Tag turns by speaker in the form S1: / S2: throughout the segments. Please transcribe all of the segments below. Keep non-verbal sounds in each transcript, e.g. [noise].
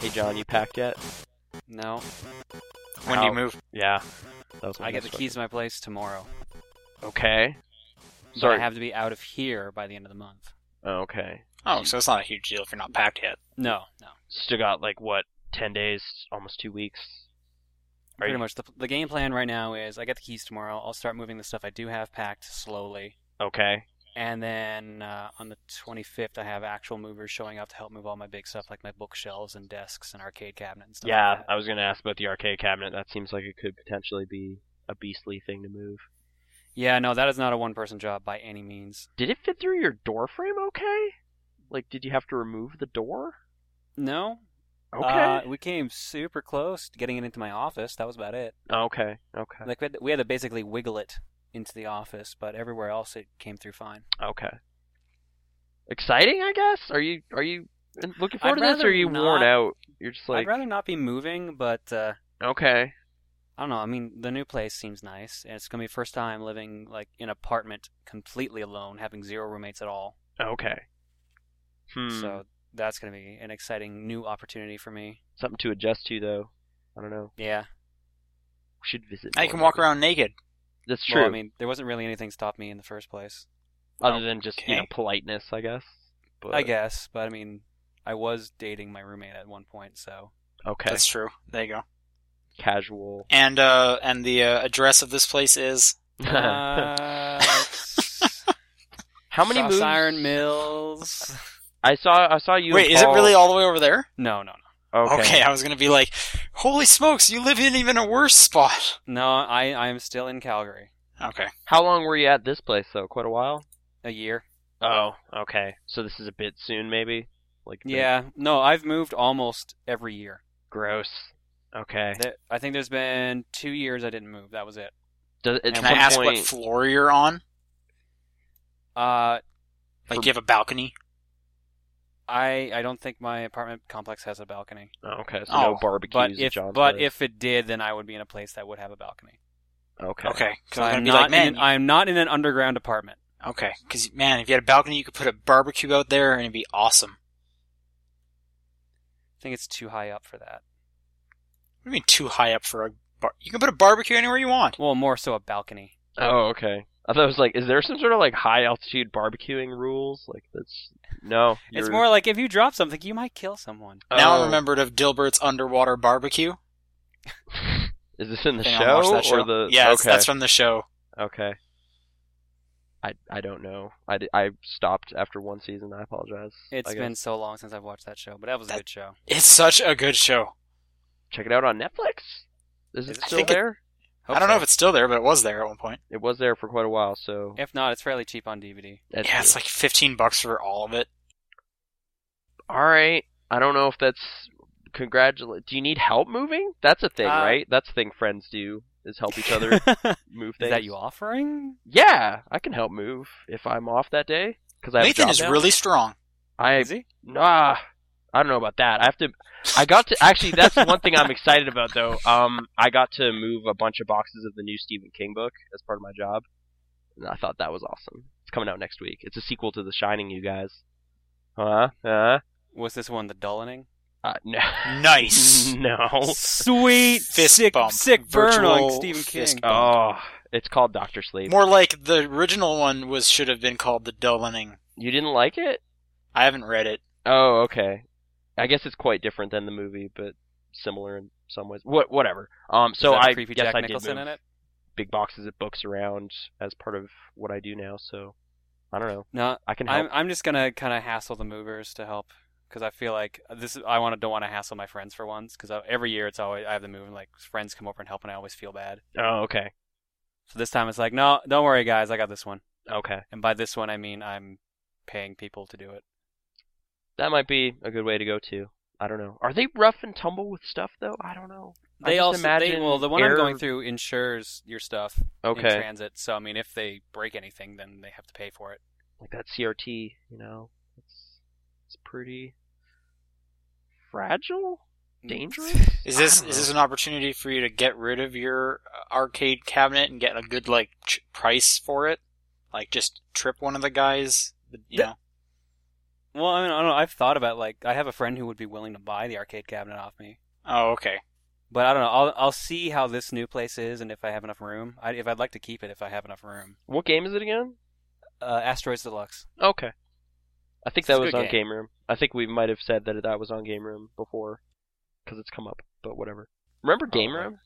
S1: Hey John, you packed yet?
S2: No.
S3: When do
S1: How-
S3: you move?
S1: Yeah. That was my
S2: I get the
S1: next
S2: keys to my place tomorrow.
S3: Okay.
S2: But
S3: Sorry.
S2: I have to be out of here by the end of the month.
S3: Okay.
S4: Oh, so it's not a huge deal if you're not packed yet.
S2: No, no.
S3: Still got like what? Ten days, almost two weeks. Are
S2: Pretty
S3: you-
S2: much the, the game plan right now is I get the keys tomorrow. I'll start moving the stuff I do have packed slowly.
S3: Okay.
S2: And then uh, on the 25th, I have actual movers showing up to help move all my big stuff, like my bookshelves and desks and arcade cabinet and stuff.
S3: yeah,
S2: Like that.
S3: I was gonna ask about the arcade cabinet. That seems like it could potentially be a beastly thing to move.
S2: Yeah, no, that is not a one person job by any means.
S3: Did it fit through your door frame? Okay. Like, did you have to remove the door?
S2: No.
S3: Okay.
S2: Uh, we came super close to getting it into my office. That was about it.
S3: okay. Okay.
S2: Like we had, to, we had to basically wiggle it into the office, but everywhere else it came through fine.
S3: Okay. Exciting, I guess. Are you are you looking forward
S2: I'd
S3: to this, or are
S2: rather
S3: you worn
S2: not.
S3: out? You're just
S2: I'd
S3: like
S2: rather not be moving, but uh,
S3: okay.
S2: I don't know. I mean, the new place seems nice, and it's gonna be first time living like in an apartment completely alone, having zero roommates at all.
S3: Okay. Hmm.
S2: So that's gonna be an exciting new opportunity for me.
S3: Something to adjust to, though. I don't know.
S2: Yeah.
S3: We should visit.
S4: Now you
S3: more
S4: can walk
S3: maybe.
S4: around naked.
S3: That's
S2: Well,
S3: true.
S2: I mean, there wasn't really anything stopped me in the first place.
S3: Other than just you know
S4: oh, okay.
S3: politeness, I guess. But,
S2: I guess, but I mean, I was dating my roommate at one
S3: [laughs]
S2: point, so
S3: Okay.
S4: That's true. There you go.
S3: Casual. [laughs]
S4: And uh, and the uh, address of this place is
S2: Uh, it's-
S3: How many
S2: Cross
S3: moves?
S2: Iron Mills.
S3: I saw. I saw you.
S4: Wait,
S3: and
S4: is it
S3: Paul-
S4: really all the way over there?
S2: No, no,
S3: Okay.
S4: I was gonna be like, holy smokes, you live in even a worse spot.
S2: no. No, I I am still in Calgary.
S4: Okay.
S3: How long were you at this place though? Quite a while.
S2: A year.
S3: Oh, okay. So this is a bit soon, maybe. Like been-
S2: Yeah. No, I've moved almost every year.
S3: Gross. Okay.
S2: There- I think there's been two years I didn't move. That was it.
S3: Does, at
S4: Can I
S3: some
S4: ask
S3: point,
S4: what floor you're on?
S2: Uh,
S4: Like, do you have a balcony?
S2: I I don't think my apartment complex has a balcony.
S3: Oh, okay, so
S4: Oh,
S3: no barbecues.
S2: But
S3: at
S2: if
S3: John's
S2: but
S3: place.
S2: if it did, then I would be in a place that would have a balcony.
S3: okay,
S4: Okay. Because
S2: So
S4: I'm
S2: I'm
S4: gonna be
S2: not
S4: like, man.
S2: in, I'm not in an underground apartment.
S4: you- okay. Because man, if you had a balcony, you could put a barbecue out there, and it'd be awesome.
S2: I think it's too high up for that.
S4: What do you mean too high up for a? Bar- you can put a barbecue anywhere you want.
S2: Well, more so a balcony.
S3: oh okay. I thought it was like, is there some sort of like high altitude barbecuing rules? Like that's no.
S2: It's
S3: you're-
S2: more like if you drop something, you might kill someone.
S4: Now
S3: Oh.
S4: I'm remembered of Dilbert's underwater barbecue.
S3: [laughs] Is this in the
S4: Hang on, watch
S3: show,
S4: that
S3: or the?
S4: yeah, it's-
S3: okay.
S4: that's from the show.
S3: okay. I, I don't know. I, di- I stopped after one season. I apologize.
S2: It's
S3: I guess.
S2: been so long since I've watched that show, but that was a
S4: That-
S2: good show.
S4: It's such a good show.
S3: check it out on Netflix. Is
S2: Is
S3: it
S2: it- I
S3: still
S4: think it-
S3: there?
S4: I don't know
S2: so.
S4: if it's still there, but it was there at one point.
S3: It was there for quite a while. So
S2: If not, it's fairly cheap on DVD.
S3: that's
S4: yeah,
S3: it.
S4: it's like 15 bucks for all of it.
S3: all right. I don't know if that's congratulate. Do you need help moving? That's a thing,
S2: Uh,
S3: right? That's a thing friends do is help each
S4: [laughs]
S3: other move
S2: Is
S3: things.
S2: that you offering?
S3: Yeah, I can help move if I'm off that day because I have a
S4: Nathan
S3: job
S4: is
S3: now.
S4: really strong.
S3: I
S2: Is he?
S3: nah. I don't know about that. I have to. I got to actually. That's the one thing I'm excited about, though. Um, I got to move a bunch of boxes of the new Stephen King book as part of my job, and I thought that was awesome. It's coming out next week. It's a sequel to The Shining, you guys. Huh? Huh?
S2: Was this one the dullening?
S3: Uh, no. [laughs]
S4: Nice.
S3: no.
S2: Sweet
S4: Fist
S2: sick
S4: bump.
S2: sick burn on
S4: Virtual
S2: Stephen King.
S4: fist bump.
S3: Oh, it's called Doctor Sleep.
S4: More like the original one was should have been called the Dullening.
S3: You didn't like it?
S4: I haven't read it.
S3: Oh, okay. I guess it's quite different than the movie, but similar in some ways. What? Whatever. Um.
S2: Is
S3: So
S2: that
S3: I
S2: creepy
S3: guess
S2: Jack
S3: I did
S2: Nicholson
S3: move.
S2: in it.
S3: big boxes of books around as part of what I do now. So I don't know.
S2: No,
S3: I can help.
S2: I'm I'm just gonna kind of hassle the movers to help because I feel like this is, I want to don't want to hassle my friends for once because every year it's always I have the move and like friends come over and help and I always feel bad.
S3: oh, okay,
S2: So this time it's like no, don't worry guys, I got this one.
S3: okay.
S2: And by this one I mean I'm paying people to do it.
S3: That might be a good way to go too. I don't know. Are they rough and tumble with stuff though? I don't know. I
S2: They
S3: just
S2: also they,
S3: imagine
S2: well the one
S3: air-
S2: I'm going through insures your stuff in
S3: Okay,
S2: transit. So I mean if they break anything then they have to pay for it.
S3: like that CRT. You know, it's it's pretty fragile,
S2: Mm.
S3: dangerous.
S4: Is
S3: I
S4: this
S3: don't
S4: is
S3: know.
S4: this an opportunity for you to get rid of your uh, arcade cabinet and get a good like ch- price for it? Like just trip one of the guys, you know?
S2: [laughs] Well, I mean, I don't know. I've thought about like I have a friend who would be willing to buy the arcade cabinet off me,
S4: Oh, okay.
S2: but I don't know. I'll I'll see how this new place is and if I have enough room. I, if I'd like to keep it, if I have enough room.
S3: What game is it again?
S2: Uh, Asteroids Deluxe.
S3: Okay. I think
S4: It's
S3: that
S4: a
S3: was
S4: good
S3: on
S4: game.
S3: Game Room. I think we might have said that that was on Game Room before, because it's come up. But whatever. Remember Game
S2: right.
S3: Room?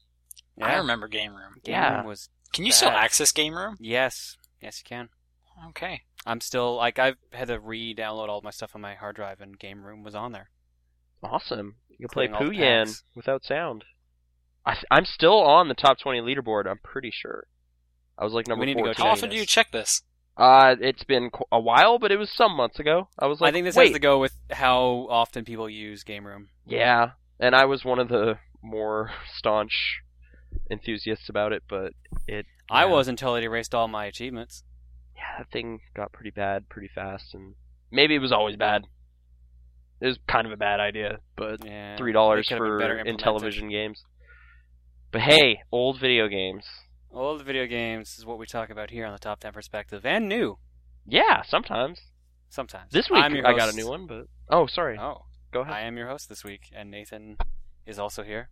S4: I
S2: Yeah.
S4: remember Game Room.
S2: Game
S3: Yeah.
S2: Room was
S4: Can you still
S2: Bad.
S4: access Game Room?
S2: yes, yes you can.
S4: Okay.
S2: I'm still like I've had to re-download all my stuff on my hard drive, and Game Room was on there.
S3: Awesome. You can play
S2: Playing all the
S3: Puyan
S2: packs.
S3: without sound. I th- I'm still on the top 20 leaderboard. I'm pretty sure. I was like number
S2: We need to go
S3: 14.
S4: How often do
S2: Yes.
S4: you check this?
S3: Uh, it's been qu- a while, but it was some months ago. I was like,
S2: I think this
S3: Wait.
S2: has to go with how often people use Game Room.
S3: Yeah, and I was one of the more staunch enthusiasts about it, but it.
S2: I
S3: yeah.
S2: was until it erased all my achievements.
S3: Yeah, that thing got pretty bad pretty fast, and maybe it was always bad. It was kind of a bad idea, but
S2: Yeah,
S3: three dollars
S2: it could've been better
S3: for in
S2: implemented.
S3: television games. But hey, old video games.
S2: All the video games is what we talk about here on the Top Ten Perspective, and new
S3: Yeah, sometimes.
S2: sometimes.
S3: This week
S2: I'm your
S3: I got a
S2: host-
S3: new one, but oh, sorry.
S2: Oh,
S3: Go ahead.
S2: I am your host this week, and Nathan is also here.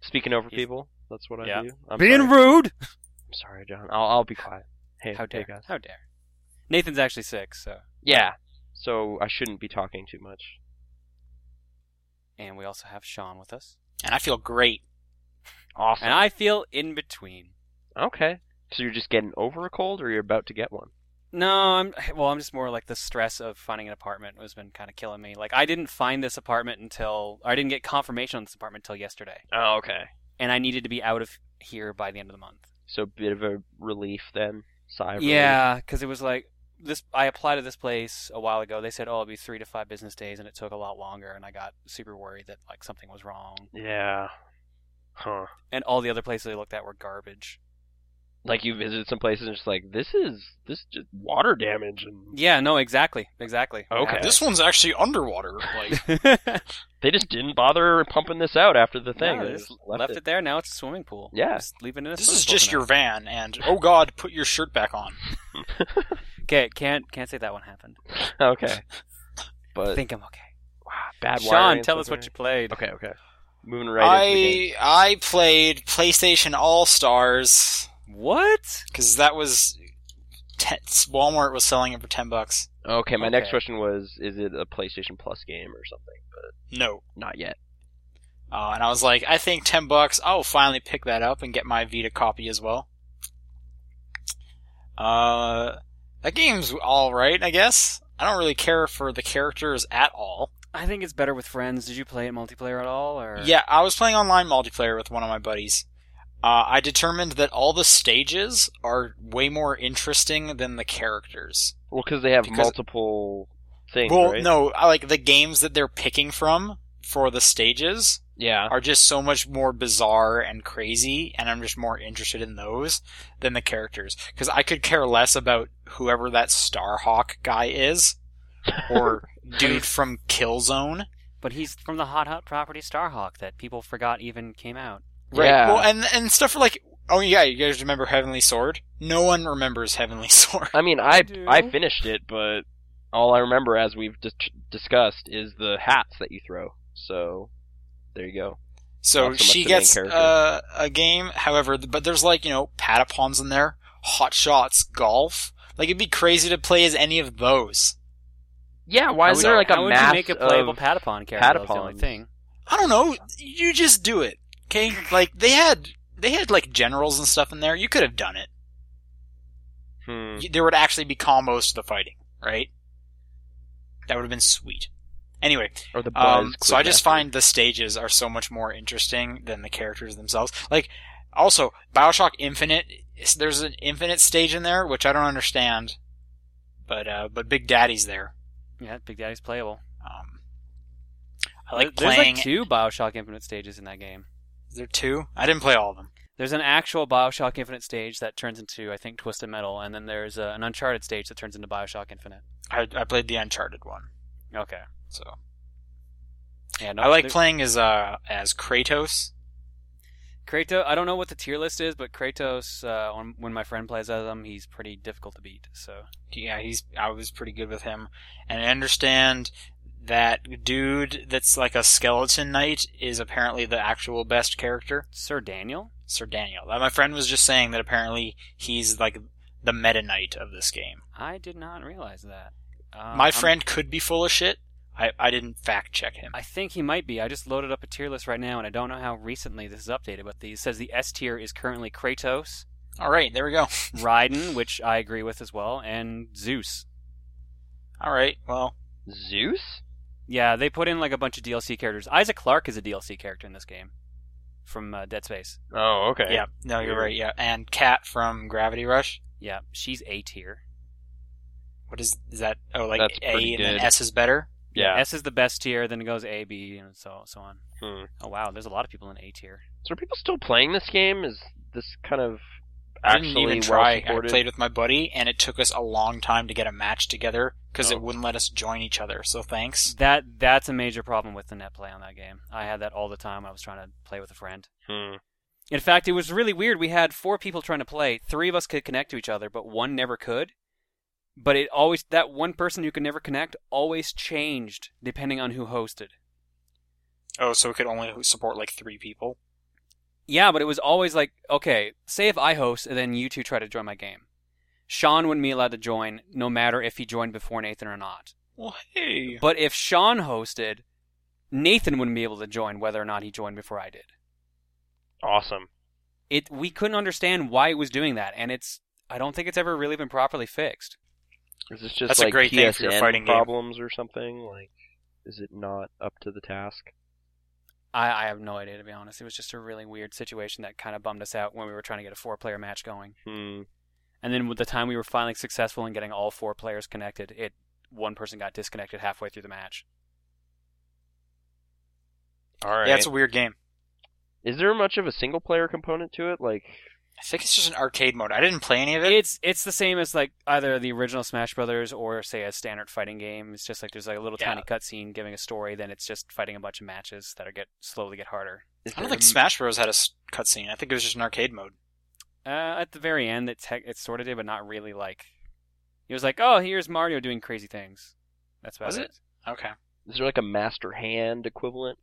S3: Speaking over
S2: He's-
S3: people, that's what I
S2: Yeah.
S3: do. I'm
S2: Being
S3: sorry.
S2: rude.
S3: I'm sorry, John. I'll I'll be quiet. Hey,
S2: How dare?
S3: hey guys.
S2: How dare? Nathan's actually sick, so
S3: Yeah. So I shouldn't be talking too much.
S2: and we also have Sean with us,
S4: And I feel great.
S3: Awesome.
S2: and I feel in between.
S3: Okay. So you're just getting over a cold, or you're about to get one?
S2: No, I'm well. I'm just more like the stress of finding an apartment has been kind of killing me. Like I didn't find this apartment until or I didn't get confirmation on this apartment until yesterday,
S3: Oh, okay.
S2: and I needed to be out of here by the end of the month.
S3: So a bit of a relief then. Sigh. Of relief.
S2: Yeah, because it was like this. I applied to this place a while ago. They said, "Oh, it'll be three to five business days," and it took a lot longer. And I got super worried that like something was wrong.
S3: Yeah. Huh.
S2: And all the other places I looked at were garbage.
S3: Like you visited some places and just like this is this just water damage and
S2: Yeah, no, exactly, exactly.
S3: Okay.
S4: Uh, This one's actually
S3: [laughs]
S4: underwater. Like
S2: [laughs]
S3: they just didn't bother pumping this out after the thing.
S2: thing
S3: they
S2: just
S3: just
S2: left, it. there. Now it's a swimming pool.
S3: Yeah.
S2: just leaving it. in a
S4: this
S2: swimming
S4: is
S2: pool
S4: just
S2: for
S4: your
S2: now.
S4: van, and oh god, put your shirt back on.
S2: Okay, can't can't say that one happened.
S3: [laughs]
S2: [laughs]
S3: okay. But
S2: I think I'm okay.
S3: wow, bad
S2: Sean, tell us what you played.
S3: Okay. Okay. Moving right into the game.
S4: I I played PlayStation All Stars
S2: What?
S4: because that was ten, Walmart was selling it for ten bucks.
S3: Okay. My next
S2: Okay.
S3: question was: Is it a PlayStation Plus game or something? But
S4: No,
S3: not yet.
S4: uh, and I was like, I think ten bucks. I'll finally pick that up and get my Vita copy as well. Uh, that game's all right, I guess. I don't really care for the characters at all.
S2: I think it's better with friends. Did you play it multiplayer at all? Or
S4: Yeah, I was playing online multiplayer with one of my buddies. Uh, I determined that all the stages are way more interesting than the characters.
S3: Well, because they have
S4: Because-
S3: multiple things.
S4: well,
S3: right?
S4: no, I like the games that they're picking from for the stages
S3: Yeah.
S4: are just so much more bizarre and crazy, and I'm just more interested in those than the characters. Because I could care less about whoever that Starhawk guy is, or dude from Killzone.
S2: But he's from the hot hot property Starhawk that people forgot even came out.
S4: Right.
S3: Yeah.
S4: Well, and and stuff like oh yeah, you guys remember Heavenly Sword? No one remembers Heavenly [laughs] Sword.
S3: I mean, I
S2: do.
S3: I finished it, but all I remember, as we've dis- discussed, is the hats that you throw. So there you go.
S4: So
S3: Not so much
S4: she
S3: the main
S4: gets
S3: character.
S4: uh, a game. However, th- but there's like you know patapons in there, hot shots, golf. Like it'd be crazy to play as any of those.
S3: Yeah. Why
S2: How
S3: is there
S2: would-
S3: like a
S2: how
S3: mass
S2: would you make a playable
S3: of...
S2: Patapon character? That's the only
S3: Patapons.
S2: thing.
S4: I don't know. You just do it,
S3: [laughs]
S4: okay? Like they had they had like generals and stuff in there. You could have done it.
S3: Hmm.
S4: Y- There would actually be combos to the fighting, right? That would have been sweet. Anyway,
S3: Or the buzz.
S4: Um, so I just
S3: Quizmaster.
S4: find the stages are so much more interesting than the characters themselves. Like, also Bioshock Infinite, is- there's an infinite stage in there which I don't understand, but uh, but Big Daddy's there.
S2: Yeah, Big Daddy's playable.
S4: Um, I like
S2: There's
S4: playing.
S2: like two Bioshock Infinite stages in that game.
S4: Is there two? I didn't play all of them.
S2: There's an actual Bioshock Infinite stage that turns into, I think, Twisted Metal, and then there's uh an Uncharted stage that turns into Bioshock Infinite.
S4: I, I played the Uncharted one.
S2: Okay.
S4: So
S2: Yeah, no,
S4: I like
S2: there-
S4: playing as uh as Kratos.
S2: Kratos. I don't know what the tier list is, but Kratos, uh, on, when my friend plays as him, he's pretty difficult to beat. So
S4: yeah, he's I was pretty good with him, and I understand that dude that's like a skeleton knight is apparently the actual best character,
S2: Sir Daniel.
S4: Sir Daniel. Uh, My friend was just saying that apparently he's like the meta knight of this game.
S2: I did not realize that.
S3: Uh,
S2: Um,
S4: My
S2: I'm-
S4: friend could be full of shit. I, I didn't fact check him.
S2: I think he might be. I just loaded up a tier list right now, and I don't know how recently this is updated, but the, it says the S tier is currently Kratos,
S4: All right, there we go.
S2: Raiden, which I agree with as well, and Zeus.
S4: All right, well,
S3: Zeus?
S2: Yeah, they put in like a bunch of DLC characters. Isaac Clarke is a DLC character in this game from uh, Dead Space.
S3: Oh, okay.
S4: yeah, no, you're right. Yeah, and Cat from Gravity Rush.
S2: Yeah, she's A tier.
S4: What is is that? Oh, like
S3: That's
S4: A
S3: pretty
S4: and then
S3: good.
S4: S is better.
S3: Yeah.
S2: S is the best tier, then it goes A, B, and so so on.
S3: Hmm.
S2: Oh wow, there's a lot of people in A tier.
S3: So are people still playing this game? Is this kind of
S4: I
S3: actually
S4: didn't even try. I
S3: well-supported?
S4: played with my buddy, and it took us a long time to get a match together because
S3: Oh.
S4: it wouldn't let us join each other. So thanks.
S2: That that's a major problem with the net play on that game. I had that all the time when I was trying to play with a friend.
S3: Hmm.
S2: In fact, it was really weird. We had four people trying to play. Three of us could connect to each other, but one never could. But it always that one person who could never connect always changed depending on who hosted.
S4: Oh, so it could only support like three people.
S2: Yeah, but it was always like, okay, say if I host and then you two try to join my game. Sean wouldn't be allowed to join no matter if he joined before Nathan or not.
S4: Well, hey.
S2: But if Sean hosted, Nathan wouldn't be able to join whether or not he joined before I did.
S3: Awesome.
S2: It we couldn't understand why it was doing that, and it's I don't think it's ever really been properly fixed.
S3: Is this just
S4: That's a
S3: like
S4: great thing
S3: PSN
S4: for your fighting game.
S3: problems or something? Like, is it not up to the task?
S2: I, I have no idea to be honest. It was just a really weird situation that kind of bummed us out when we were trying to get a four player match going.
S3: Hmm.
S2: And then with the time we were finally successful in getting all four players connected, it one person got disconnected halfway through the match.
S3: All right.
S4: Yeah, it's a weird game.
S3: Is there much of a single player component to it? Like,
S4: I think it's just an arcade mode. I didn't play any of it.
S2: It's it's the same as like either the original Smash Brothers or say a standard fighting game. It's just like there's like a little
S4: Yeah.
S2: tiny cutscene giving a story, then it's just fighting a bunch of matches that are get slowly get harder.
S3: is
S4: I don't
S3: there
S4: think Smash Bros had a s- cutscene. I think it was just an arcade mode.
S2: Uh, at the very end, it tech it sort of did, but not really. Like it was like, oh, here's Mario doing crazy things. That's about
S4: Was
S2: it.
S4: it? Okay.
S3: is there like a master hand equivalent?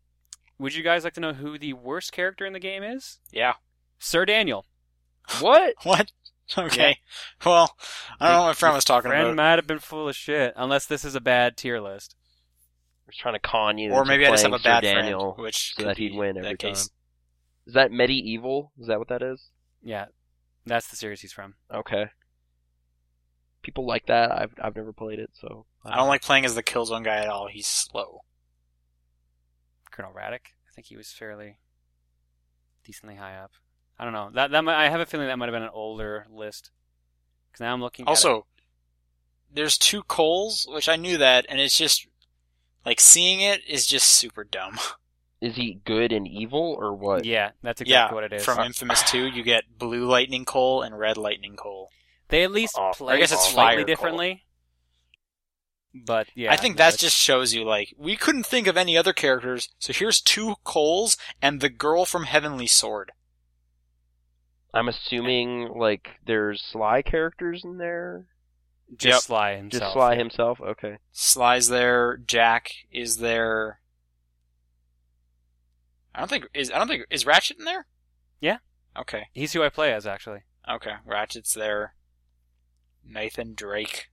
S2: Would you guys like to know who the worst character in the game is?
S4: Yeah. [laughs]
S2: Sir Daniel.
S3: What?
S4: What? Okay. Well, I don't know what my friend was talking
S2: Friend
S4: about.
S2: might have been full of shit, unless this is a bad tier list.
S3: I was trying to con you.
S4: Or
S3: into
S4: maybe I just have
S3: playing
S4: a
S3: Sir
S4: bad
S3: Daniel.
S4: friend, which
S3: so
S4: could
S3: that he'd
S4: be
S3: win
S4: that
S3: every
S4: case.
S3: Is that medieval? Is that what that is?
S2: Yeah, that's the series he's from.
S3: Okay. People like that. I've I've never played it, so
S4: I don't like playing as the Killzone guy at all. He's slow.
S2: Colonel Raddick. I think he was fairly decently high up. I don't know. That that might, I have a feeling that might have been an older list. Because now I'm looking. at
S4: Also, there's two Coles, which I knew that, and it's just like seeing it is just super dumb.
S3: Is he good and evil or
S2: it.
S3: what?
S2: yeah, that's exactly
S4: yeah,
S2: what it is. Uh,
S4: from Infamous Two, you get Blue Lightning Cole and Red Lightning Cole.
S2: they at least
S3: Oh, I
S2: play
S4: guess it's
S2: slightly
S4: fire
S2: differently. But yeah,
S4: I think
S2: no,
S4: that
S2: it's-
S4: just shows you like we couldn't think of any other characters, so here's two Coles and the girl from Heavenly Sword.
S3: I'm assuming like there's Sly characters in there.
S2: just
S4: Yep.
S2: Sly himself.
S3: Just Sly himself. Okay.
S4: Sly's there. Jack is there. I don't think is I don't think is Ratchet in there.
S2: Yeah.
S4: Okay.
S2: He's who I play as actually.
S4: Okay. Ratchet's there. Nathan Drake.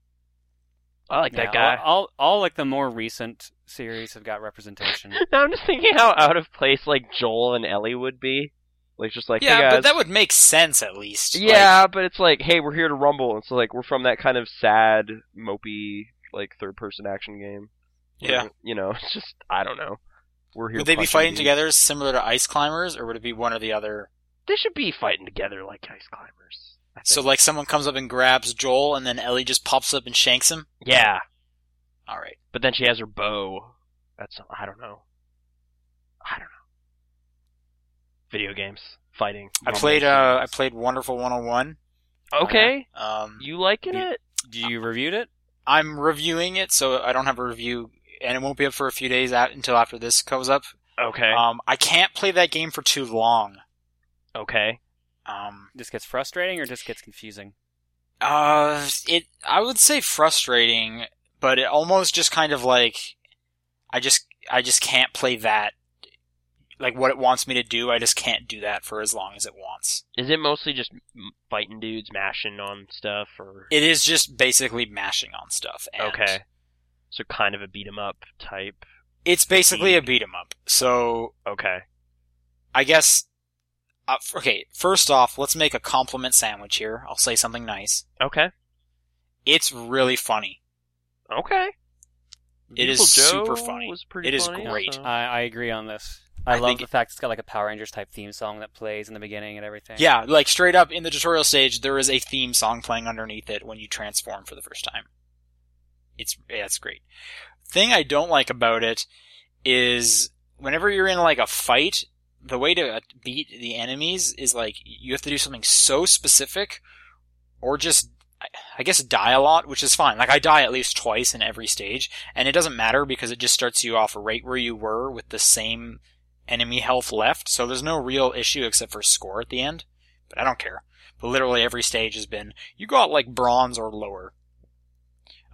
S3: I like
S2: Yeah,
S3: that guy.
S2: All, all all like the more recent series have got
S4: [laughs]
S2: representation.
S3: [laughs] now I'm just thinking how out of place like Joel and Ellie would be. Like just like hey
S4: yeah,
S3: guys.
S4: but that would make sense at least. Like,
S3: yeah, but it's like hey we're here to rumble, and so like we're from that kind of sad, mopey like third person action game.
S4: yeah.
S3: You know, [laughs] it's just I don't know. We're here.
S4: Would they be
S3: punching
S4: fighting
S3: dudes.
S4: together similar to Ice Climbers, or would it be one or the other?
S3: They should be fighting together like ice climbers. I
S4: So
S3: think.
S4: like someone comes up and grabs Joel, and then Ellie just pops up and shanks him.
S3: yeah,
S4: All right.
S3: but then she has her bow. That's I don't know. I don't know. Video games, fighting.
S4: I played uh I
S3: rumbles.
S4: played Wonderful 101.
S3: Okay,
S4: Um
S3: you liking
S2: You-
S3: it?
S2: Do you reviewed it?
S4: I'm reviewing it, so I don't have a review, and it won't be up for a few days at, until after this goes up.
S3: Okay.
S4: Um, I can't play that game for too long
S3: Okay.
S4: Um,
S2: Just gets frustrating or just gets confusing?
S4: uh, it I would say frustrating, but it almost just kind of like I just I just can't play that. Like what it wants me to do, I just can't do that for as long as it wants.
S3: Is it mostly just m- fighting dudes, mashing on stuff, or
S4: It is just basically mashing on stuff. And
S3: okay? So kind of a beat 'em up type.
S4: It's basically a beat 'em up. So
S3: Okay.
S4: I guess. Uh, f- okay, first off, let's make a compliment sandwich here. I'll say something nice.
S3: Okay.
S4: It's really funny.
S3: Okay.
S4: It is
S3: Beautiful Joe
S4: super funny.
S3: was pretty
S4: It is
S3: funny,
S4: great.
S3: so-
S2: I, I agree on this.
S4: I
S2: I, love
S4: think-
S2: the fact it's got like a Power Rangers type theme song that plays in the beginning and everything.
S4: Yeah, like straight up in the tutorial stage, there is a theme song playing underneath it when you transform for the first time. It's yeah, it's great. Thing I don't like about it is whenever you're in like a fight, the way to uh, beat the enemies is like you have to do something so specific, or just I- I guess die a lot, which is fine. Like I die at least twice in every stage, and it doesn't matter because it just starts you off right where you were with the same enemy health left, so there's no real issue except for score at the end. But I don't care. But literally every stage has been you got like bronze or lower.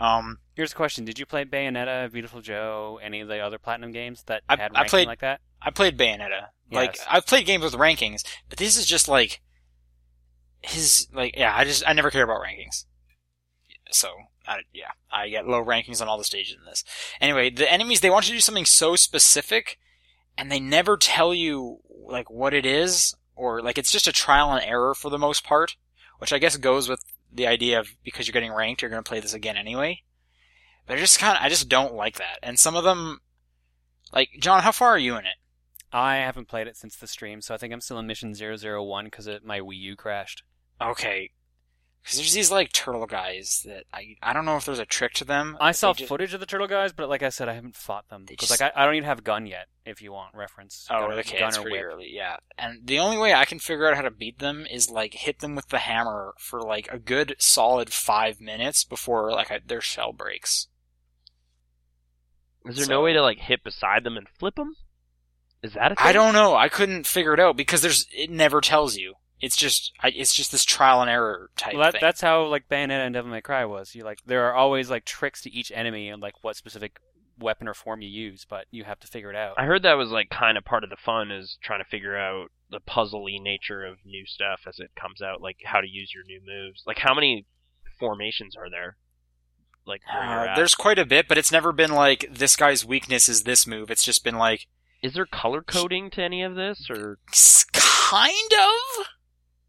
S4: Um,
S2: Here's a question: Did you play Bayonetta, Beautiful Joe, any of the other Platinum games that
S4: I-
S2: had
S4: I
S2: ranking
S4: played-
S2: like that?
S4: I played Bayonetta. Like
S2: Yes.
S4: I've played games with rankings, but this is just like his like yeah. I just I never care about rankings. So I, yeah, I get low rankings on all the stages in this. Anyway, the enemies they want you to do something so specific, and they never tell you like what it is or like it's just a trial and error for the most part, which I guess goes with the idea of because you're getting ranked, you're going to play this again anyway. But I just kind of I just don't like that. And some of them, like John, how far are you in it?
S2: I haven't played it since the stream, so I think I'm still in Mission 001 because my Wii U crashed.
S4: Okay. Because there's these like turtle guys that I I don't know if there's a trick to them.
S2: I
S4: but
S2: saw
S4: they ju-
S2: footage of the turtle guys, but like I said, I haven't fought them
S4: They
S2: because
S4: just-
S2: like I, I don't even have gun yet. If you want reference,
S4: Oh,
S2: gun, or-
S4: okay,
S2: gun
S4: it's
S2: or
S4: pretty
S2: whip.
S4: early, yeah. And the only way I can figure out how to beat them is like hit them with the hammer for like a good solid five minutes before like I, their shell breaks.
S3: Is there
S4: So-
S3: no way to like hit beside them and flip them? Is that a thing?
S4: I don't know. I couldn't figure it out because there's it never tells you. It's just I, it's just this trial and error type
S2: Well, that,
S4: thing.
S2: that's how like Bayonetta and Devil May Cry was. You like there are always like tricks to each enemy and like what specific weapon or form you use, but you have to figure it out.
S3: I heard that was like kind of part of the fun is trying to figure out the puzzly nature of new stuff as it comes out, like how to use your new moves. Like how many formations are there? Like where you're
S4: Uh,
S3: at?
S4: there's quite a bit, but it's never been like this guy's weakness is this move. It's just been like
S3: is there color coding to any of this or
S4: "S- kind of.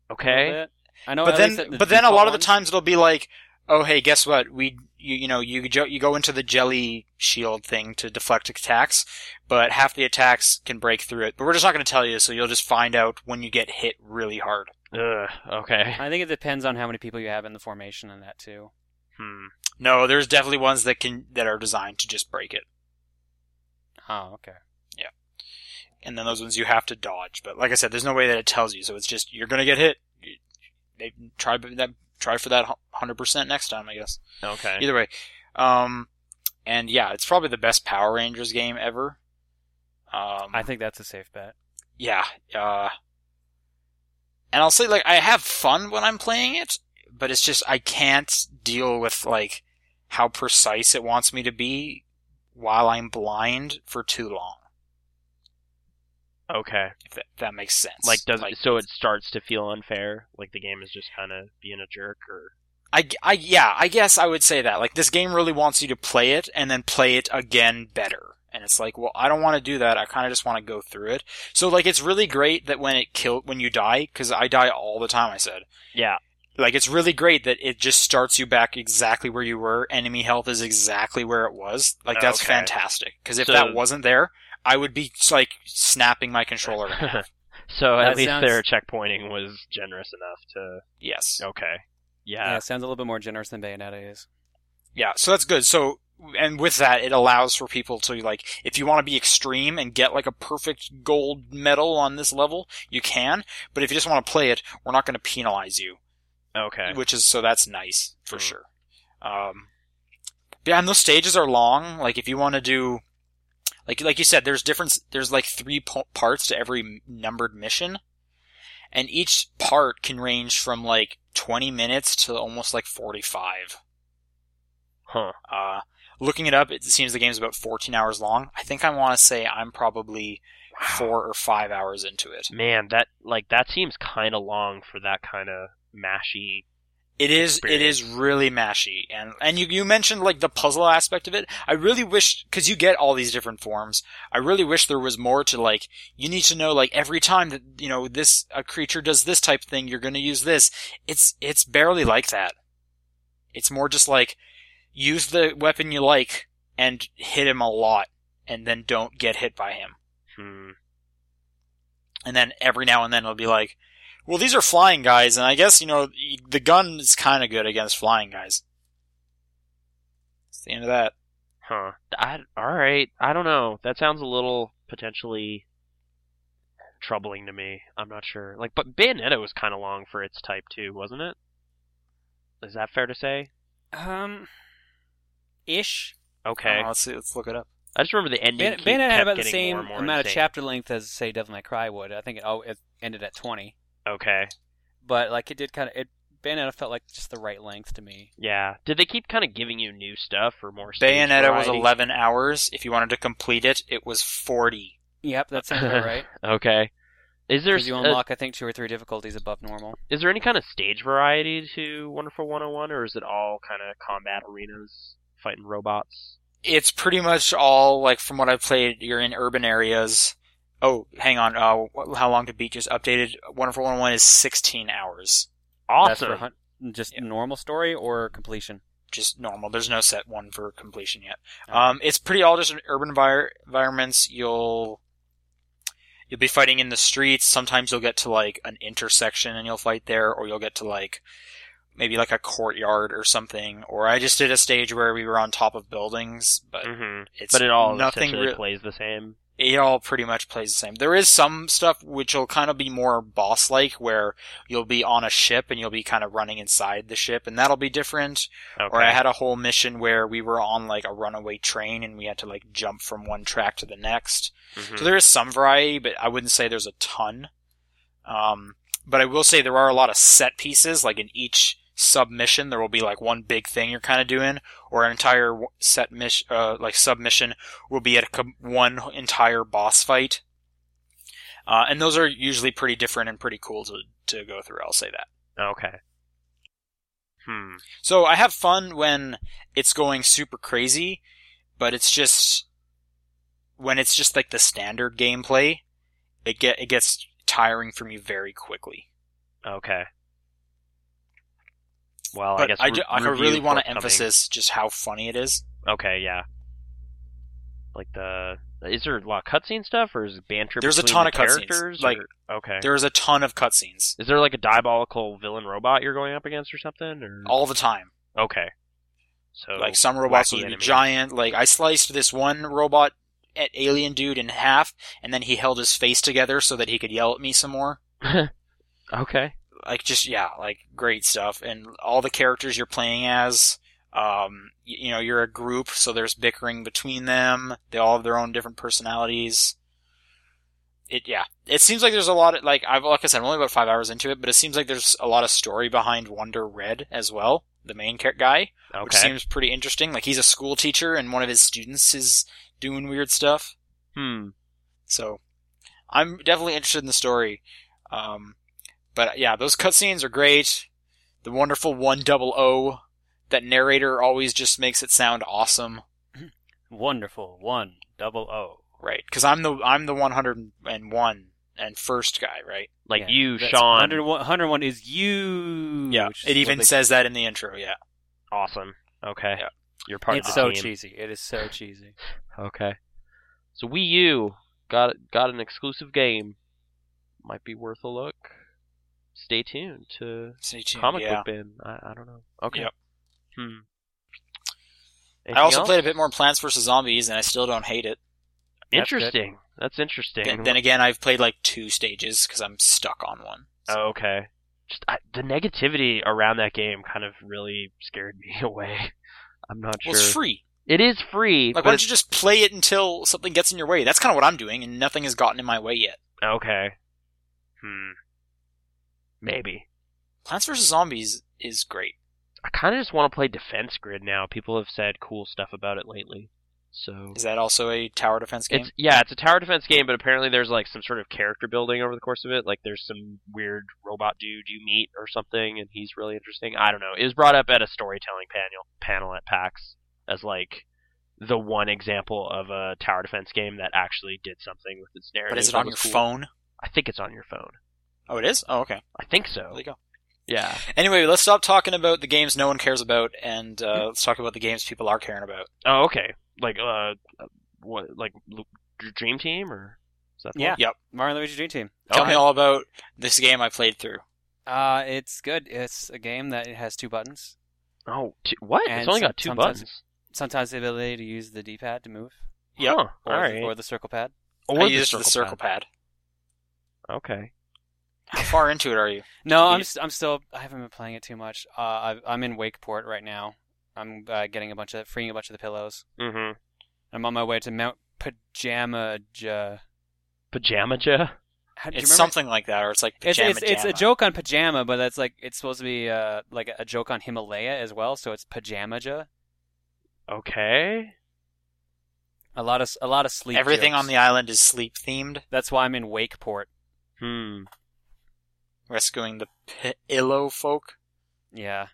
S2: A little
S3: okay?
S2: bit. I know.
S4: but
S2: at
S4: then,
S2: least the- the
S4: but then a
S2: default
S4: lot of the
S2: ones-
S4: times it'll be like, oh hey, guess what? We you you know you jo- you go into the jelly shield thing to deflect attacks, but half the attacks can break through it. But we're just not going to tell you, so you'll just find out when you get hit really hard.
S3: Ugh, okay.
S2: I think it depends on how many people you have in the formation and that too.
S3: Hmm.
S4: No, there's definitely ones that can that are designed to just break it,
S2: Oh, okay.
S4: and then those ones you have to dodge. But like I said, there's no way that it tells you, so it's just you're going to get hit. You- They try that try for that hundred percent next time, I guess.
S3: Okay.
S4: Either way, um, and yeah, it's probably the best Power Rangers game ever. Um,
S2: I think that's a safe bet.
S4: yeah, uh, and I'll say like I have fun when I'm playing it, but it's just I can't deal with like how precise it wants me to be while I'm blind for too long.
S3: Okay.
S4: If that, that makes sense.
S3: Like does so it starts to feel unfair, like the game is just kind of being a jerk or
S4: I, I yeah I guess I would say that like this game really wants you to play it and then play it again better and it's like well I don't want to do that I kind of just want to go through it so like it's really great that when it kill when you die because I die all the time I said
S2: [laughs]
S3: yeah.
S4: like it's really great that it just starts you back exactly where you were enemy health is exactly where it was like that's
S3: Okay.
S4: fantastic because if
S3: So-
S4: that wasn't there I would be like snapping my controller
S3: [laughs]
S4: in half.
S3: so
S2: That
S3: at least
S2: sounds-
S3: their checkpointing was generous enough to
S4: yes
S3: Okay.
S2: Yeah.
S3: Yeah.
S2: it sounds a little bit more generous than Bayonetta is.
S4: Yeah, so that's good. So, and with that, it allows for people to, like, if you want to be extreme and get, like, a perfect gold medal on this level, you can. But if you just want to play it, we're not going to penalize you.
S3: Okay.
S4: Which is, so that's nice, for
S3: Hmm.
S4: sure. Um, yeah, and those stages are long. Like, if you want to do, like, like you said, there's different, there's, like, three po- parts to every numbered mission. and each part can range from like 20 minutes to almost like 45.
S3: Huh.
S4: Uh, looking it up, it seems the game's about 14 hours long. I think I want to say I'm probably four or five hours into it.
S3: Man, that like that seems kind of long for that kind of mashy.
S4: It is it
S3: experience.
S4: is really mashy, and and you you mentioned like the puzzle aspect of it. I really wish because you get all these different forms. I really wish there was more to like. You need to know like every time that you know this a creature does this type of thing, you're going to use this. It's it's barely like that. It's more just like use the weapon you like and hit him a lot, and then don't get hit by him.
S3: Hmm.
S4: And then every now and then it'll be like, well, these are flying guys, and I guess, you know, the gun is kind of good against flying guys. It's the end of that.
S3: Huh. I, all right. I don't know. That sounds a little potentially troubling to me. I'm not sure. Like, but Bayonetta was kind of long for its type too, wasn't it? Is that fair to say?
S2: Um, ish.
S4: I don't
S3: Okay.
S4: know, Uh, let's see, let's look it up.
S3: I just remember the ending.
S2: Ban-
S3: keep-
S2: Bayonetta had
S3: kept
S2: about the
S3: getting
S2: same
S3: more and more
S2: amount of
S3: insane.
S2: chapter length as, say, Devil May Cry would. I think it, all, it ended at 20.
S3: Okay.
S2: But, like, it did kind of. it Bayonetta felt like just the right length to me.
S3: Yeah. Did they keep kind of giving you new stuff or more? stage
S4: Bayonetta was
S3: variety? [laughs]
S4: 11 hours. If you wanted to complete it, it was 40.
S2: Yep, that sounds
S3: [laughs]
S2: about right.
S3: Okay. Is there
S2: Because you
S3: s- uh,
S2: unlock, I think, two or three difficulties above normal.
S3: is there any kind of stage variety to Wonderful 101, or is it all kind of combat arenas fighting robots?
S4: It's pretty much all, like, from what I've played, you're in urban areas. Oh, hang on. Uh, wh- how long to beat just updated? Wonderful 101 is 16 hours.
S2: That's
S3: Awesome.
S2: for hun- just normal story or completion?
S4: just normal. There's no set one for completion yet. Um, it's pretty all just urban envir- environments. You'll you'll be fighting in the streets. Sometimes you'll get to like an intersection and you'll fight there, or you'll get to like maybe like a courtyard or something. Or I just did a stage where we were on top of buildings, but
S3: hmm
S4: it's
S3: But it all
S4: nothing.
S3: essentially
S4: Re-
S3: plays the same.
S4: it all pretty much plays the same. There is some stuff which will kind of be more boss like, where you'll be on a ship and you'll be kind of running inside the ship, and that'll be different.
S3: Okay.
S4: Or I had a whole mission where we were on like a runaway train and we had to like jump from one track to the next.
S3: Mhm.
S4: So there is some variety, but I wouldn't say there's a ton. Um, but I will say there are a lot of set pieces. Like in each submission, there will be like one big thing you're kind of doing, or an entire w- set mission, uh, like submission will be at a com- one entire boss fight. Uh, and those are usually pretty different and pretty cool to, to go through. I'll say that.
S3: Okay. Hmm.
S4: So I have fun when it's going super crazy, but it's just when it's just like the standard gameplay, it get it gets tiring for me very quickly.
S3: Okay. Well, I
S4: but
S3: guess
S4: I,
S3: re-
S4: ju- I
S3: review
S4: really want to
S3: forthcoming.
S4: emphasize just how funny it is.
S3: Okay, yeah. Like the is there a lot of cutscene stuff or is it banter?
S4: There's a
S3: between
S4: ton
S3: the
S4: of cutscenes,
S3: characters,
S4: like,
S3: or- okay,
S4: There is a ton of cutscenes
S3: is there like a diabolical villain robot you're going up against or something? Or
S4: all the time.
S3: okay, Mm-hmm. so
S4: like some robots
S3: wacky
S4: will be
S3: enemies.
S4: giant. Like I sliced this one robot at alien dude in half, and then he held his face together so that he could yell at me some more.
S3: okay,
S4: like just yeah, like great stuff, and all the characters you're playing as. Um, y- you know, you're a group, so there's bickering between them. They all have their own different personalities. It yeah, it seems like there's a lot of like I've like I said, I'm only about five hours into it, but it seems like there's a lot of story behind Wonder Red as well, the main char- guy,
S3: okay,
S4: which seems pretty interesting. Like he's a school teacher, and one of his students is doing weird stuff.
S3: hmm,
S4: So I'm definitely interested in the story. Um, but yeah, those cutscenes are great. The wonderful 100, that narrator always just makes it sound awesome.
S2: Wonderful. One, double O.
S4: Right. Cause I'm the, I'm the 101 and first guy, right?
S3: like
S2: Yeah,
S3: you,
S2: that's-
S3: Sean,
S2: 101, 101 is you. which is
S4: It
S2: what
S4: even
S2: they-
S4: says that in the intro. Yeah.
S3: awesome. Okay,
S4: Yeah.
S3: you're part
S2: it's
S3: of the
S2: so
S3: team.
S2: cheesy. It is so cheesy.
S3: Okay, so Wii U got got an exclusive game, might be worth a look. Stay tuned to
S4: Stay tuned,
S3: comic
S4: yeah.
S3: book bin. I, I don't know. Okay.
S4: Yep.
S3: Hmm.
S4: I
S3: Anything
S4: also
S3: else?
S4: played a bit more Plants vs. Zombies and I still don't hate it.
S2: That's good.
S3: Interesting. That's, interesting.
S4: Then, then again, I've played like two stages cause I'm stuck on one. So,
S3: oh, okay. Just I, the negativity around that game kind of really scared me [laughs] away. I'm not
S4: well,
S3: sure.
S4: it's free.
S3: It is free.
S4: Like,
S3: but
S4: why don't you just play it until something gets in your way? That's kind of what I'm doing, and nothing has gotten in my way yet.
S3: it's- okay. Hmm. Maybe.
S4: Plants vs Zombies is great.
S3: I kind of just want to play Defense Grid now. People have said cool stuff about it lately. So
S4: Is that also a tower defense game?
S3: it's yeah, it's a tower defense game, but apparently there's like some sort of character building over the course of it. Like there's some weird robot dude you meet or something, and he's really interesting. I don't know. It was brought up at a storytelling panel panel at PAX as like the one example of a tower defense game that actually did something with its narrative.
S4: but is it
S3: That
S4: on your
S3: was cool.
S4: phone?
S3: I think it's on your phone.
S4: Oh, it is. Oh, okay.
S3: I think
S4: There
S3: so.
S4: you go.
S3: Yeah.
S4: Anyway, let's stop talking about the games no one cares about, and uh, let's talk about the games people are caring about.
S3: Oh, okay. Like uh, what? Like Lu- Dream Team or is that? the
S2: Yeah.
S3: one?
S4: Yep.
S2: Mario and Luigi Dream Team.
S4: Tell
S3: Okay.
S4: me all about this game I played through.
S2: Uh, it's good. It's a game that it has two buttons.
S3: Oh, two, what?
S2: And
S3: it's only
S2: some-
S3: got two
S2: sometimes-
S3: buttons.
S2: Sometimes the ability to use the D-pad to move,
S4: Yep.
S3: Huh,
S2: or,
S3: all
S2: the,
S3: right.
S2: or the circle pad.
S3: Or
S4: I
S3: Oh, the
S4: used the circle pad.
S3: pad. Okay.
S4: How far into it are you?
S2: No, I'm
S4: You-
S2: st- I'm still I haven't been playing it too much. Uh, i I'm in Wakeport right now. I'm uh, getting a bunch of freeing a bunch of the pillows.
S3: Mm-hmm.
S2: I'm on my way to Mount Pajama. Ja-
S3: Pajama Ja.
S2: How, do you remember?
S4: It's something like that, or it's like
S2: It's,
S4: pajama
S2: it's, it's a
S4: jamma.
S2: joke on pajama, but that's like it's supposed to be uh, like a joke on Himalaya as well. So it's pajamaja.
S3: Okay.
S2: A lot of a lot of sleep.
S4: Everything
S2: jokes.
S4: on the island is sleep themed,
S2: That's why I'm in Wakeport.
S3: Hmm.
S4: rescuing the p- illo folk.
S2: Yeah.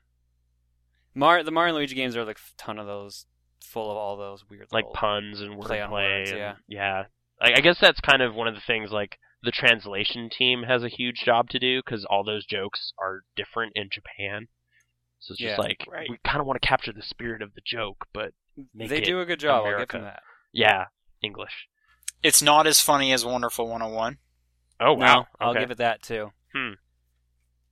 S2: Mar the Mario and Luigi games are like a ton of those, full of all those weird
S3: Like
S2: little-
S3: puns and wordplay.
S2: Play on words,
S3: and-
S2: yeah.
S3: Yeah. I, I guess that's kind of one of the things. Like the translation team has a huge job to do because all those jokes are different in Japan. So it's just
S2: Yeah.
S3: like
S4: Right.
S3: we kind of want to capture the spirit of the joke, but make
S2: They
S3: it
S2: do a good job. I'll give
S3: America.
S2: them that.
S3: yeah, English.
S4: It's not as funny as Wonderful 101.
S3: Oh wow.
S2: No, I'll
S3: Okay.
S2: give it that too.
S3: Hmm.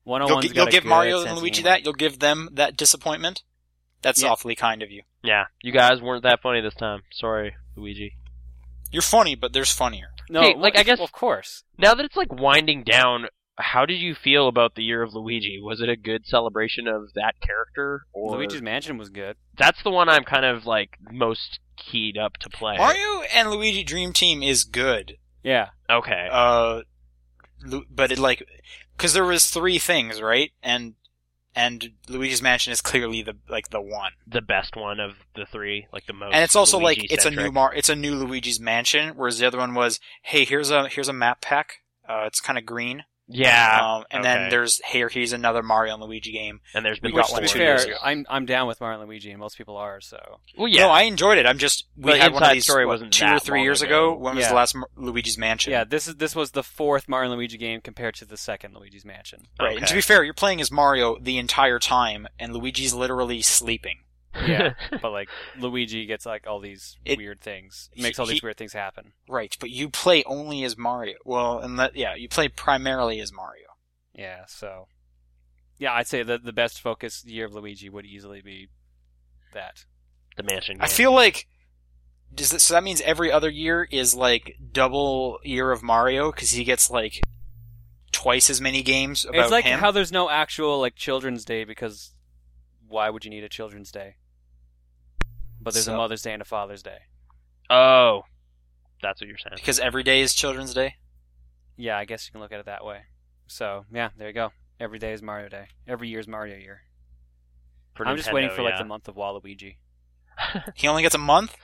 S2: One oh
S4: You'll,
S2: on
S4: gi- you'll give Mario and Luigi that. You'll give them that disappointment. That's
S2: Yeah.
S4: awfully kind of you.
S3: Yeah, you guys weren't that funny this time. Sorry, Luigi.
S4: You're funny, but there's funnier.
S2: No,
S3: Hey, like,
S2: well,
S3: I guess-
S2: well, of course.
S3: Now that it's like winding down, how did you feel about the year of Luigi? Was it a good celebration of that character? Or
S2: Luigi's Mansion was good.
S3: That's the one I'm kind of like most keyed up to play.
S4: Mario and Luigi Dream Team is good.
S2: Yeah.
S3: Okay.
S4: Uh, Lu- but it like, because there was three things, right? And and Luigi's Mansion is clearly the like the one.
S3: the best one of the three, like the most.
S4: and it's also like it's a
S3: Luigi-centric.
S4: new Mar- it's a new Luigi's Mansion, whereas the other one was, hey, here's a here's a map pack. Uh, it's kind of green.
S3: Yeah,
S4: Um, and
S3: okay.
S4: then there's here here's another Mario and Luigi game.
S3: and there's been
S4: we got
S2: Which, to
S4: one
S2: be
S4: two
S2: fair,
S4: years ago.
S2: I'm I'm down with Mario and Luigi, and most people are. So
S3: Well, yeah,
S4: No, I enjoyed it. I'm just we
S3: But
S4: had one of
S3: Inside
S4: these
S3: Story
S4: what,
S3: wasn't
S4: two
S3: that
S4: or three
S3: long
S4: years
S3: ago.
S4: ago. When was
S2: Yeah.
S4: the last Mar- Luigi's Mansion?
S2: yeah, this is this was the fourth Mario and Luigi game compared to the second Luigi's Mansion.
S4: Right. And to be fair, you're playing as Mario the entire time, and Luigi's literally sleeping.
S3: [laughs]
S2: Yeah, but
S4: [laughs]
S2: like Luigi gets like all these
S4: It-
S2: weird things,
S4: he-
S2: makes all these
S4: he-
S2: weird things happen.
S4: Right, but you play only as Mario. Well, and that, yeah, you play primarily as Mario.
S2: Yeah, so yeah, I'd say that the best focus year of Luigi would easily be that.
S3: the mansion.
S4: I
S3: game.
S4: feel like does that, so that means every other year is like double year of Mario because he gets like twice as many games about
S2: it's like
S4: him.
S2: how there's no actual like Children's Day because why would you need a Children's Day? But there's a
S4: So-
S2: Mother's Day and a Father's Day.
S3: Oh, that's what you're saying.
S4: because every day is Children's Day.
S2: Yeah, I guess you can look at it that way. So yeah, there you go. Every day is Mario Day. Every year is Mario year.
S3: For
S2: I'm just
S3: Nintendo,
S2: waiting for like
S3: yeah.
S2: the month of Waluigi.
S4: He only gets a month.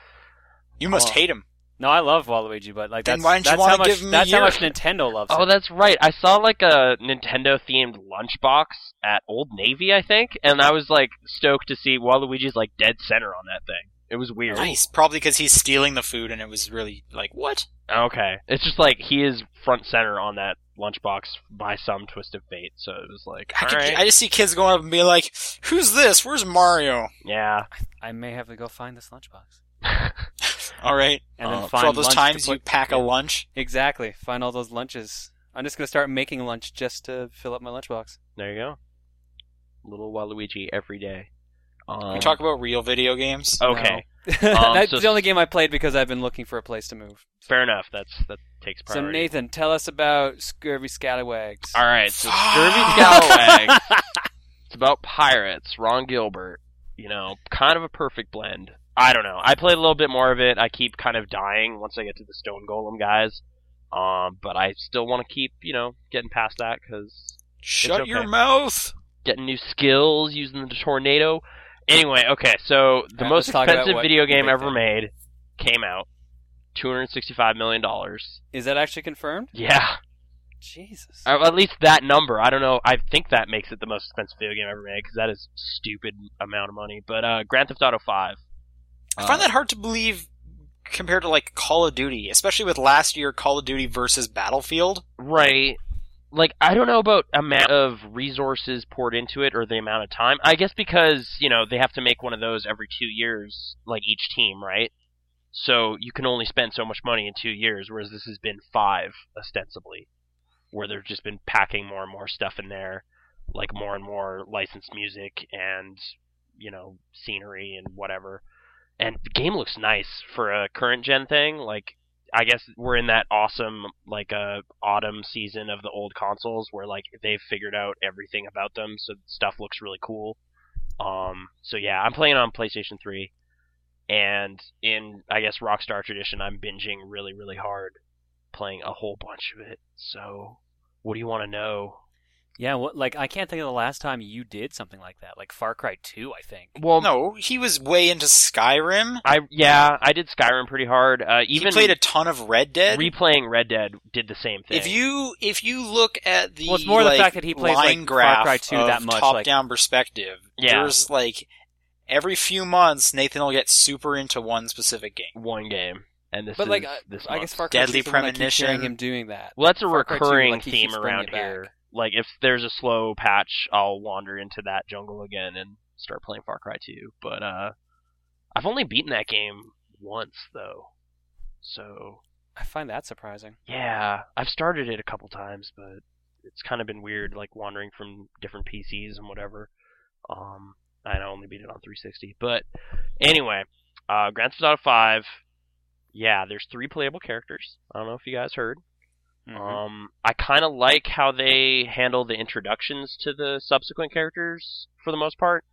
S4: You must
S2: Oh.
S4: hate him.
S2: No, I love Waluigi, but like
S4: Then
S2: that's,
S4: why didn't you
S2: that's
S4: wanna
S2: how much
S4: give him a
S2: that's
S4: year?
S2: how much Nintendo loves
S3: Oh,
S2: him.
S3: that's right. I saw like a Nintendo themed lunchbox at Old Navy, I think, and I was like stoked to see Waluigi's like dead center on that thing. It was weird.
S4: Nice, probably because he's stealing the food, and it was really like what?
S3: Okay. It's just like he is front center on that lunchbox by some twist of fate. So it was like,
S4: I, could,
S3: alright.
S4: I just see kids going up and be like, "Who's this? Where's Mario?"
S3: yeah. [laughs]
S2: I may have to go find this lunchbox.
S4: All right,
S2: Uh, And then
S3: Oh,
S2: find
S4: for all those
S2: lunch to
S4: times
S2: put-
S4: you pack a lunch.
S2: [laughs] Exactly. Find all those lunches. I'm just gonna start making lunch just to fill up my
S3: [laughs]
S2: lunchbox.
S3: There you go. Little Waluigi every day. Um,
S2: Uh-huh.
S4: Can we talk about real video games.
S2: Oh,
S3: okay.
S2: [laughs] That's
S3: Um, so-
S2: the only game I played because I've been looking for a place to move.
S3: Fair enough. That's that takes priority.
S2: So Nathan, tell us about Scurvy Scallywags.
S3: All right. So
S4: Fuck.
S3: Scurvy
S2: [laughs]
S3: Scalawag. it's about pirates. Ron Gilbert. You know, kind of a perfect blend. I don't know. I played a little bit more of it. I keep kind of dying once I get to the Stone Golem guys. Um, but I still want to keep, you know, getting past that because
S4: Shut
S3: okay.
S4: your mouth.
S3: Getting new skills, using the tornado. Anyway, okay, so the
S2: Alright,
S3: most
S2: let's talk about
S3: expensive
S2: what
S3: video
S2: we
S3: game
S2: picked
S3: ever
S2: up.
S3: made came out. Two hundred sixty-five million dollars.
S2: Is that actually confirmed?
S3: Yeah,
S2: Jesus.
S3: or at least that number. I don't know. I think that makes it the most expensive video game ever made because that is stupid amount of money. But uh, Grand Theft Auto Five.
S4: I
S3: Uh,
S2: Um,
S4: find that hard to believe compared to like Call of Duty, especially with last year Call of Duty versus Battlefield.
S3: Right. Like I don't know about amount of resources poured into it or the amount of time. I guess because, you know, they have to make one of those every 2 years like each team, right? So you can only spend so much money in 2 years whereas this has been 5 ostensibly where they've just been packing more and more stuff in there, like more and more licensed music and, you know, scenery and whatever. And the game looks nice for a current gen thing, like I guess we're in that awesome like uh autumn season of the old consoles where like they've figured out everything about them, so stuff looks really cool. Um, so yeah, I'm playing on PlayStation 3, and in I guess Rockstar tradition, I'm binging really really hard, playing a whole bunch of it. So what do you want to know?
S2: yeah, what, like I can't think of the last time you did something like that. Like Far Cry 2, I think.
S3: Well,
S4: No, he was way into Skyrim.
S3: I yeah, I did Skyrim pretty hard. Uh, even
S4: he played a ton of Red Dead.
S3: replaying Red Dead did the same thing.
S4: If you if you look at the
S2: Well, it's more the
S4: like,
S2: fact that he plays, like,
S4: line
S2: Far
S4: graph
S2: Cry 2
S4: of
S2: that much,
S4: top
S2: like-
S4: down perspective,
S3: Yeah.
S4: there's like every few months Nathan will get super into one specific game.
S3: one game, and this
S2: But
S3: is
S2: like I,
S3: this
S2: I
S3: month.
S2: guess Far Cry
S4: Deadly
S2: 2 is the one I keep hearing
S4: Premonition.
S2: him doing that.
S3: Well, that's a
S2: Far Cry 2,
S3: recurring
S2: like, he keeps
S3: theme
S2: bringing
S3: around
S2: it back.
S3: here. Like, if there's a slow patch, I'll wander into that jungle again and start playing Far Cry 2. But uh, I've only beaten that game once, though. So,
S2: I find that surprising.
S3: yeah, I've started it a couple times, but it's kind of been weird, like, wandering from different PCs and whatever. Um, and I only beat it on 360. But anyway, uh, Grand Theft Auto 5. Yeah, there's three playable characters. I don't know if you guys heard.
S2: Mm-hmm.
S3: Um, I kind of like how they handle the introductions to the subsequent characters for the most part.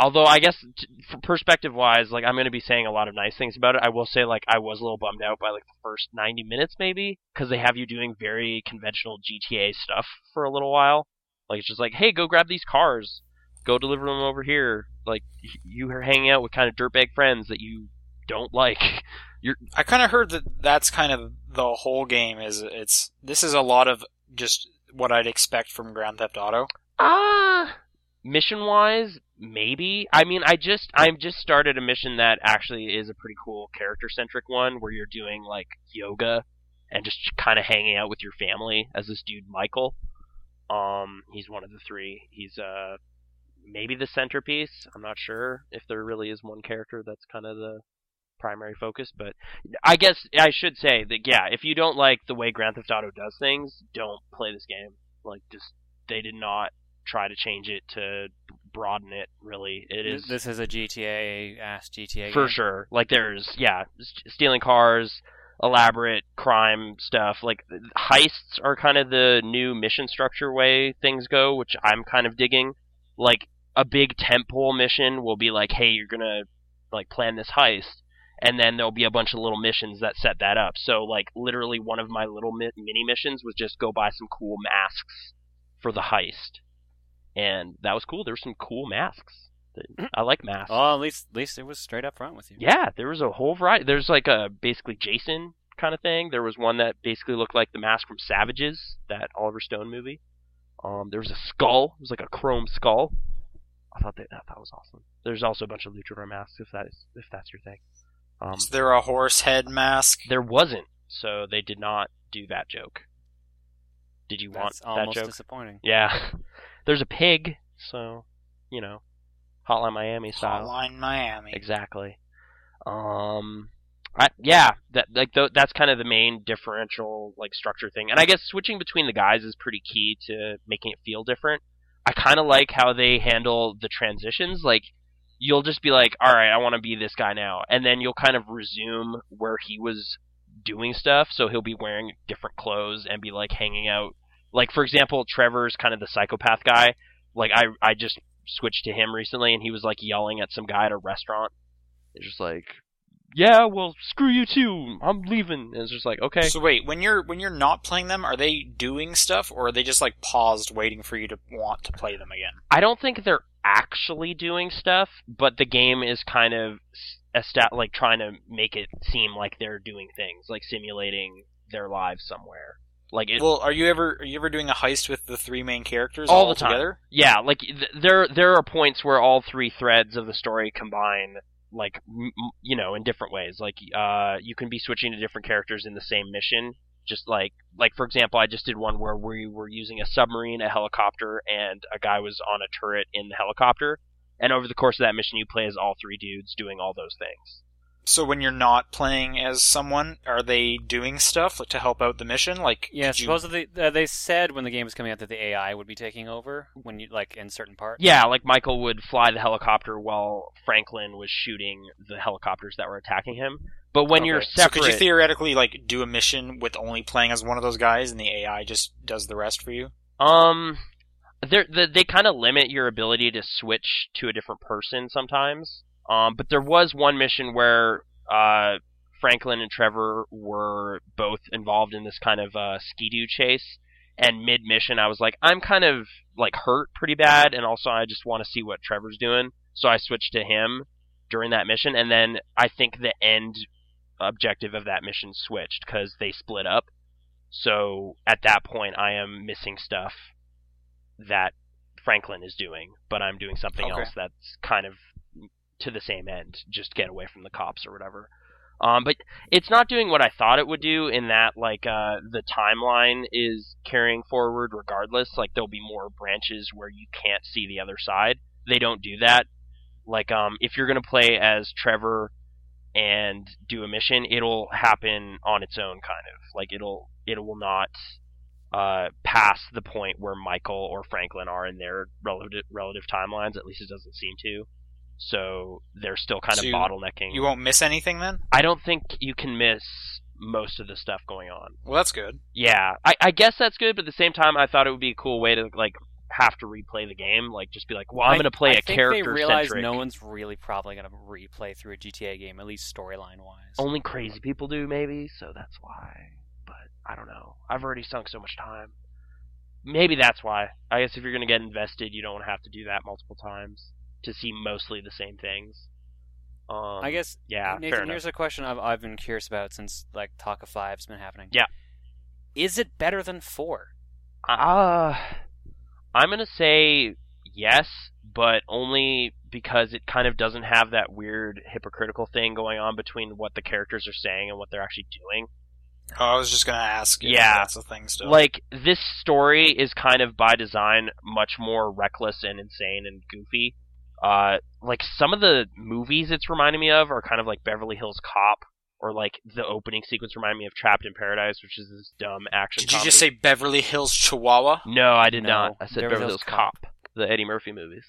S3: Although I guess t- perspective wise, like I'm going to be saying a lot of nice things about it. I will say like I was a little bummed out by like the first 90 minutes maybe because they have you doing very conventional GTA stuff for a little while. Like it's just like, hey, go grab these cars, go deliver them over here. Like y- you are hanging out with kind of dirtbag friends that you don't [laughs] like.
S4: I kind of heard that that's kind of the whole game is it's this is a lot of just what I'd expect from Grand Theft Auto.
S3: Ah, mission wise, maybe. I mean, I just I just started a mission that actually is a pretty cool character centric one where you're doing like yoga and just kind of hanging out with your family as this dude Michael. Um, he's one of the three. He's uh maybe the centerpiece. I'm not sure if there really is one character that's kind of the primary focus, but I guess I should say that yeah, if you don't like the way Grand Theft Auto does things, don't play this game. Like just they did not try to change it to broaden it really. It is
S2: This is a GTA ass GTA.
S3: for
S2: game.
S3: sure. Like there's yeah, s- stealing cars, elaborate crime stuff. Like th- heists are kind of the new mission structure way things go, which I'm kind of digging. Like a big tentpole mission will be like, hey, you're gonna like plan this heist, and then there'll be a bunch of little missions that set that up. So like literally one of my little mi- mini missions was just go buy some cool masks for the heist, and that was cool. There were some cool masks. I like masks.
S2: Oh, at least at least it was straight up front with you.
S3: Yeah, there was a whole variety. There's like a basically Jason kind of thing. There was one that basically looked like the mask from Savages, that Oliver Stone movie. Um, there was a skull. It was like a chrome skull. I thought that I thought was awesome. There's also a bunch of luchador masks if that is if that's your thing. Um,
S4: Is there a horse head mask?
S3: there wasn't, so they did not do that joke. Did you want
S2: That's
S3: that
S2: almost
S3: joke?
S2: disappointing.
S3: yeah. [laughs] There's a pig, so you know, Hotline Miami style.
S4: Hotline Miami.
S3: Exactly. Um, I, yeah, that like th- that's kind of the main differential like structure thing, and I guess switching between the guys is pretty key to making it feel different. I kind of like how they handle the transitions. Like, you'll just be like, "All right, I want to be this guy now," and then you'll kind of resume where he was doing stuff. So he'll be wearing different clothes and be like hanging out. Like, for example, Trevor's kind of the psychopath guy. Like, I I just switched to him recently, and he was like yelling at some guy at a restaurant. It's just like yeah, well, screw you too. I'm leaving. And it's just like, okay.
S4: So wait, when you're when you're not playing them, are they doing stuff or are they just like paused waiting for you to want to play them again?
S3: I don't think they're actually doing stuff, but the game is kind of estat- like trying to make it seem like they're doing things, like simulating their lives somewhere. Like it,
S4: well, are you ever are you ever doing a heist with the three main characters
S3: All
S4: all,
S3: the time.
S4: together?
S3: yeah, like th- there there are points where all three threads of the story combine like m- m- you know, in different ways. Like uh you can be switching to different characters in the same mission. Just like like for example, I just did one where we were using a submarine, a helicopter, and a guy was on a turret in the helicopter. And over the course of that mission, you play as all three dudes doing all those things.
S4: So when you're not playing as someone, are they doing stuff to help out the mission? Like
S2: Yeah,
S4: could you-
S2: supposedly uh, they said when the game was coming out that the AI would be taking over when you like in certain parts.
S3: Yeah, like Michael would fly the helicopter while Franklin was shooting the helicopters that were attacking him. But when you're
S2: Okay.
S4: so
S3: separate,
S4: could you theoretically like do a mission with only playing as one of those guys and the AI just does the rest for you?
S3: Um, they're, they they kind of limit your ability to switch to a different person sometimes. Um, but there was one mission where uh, Franklin and Trevor were both involved in this kind of uh, skidoo chase. And mid mission, I was like, I'm kind of like hurt pretty bad, and also I just want to see what Trevor's doing. So I switched to him during that mission, and then I think the end objective of that mission switched because they split up. So at that point, I am missing stuff that Franklin is doing, but I'm doing something
S4: Okay.
S3: else that's kind of to the same end, just get away from the cops or whatever. Um, but it's not doing what I thought it would do in that like uh, the timeline is carrying forward regardless. Like there'll be more branches where you can't see the other side. They don't do that. Like um, if you're gonna play as Trevor and do a mission, it'll happen on its own kind of. Like it'll it will not uh, pass the point where Michael or Franklin are in their relative relative timelines. At least it doesn't seem to. So they're still kind
S4: So
S3: of
S4: you-
S3: bottlenecking.
S4: You won't miss anything then?
S3: I don't think you can miss most of the stuff going on.
S4: Well, that's good.
S3: Yeah, I, I guess that's good, but at the same time, I thought it would be a cool way to like have to replay the game, like just be like, well, I'm
S2: I-
S3: gonna play
S2: I
S3: a
S2: think
S3: character
S2: They realize
S3: centric.
S2: no one's really probably going to replay through a GTA game, at least storyline wise.
S3: Only crazy people do, maybe, so that's why. But I don't know. I've already sunk so much time. Maybe that's why. I guess if you're gonna get invested, you don't have to do that multiple times to see mostly the same things. Um,
S2: I guess.
S3: Yeah,
S2: Nathan,
S3: fair enough.
S2: here's a question I've, I've been curious about since like Taka Five's been happening.
S3: Yeah.
S2: Is it better than four?
S3: Uh, I'm gonna say yes, but only because it kind of doesn't have that weird hypocritical thing going on between what the characters are saying and what they're actually doing.
S4: Oh, I was just gonna ask. if
S3: Yeah.
S4: that's a thing still.
S3: Like this story is kind of by design much more reckless and insane and goofy. Uh, like some of the movies it's reminding me of are kind of like Beverly Hills Cop, or like the opening sequence reminded me of Trapped in Paradise, which is this dumb action.
S4: Did you
S3: comedy.
S4: just say Beverly Hills Chihuahua?
S3: No, I did
S2: No,
S3: not. I said
S2: Beverly
S3: Beverly
S2: Hills
S3: Hills Cop. the Eddie Murphy movies.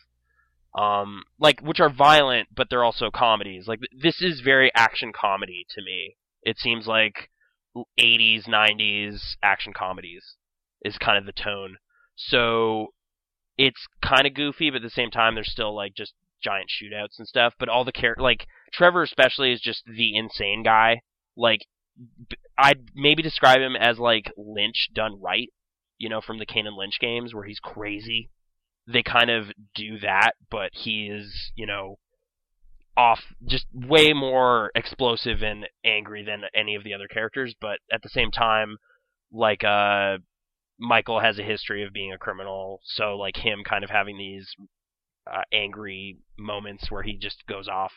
S3: Um, like which are violent, but they're also comedies. Like th- this is very action comedy to me. It seems like 80s, 90s action comedies is kind of the tone. So it's kind of goofy, but at the same time, there's still like just giant shootouts and stuff. But all the characters, like Trevor especially, is just the insane guy. Like b- I'd maybe describe him as like Lynch done right you know, from the Kane and Lynch games where he's crazy. They kind of do that, but he is, you know, off just way more explosive and angry than any of the other characters, but at the same time, like uh Michael has a history of being a criminal, so like him kind of having these uh, angry moments where he just goes off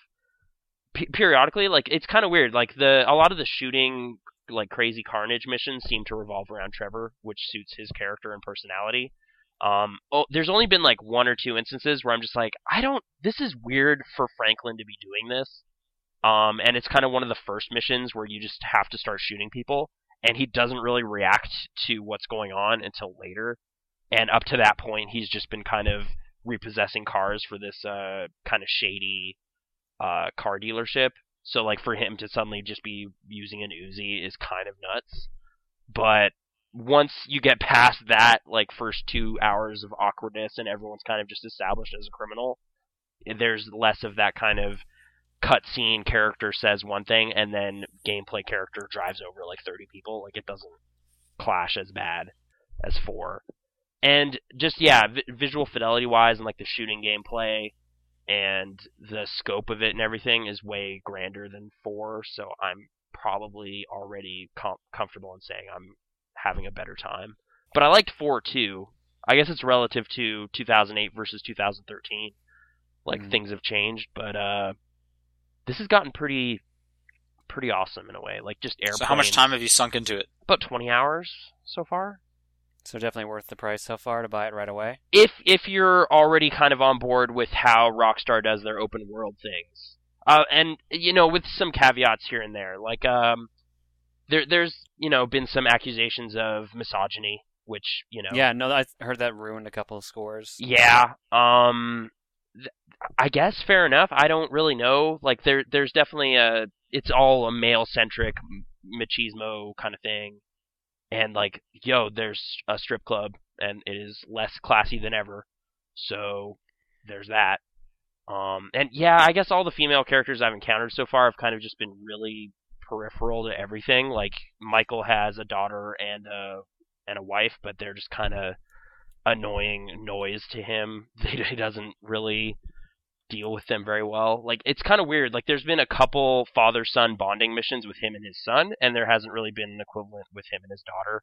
S3: pe- periodically. Like it's kind of weird. Like the a lot of the shooting like crazy carnage missions seem to revolve around Trevor, which suits his character and personality. Um, oh, there's only been like one or two instances where I'm just like, I don't. This is weird for Franklin to be doing this. Um, and it's kind of one of the first missions where you just have to start shooting people, and he doesn't really react to what's going on until later. And up to that point, he's just been kind of repossessing cars for this uh kind of shady uh car dealership. So like for him to suddenly just be using an Uzi is kind of nuts. But once you get past that like first 2 hours of awkwardness and everyone's kind of just established as a criminal, there's less of that kind of cutscene character says one thing and then gameplay character drives over like 30 people. Like it doesn't clash as bad as 4. And just yeah, vi visual fidelity wise and like the shooting gameplay and the scope of it and everything is way grander than 4, so I'm probably already com- comfortable in saying I'm having a better time. But I liked 4 too. I guess it's relative to 2008 versus 2013. Like
S4: Mm.
S3: things have changed, but uh this has gotten pretty pretty awesome in a way. Like just airplane.
S4: So how much time have you sunk into it?
S3: About 20 hours so far.
S2: So definitely worth the price so far to buy it right away.
S3: If if you're already kind of on board with how Rockstar does their open world things. Uh and you know with some caveats here and there. Like um there there's, you know, been some accusations of misogyny, which, you know,
S2: Yeah, no, I heard that ruined a couple of scores.
S3: Yeah. Um, th- I guess fair enough. I don't really know. Like there, there's definitely a. It's all a male centric machismo kind of thing, and like yo, there's a strip club, and it is less classy than ever. So there's that. Um, and yeah, I guess all the female characters I've encountered so far have kind of just been really peripheral to everything. Like Michael has a daughter and a and a wife, but they're just kind of annoying noise to him. [laughs] He doesn't really deal with them very well. Like it's kind of weird. Like there's been a couple father son bonding missions with him and his son, and there hasn't really been an equivalent with him and his daughter.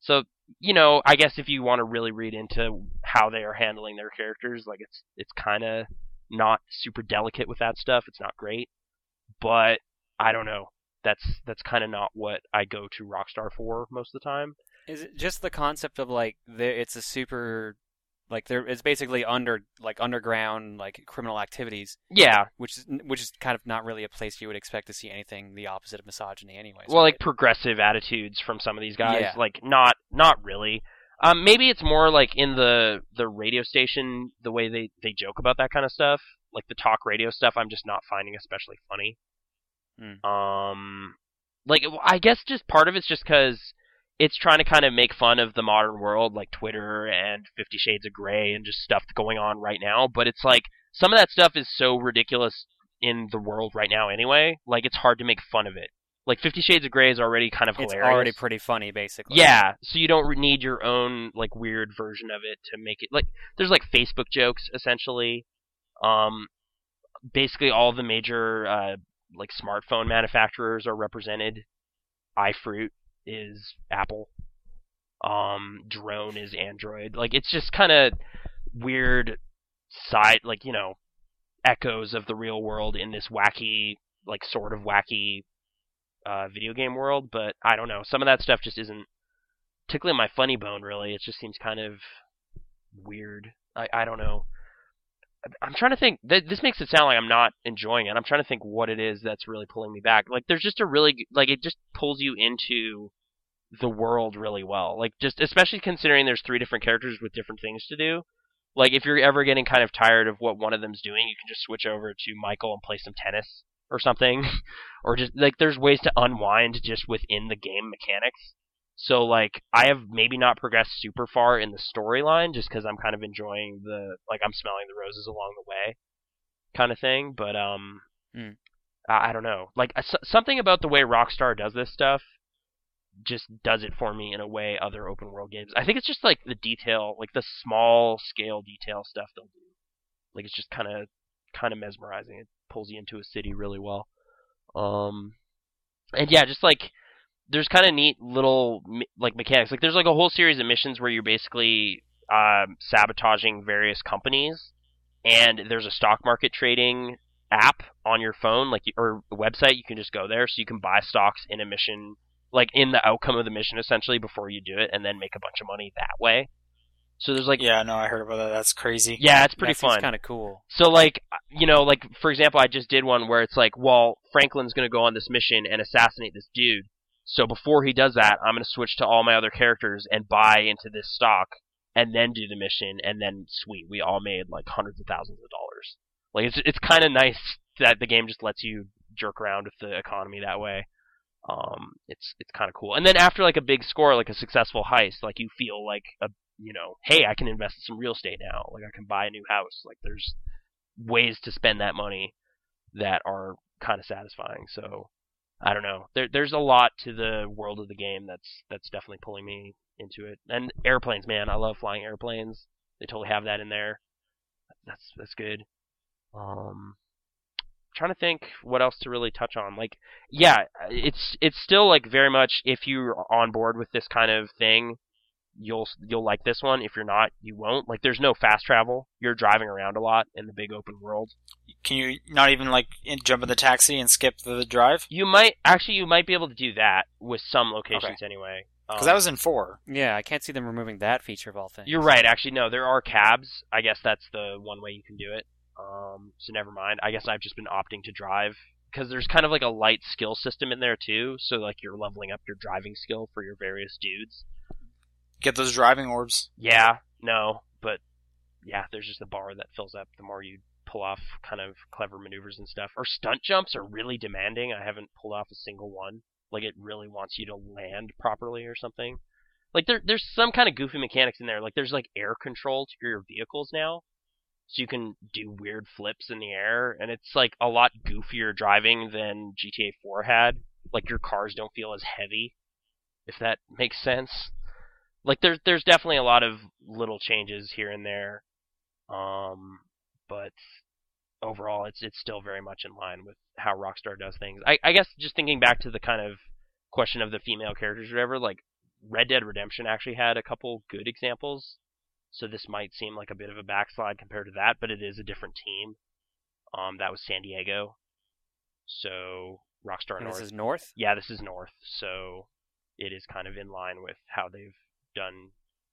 S3: So you know, I guess if you want to really read into how they are handling their characters, like it's it's kind of not super delicate with that stuff. It's not great, but I don't know. That's that's kind of not what I go to Rockstar for most of the time.
S2: Is it just the concept of like there? It's a super, like there. It's basically under like underground like criminal activities,
S3: Yeah,
S2: which is which is kind of not really a place you would expect to see anything the opposite of misogyny, anyways.
S3: well, like
S2: right?
S3: progressive attitudes from some of these guys.
S2: Yeah.
S3: Like not not really. Um, maybe it's more like in the the radio station, the way they they joke about that kind of stuff, like the talk radio stuff. I'm just not finding especially funny.
S2: Hmm.
S3: Um, like well, I guess just part of it's just because it's trying to kind of make fun of the modern world, like Twitter and Fifty Shades of Grey and just stuff going on right now. But it's like some of that stuff is so ridiculous in the world right now anyway. Like it's hard to make fun of it. Like Fifty Shades of Grey is already kind of
S2: it's
S3: hilarious.
S2: already pretty funny, basically.
S3: yeah, so you don't re- need your own like weird version of it to make it like there's like Facebook jokes essentially. Um, basically all the major uh, like smartphone manufacturers are represented. iFruit is Apple. Um, drone is Android. Like it's just kind of weird side, like you know, echoes of the real world in this wacky, like sort of wacky uh, video game world. But I don't know. Some of that stuff just isn't tickling my funny bone. Really, it just seems kind of weird. I I don't know. I- I'm trying to think. Th- this makes it sound like I'm not enjoying it. I'm trying to think what it is that's really pulling me back. Like there's just a really g- like it just pulls you into the world really well. Like just especially considering there's three different characters with different things to do. Like if you're ever getting kind of tired of what one of them's doing, you can just switch over to Michael and play some tennis or something. [laughs] or just like there's ways to unwind just within the game mechanics. So like I have maybe not progressed super far in the storyline just cuz I'm kind of enjoying the like I'm smelling the roses along the way kind of thing, but um
S2: Hmm.
S3: I, I don't know. Like uh, s- something about the way Rockstar does this stuff just does it for me in a way other open world games. I think it's just like the detail, like the small scale detail stuff they'll do. Like it's just kind of kind of mesmerizing. It pulls you into a city really well. Um and yeah, just like there's kind of neat little me- like mechanics. Like there's like a whole series of missions where you're basically um, sabotaging various companies, and there's a stock market trading app on your phone, like you- or website. You can just go there, so you can buy stocks in a mission, like in the outcome of the mission, essentially before you do it, and then make a bunch of money that way. So there's like
S4: yeah, no, I heard about that. That's crazy.
S3: yeah, it's pretty
S2: that
S3: fun.
S2: Kind of cool.
S3: So like uh, you know, like for example, I just did one where it's like, well, Franklin's gonna go on this mission and assassinate this dude. So before he does that, I'm gonna switch to all my other characters and buy into this stock and then do the mission and then sweet, we all made like hundreds of thousands of dollars. Like it's it's kinda nice that the game just lets you jerk around with the economy that way. Um, it's it's kind of cool. And then after like a big score, like a successful heist, like you feel like a you know, hey, I can invest in some real estate now. Like I can buy a new house. Like there's ways to spend that money that are kind of satisfying. So I don't know. There, there's a lot to the world of the game that's that's definitely pulling me into it. And airplanes, man, I love flying airplanes. They totally have that in there. That's that's good. Um, trying to think what else to really touch on. Like, yeah, it's it's still like very much if you're on board with this kind of thing, you'll you'll like this one. If you're not, you won't. Like, there's no fast travel. You're driving around a lot in the big open world.
S4: Can you not even like in- jump in the taxi and skip the drive?
S3: You might actually you might be able to do that with some locations anyway.
S4: Because
S3: Um,
S4: that was in four.
S2: Yeah, I can't see them removing that feature of all things.
S3: You're right, actually. No, there are cabs. I guess that's the one way you can do it. Um, so never mind. I guess I've just been opting to drive because there's kind of like a light skill system in there too. So like you're leveling up your driving skill for your various dudes.
S4: Get those driving orbs.
S3: Yeah, no, but yeah, there's just a bar that fills up the more you pull off kind of clever maneuvers and stuff. Or stunt jumps are really demanding. I haven't pulled off a single one. Like it really wants you to land properly or something. Like there there's some kind of goofy mechanics in there. Like there's like air control to your vehicles now. So you can do weird flips in the air and it's like a lot goofier driving than GTA 4 had. Like your cars don't feel as heavy if that makes sense like there's there's definitely a lot of little changes here and there um but overall it's it's still very much in line with how rockstar does things i i guess just thinking back to the kind of question of the female characters or whatever like red dead redemption actually had a couple good examples so this might seem like a bit of a backslide compared to that but it is a different team um that was san diego so rockstar
S2: And
S3: north
S2: this is north.
S3: yeah, this is north, so it is kind of in line with how they've done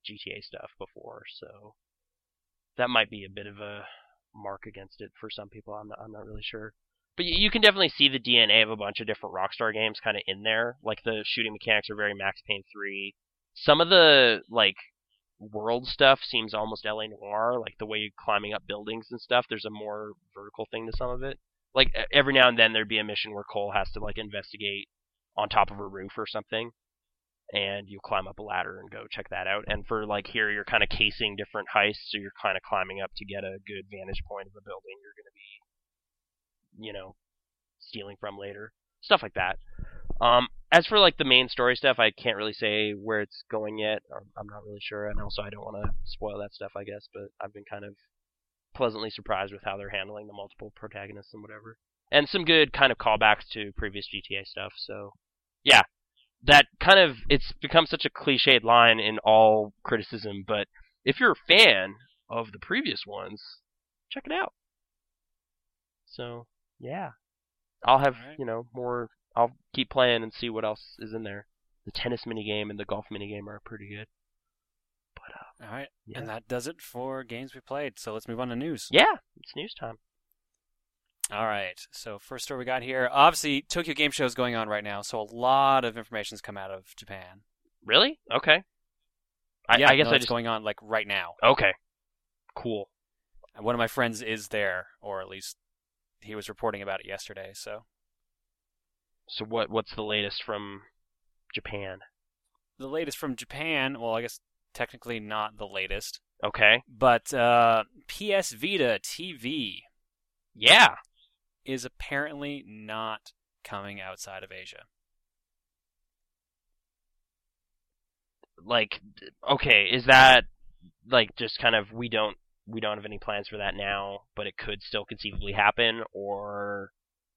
S3: GTA stuff before. So that might be a bit of a mark against it for some people. I'm not, I'm not really sure, but you, you can definitely see the DNA of a bunch of different Rockstar games kind of in there. Like the shooting mechanics are very Max Payne three. Some of the like world stuff seems almost LA Noir, like the way you're climbing up buildings and stuff. There's a more vertical thing to some of it. Like e- every now and then there'd be a mission where Cole has to like investigate on top of a roof or something, and you climb up a ladder and go check that out. And for like here, you're kind of casing different heists, so you're kind of climbing up to get a good vantage point of a building you're going to be, you know, stealing from later. Stuff like that. Um, as for like the main story stuff, I can't really say where it's going yet. I'm I'm not really sure, and also I don't want to spoil that stuff, I guess. But I've been kind of pleasantly surprised with how they're handling the multiple protagonists and whatever, and some good kind of callbacks to previous GTA stuff. So, yeah, that kind of it's become such a cliched line in all criticism. But if you're a fan of the previous ones, check it out. So, yeah, I'll have
S2: Alright.
S3: you know more. I'll keep playing and see what else is in there. The tennis minigame and the golf minigame are pretty good. But uh,
S2: All right,
S3: yeah,
S2: and that does it for games we played. So let's move on to news.
S3: yeah, it's news time.
S2: All right. So first story we got here. Obviously, Tokyo Game Show is going on right now, so a lot of information's come out of Japan.
S3: Really? Okay. I,
S2: yeah,
S3: I guess
S2: no,
S3: I
S2: it's
S3: just
S2: going on like right now.
S3: okay. Cool.
S2: And one of my friends is there, or at least he was reporting about it yesterday. So
S3: So what what's the latest from Japan?
S2: the latest from Japan. Well, I guess technically not the latest,
S3: Okay.
S2: but uh, PS Vita TV
S3: Yeah.
S2: is apparently not coming outside of Asia.
S3: Like d- okay, is that like just kind of we don't we don't have any plans for that now, but it could still conceivably happen or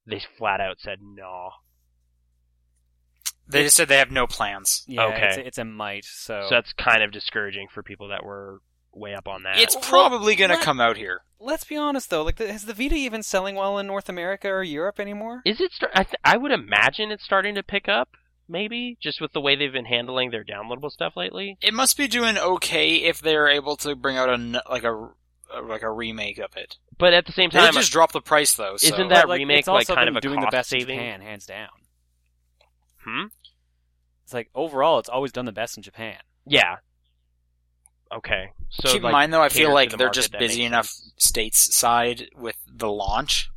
S3: they flat out said no.
S4: They just said they have no plans.
S2: Yeah,
S3: Okay.
S2: it's, a, it's a might.
S3: So that's kind of discouraging for people that were way up on that.
S4: It's probably going to
S2: What?
S4: come out here.
S2: let's be honest though, like the, is the Vita even selling well in North America or Europe anymore?
S3: Is it? Start- I, th- I would imagine it's starting to pick up. Maybe just with the way they've been handling their downloadable stuff lately.
S4: It must be doing okay if they're able to bring out a n- like a like a remake of it.
S3: But at the same
S4: They did
S3: time,
S4: just dropped the price though. So.
S3: Isn't that
S2: But, like,
S3: remake,
S2: it's also
S3: like, kind
S2: been
S3: of a
S2: doing
S3: cost
S2: the best in
S3: saving?
S2: Japan, hands down.
S3: hmm?
S2: It's like overall, it's always done the best in Japan.
S3: Yeah. Okay. So
S4: Keep
S3: like,
S4: in mind though, I
S3: cater
S4: feel
S3: to
S4: like
S3: the
S4: they're
S3: market
S4: just
S3: that
S4: busy
S3: makes
S4: enough
S3: sense.
S4: stateside with the launch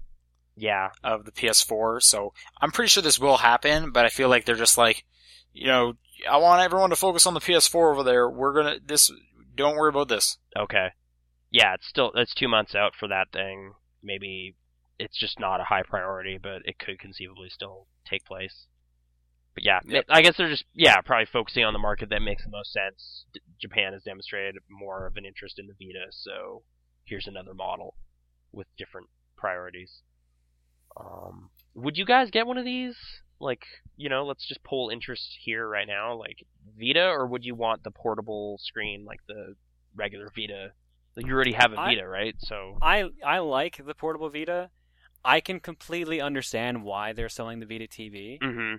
S3: Yeah.
S4: of the PS4. So I'm pretty sure this will happen, but I feel like they're just like, you know, I want everyone to focus on the PS4 over there. We're gonna this. Don't worry about this.
S3: Okay. Yeah. It's still it's two months out for that thing. Maybe it's just not a high priority, but it could conceivably still take place. But yeah,
S4: Yep.
S3: I guess they're just yeah probably focusing on the market that makes the most sense. D- Japan has demonstrated more of an interest in the Vita, so here's another model with different priorities. Um, would you guys get one of these? Like, you know, let's just poll interest here right now. Like Vita, or would you want the portable screen, like the regular Vita? Like, you already have a
S2: I-
S3: Vita, right? So
S2: I I like the portable Vita. I can completely understand why they're selling the Vita TV
S3: hmm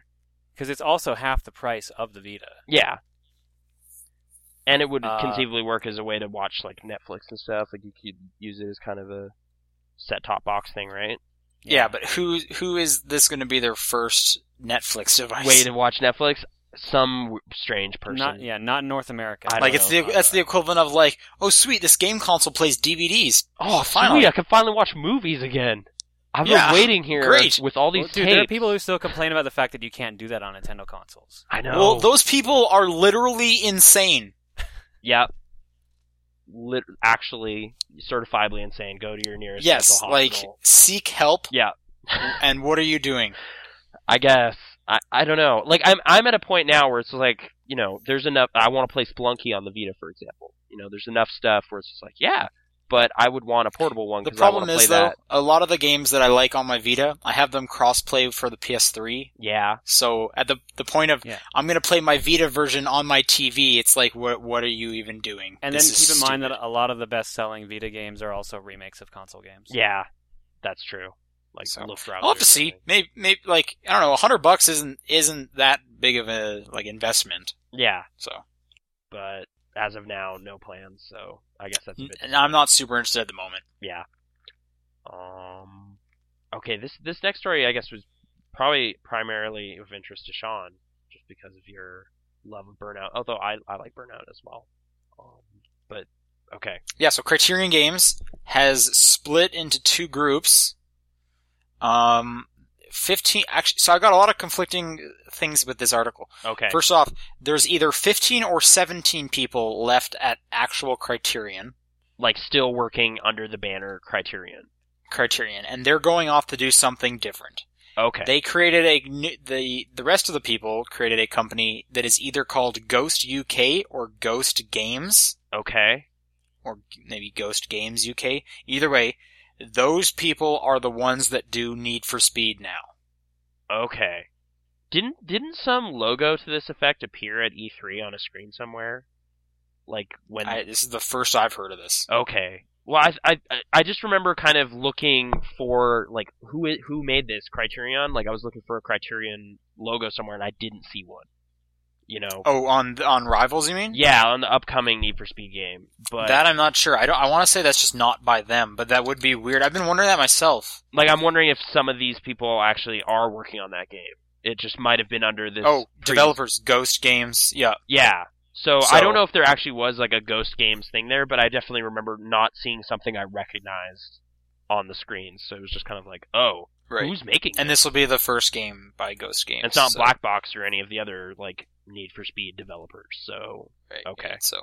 S2: because it's also half the price of the Vita.
S3: Yeah. And it would
S2: Uh,
S3: conceivably work as a way to watch like Netflix and stuff. Like you could use it as kind of a set top box thing, right?
S4: Yeah, but who who is this going to be their first Netflix device?
S3: Way to watch Netflix. Some w- strange person.
S2: not yeah, not in North America.
S3: I don't
S4: [laughs] like it's
S3: know
S4: the
S3: about
S4: that's the
S3: that.
S4: equivalent of like, oh sweet, this game console plays DVDs. Oh, finally,
S3: Sweet, I can finally watch movies again. I've
S4: Yeah,
S3: been waiting here
S4: great.
S3: with all these
S2: Well, dude, there are
S3: tapes.
S2: people who still complain about the fact that you can't do that on Nintendo consoles.
S3: I know.
S4: Well, those people are literally insane.
S3: yeah. Lit- actually, certifiably insane. Go to your nearest
S4: yes,
S3: mental
S4: like
S3: hospital.
S4: seek help.
S3: yeah.
S4: And what are you doing?
S3: I guess. I, I don't know. Like I'm I'm at a point now where it's like, you know, there's enough I want to play Splunky on the Vita, for example. You know, there's enough stuff where it's just like, yeah, but I would want a portable one
S4: The
S3: because I want
S4: problem
S3: to
S4: is
S3: play
S4: though,
S3: that.
S4: a lot of the games that I like on my Vita, I have them cross-play for the PS3.
S3: Yeah.
S4: So at the the point of
S2: Yeah.
S4: I'm going to play my Vita version on my TV, it's like what what are you even doing?
S2: And
S4: This
S2: then
S4: is
S2: keep in mind
S4: stupid.
S2: that a lot of the best-selling Vita games are also remakes of console games.
S3: Yeah. That's true. Like
S4: So,
S3: Lift Rousers
S4: I'll have
S3: or
S4: to see.
S3: something.
S4: Maybe, maybe like I don't know. A hundred bucks isn't isn't that big of a like investment.
S3: Yeah,
S4: So,
S3: but as of now, no plans, so I guess that's a bit
S4: and I'm not super interested at the moment.
S3: Yeah. Um. Okay. This this next story, I guess, was probably primarily of interest to Sean, just because of your love of Burnout. Although I I like Burnout as well. Um, but okay.
S4: Yeah. So Criterion Games has split into two groups. Um, fifteen. Actually, so I got a lot of conflicting things with this article.
S3: Okay.
S4: First off, there's either fifteen or seventeen people left at actual Criterion.
S3: like still working under the banner Criterion.
S4: Criterion, and they're going off to do something different.
S3: Okay.
S4: They created a new- the the rest of the people created a company that is either called Ghost UK or Ghost Games
S3: okay.
S4: or maybe Ghost Games UK. Either way, those people are the ones that do Need for Speed now.
S3: Okay. Didn't didn't some logo to this effect appear at E3 on a screen somewhere? Like when
S4: I, this is the first I've heard of this.
S3: Okay. Well, I, I I- I just remember kind of looking for like who i- who made this Criterion. Like I was looking for a Criterion logo somewhere and I didn't see one. You know.
S4: Oh, on on Rivals, you mean?
S3: Yeah, on the upcoming Need for Speed game. But
S4: that I'm not sure. I don't. I want to say that's just not by them, but that would be weird. I've been wondering that myself.
S3: like I'm wondering if some of these people actually are working on that game. It just might have been under this
S4: oh,
S3: pre-
S4: developers, Ghost Games. Yeah,
S3: Yeah. So,
S4: So-
S3: I don't know if there actually was like a Ghost Games thing there, but I definitely remember not seeing something I recognized on the screen. So it was just kind of like, oh, who's making
S4: And
S3: this?
S4: this will be the first game by Ghost Games.
S3: And it's not
S4: so-
S3: Black Box or any of the other like Need for Speed developers. So
S4: Right,
S3: Okay.
S4: yeah, so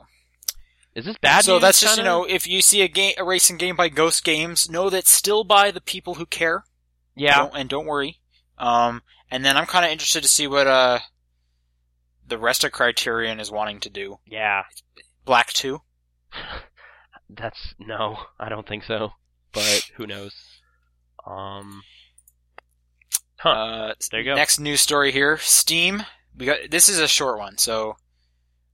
S3: is this bad?
S4: so
S3: news,
S4: that's just you
S3: kinda?
S4: know if you see a game a racing game by Ghost Games, know that's still by the people who care.
S3: yeah.
S4: Don't, and don't worry. Um, and then I'm kind of interested to see what uh the rest of Criterion is wanting to do.
S3: Yeah,
S4: Black Two.
S3: that's no, [laughs] I don't think so. But who knows? Um, Huh.
S4: Uh,
S3: there you go.
S4: Next news story here: Steam. We got this is a short one, so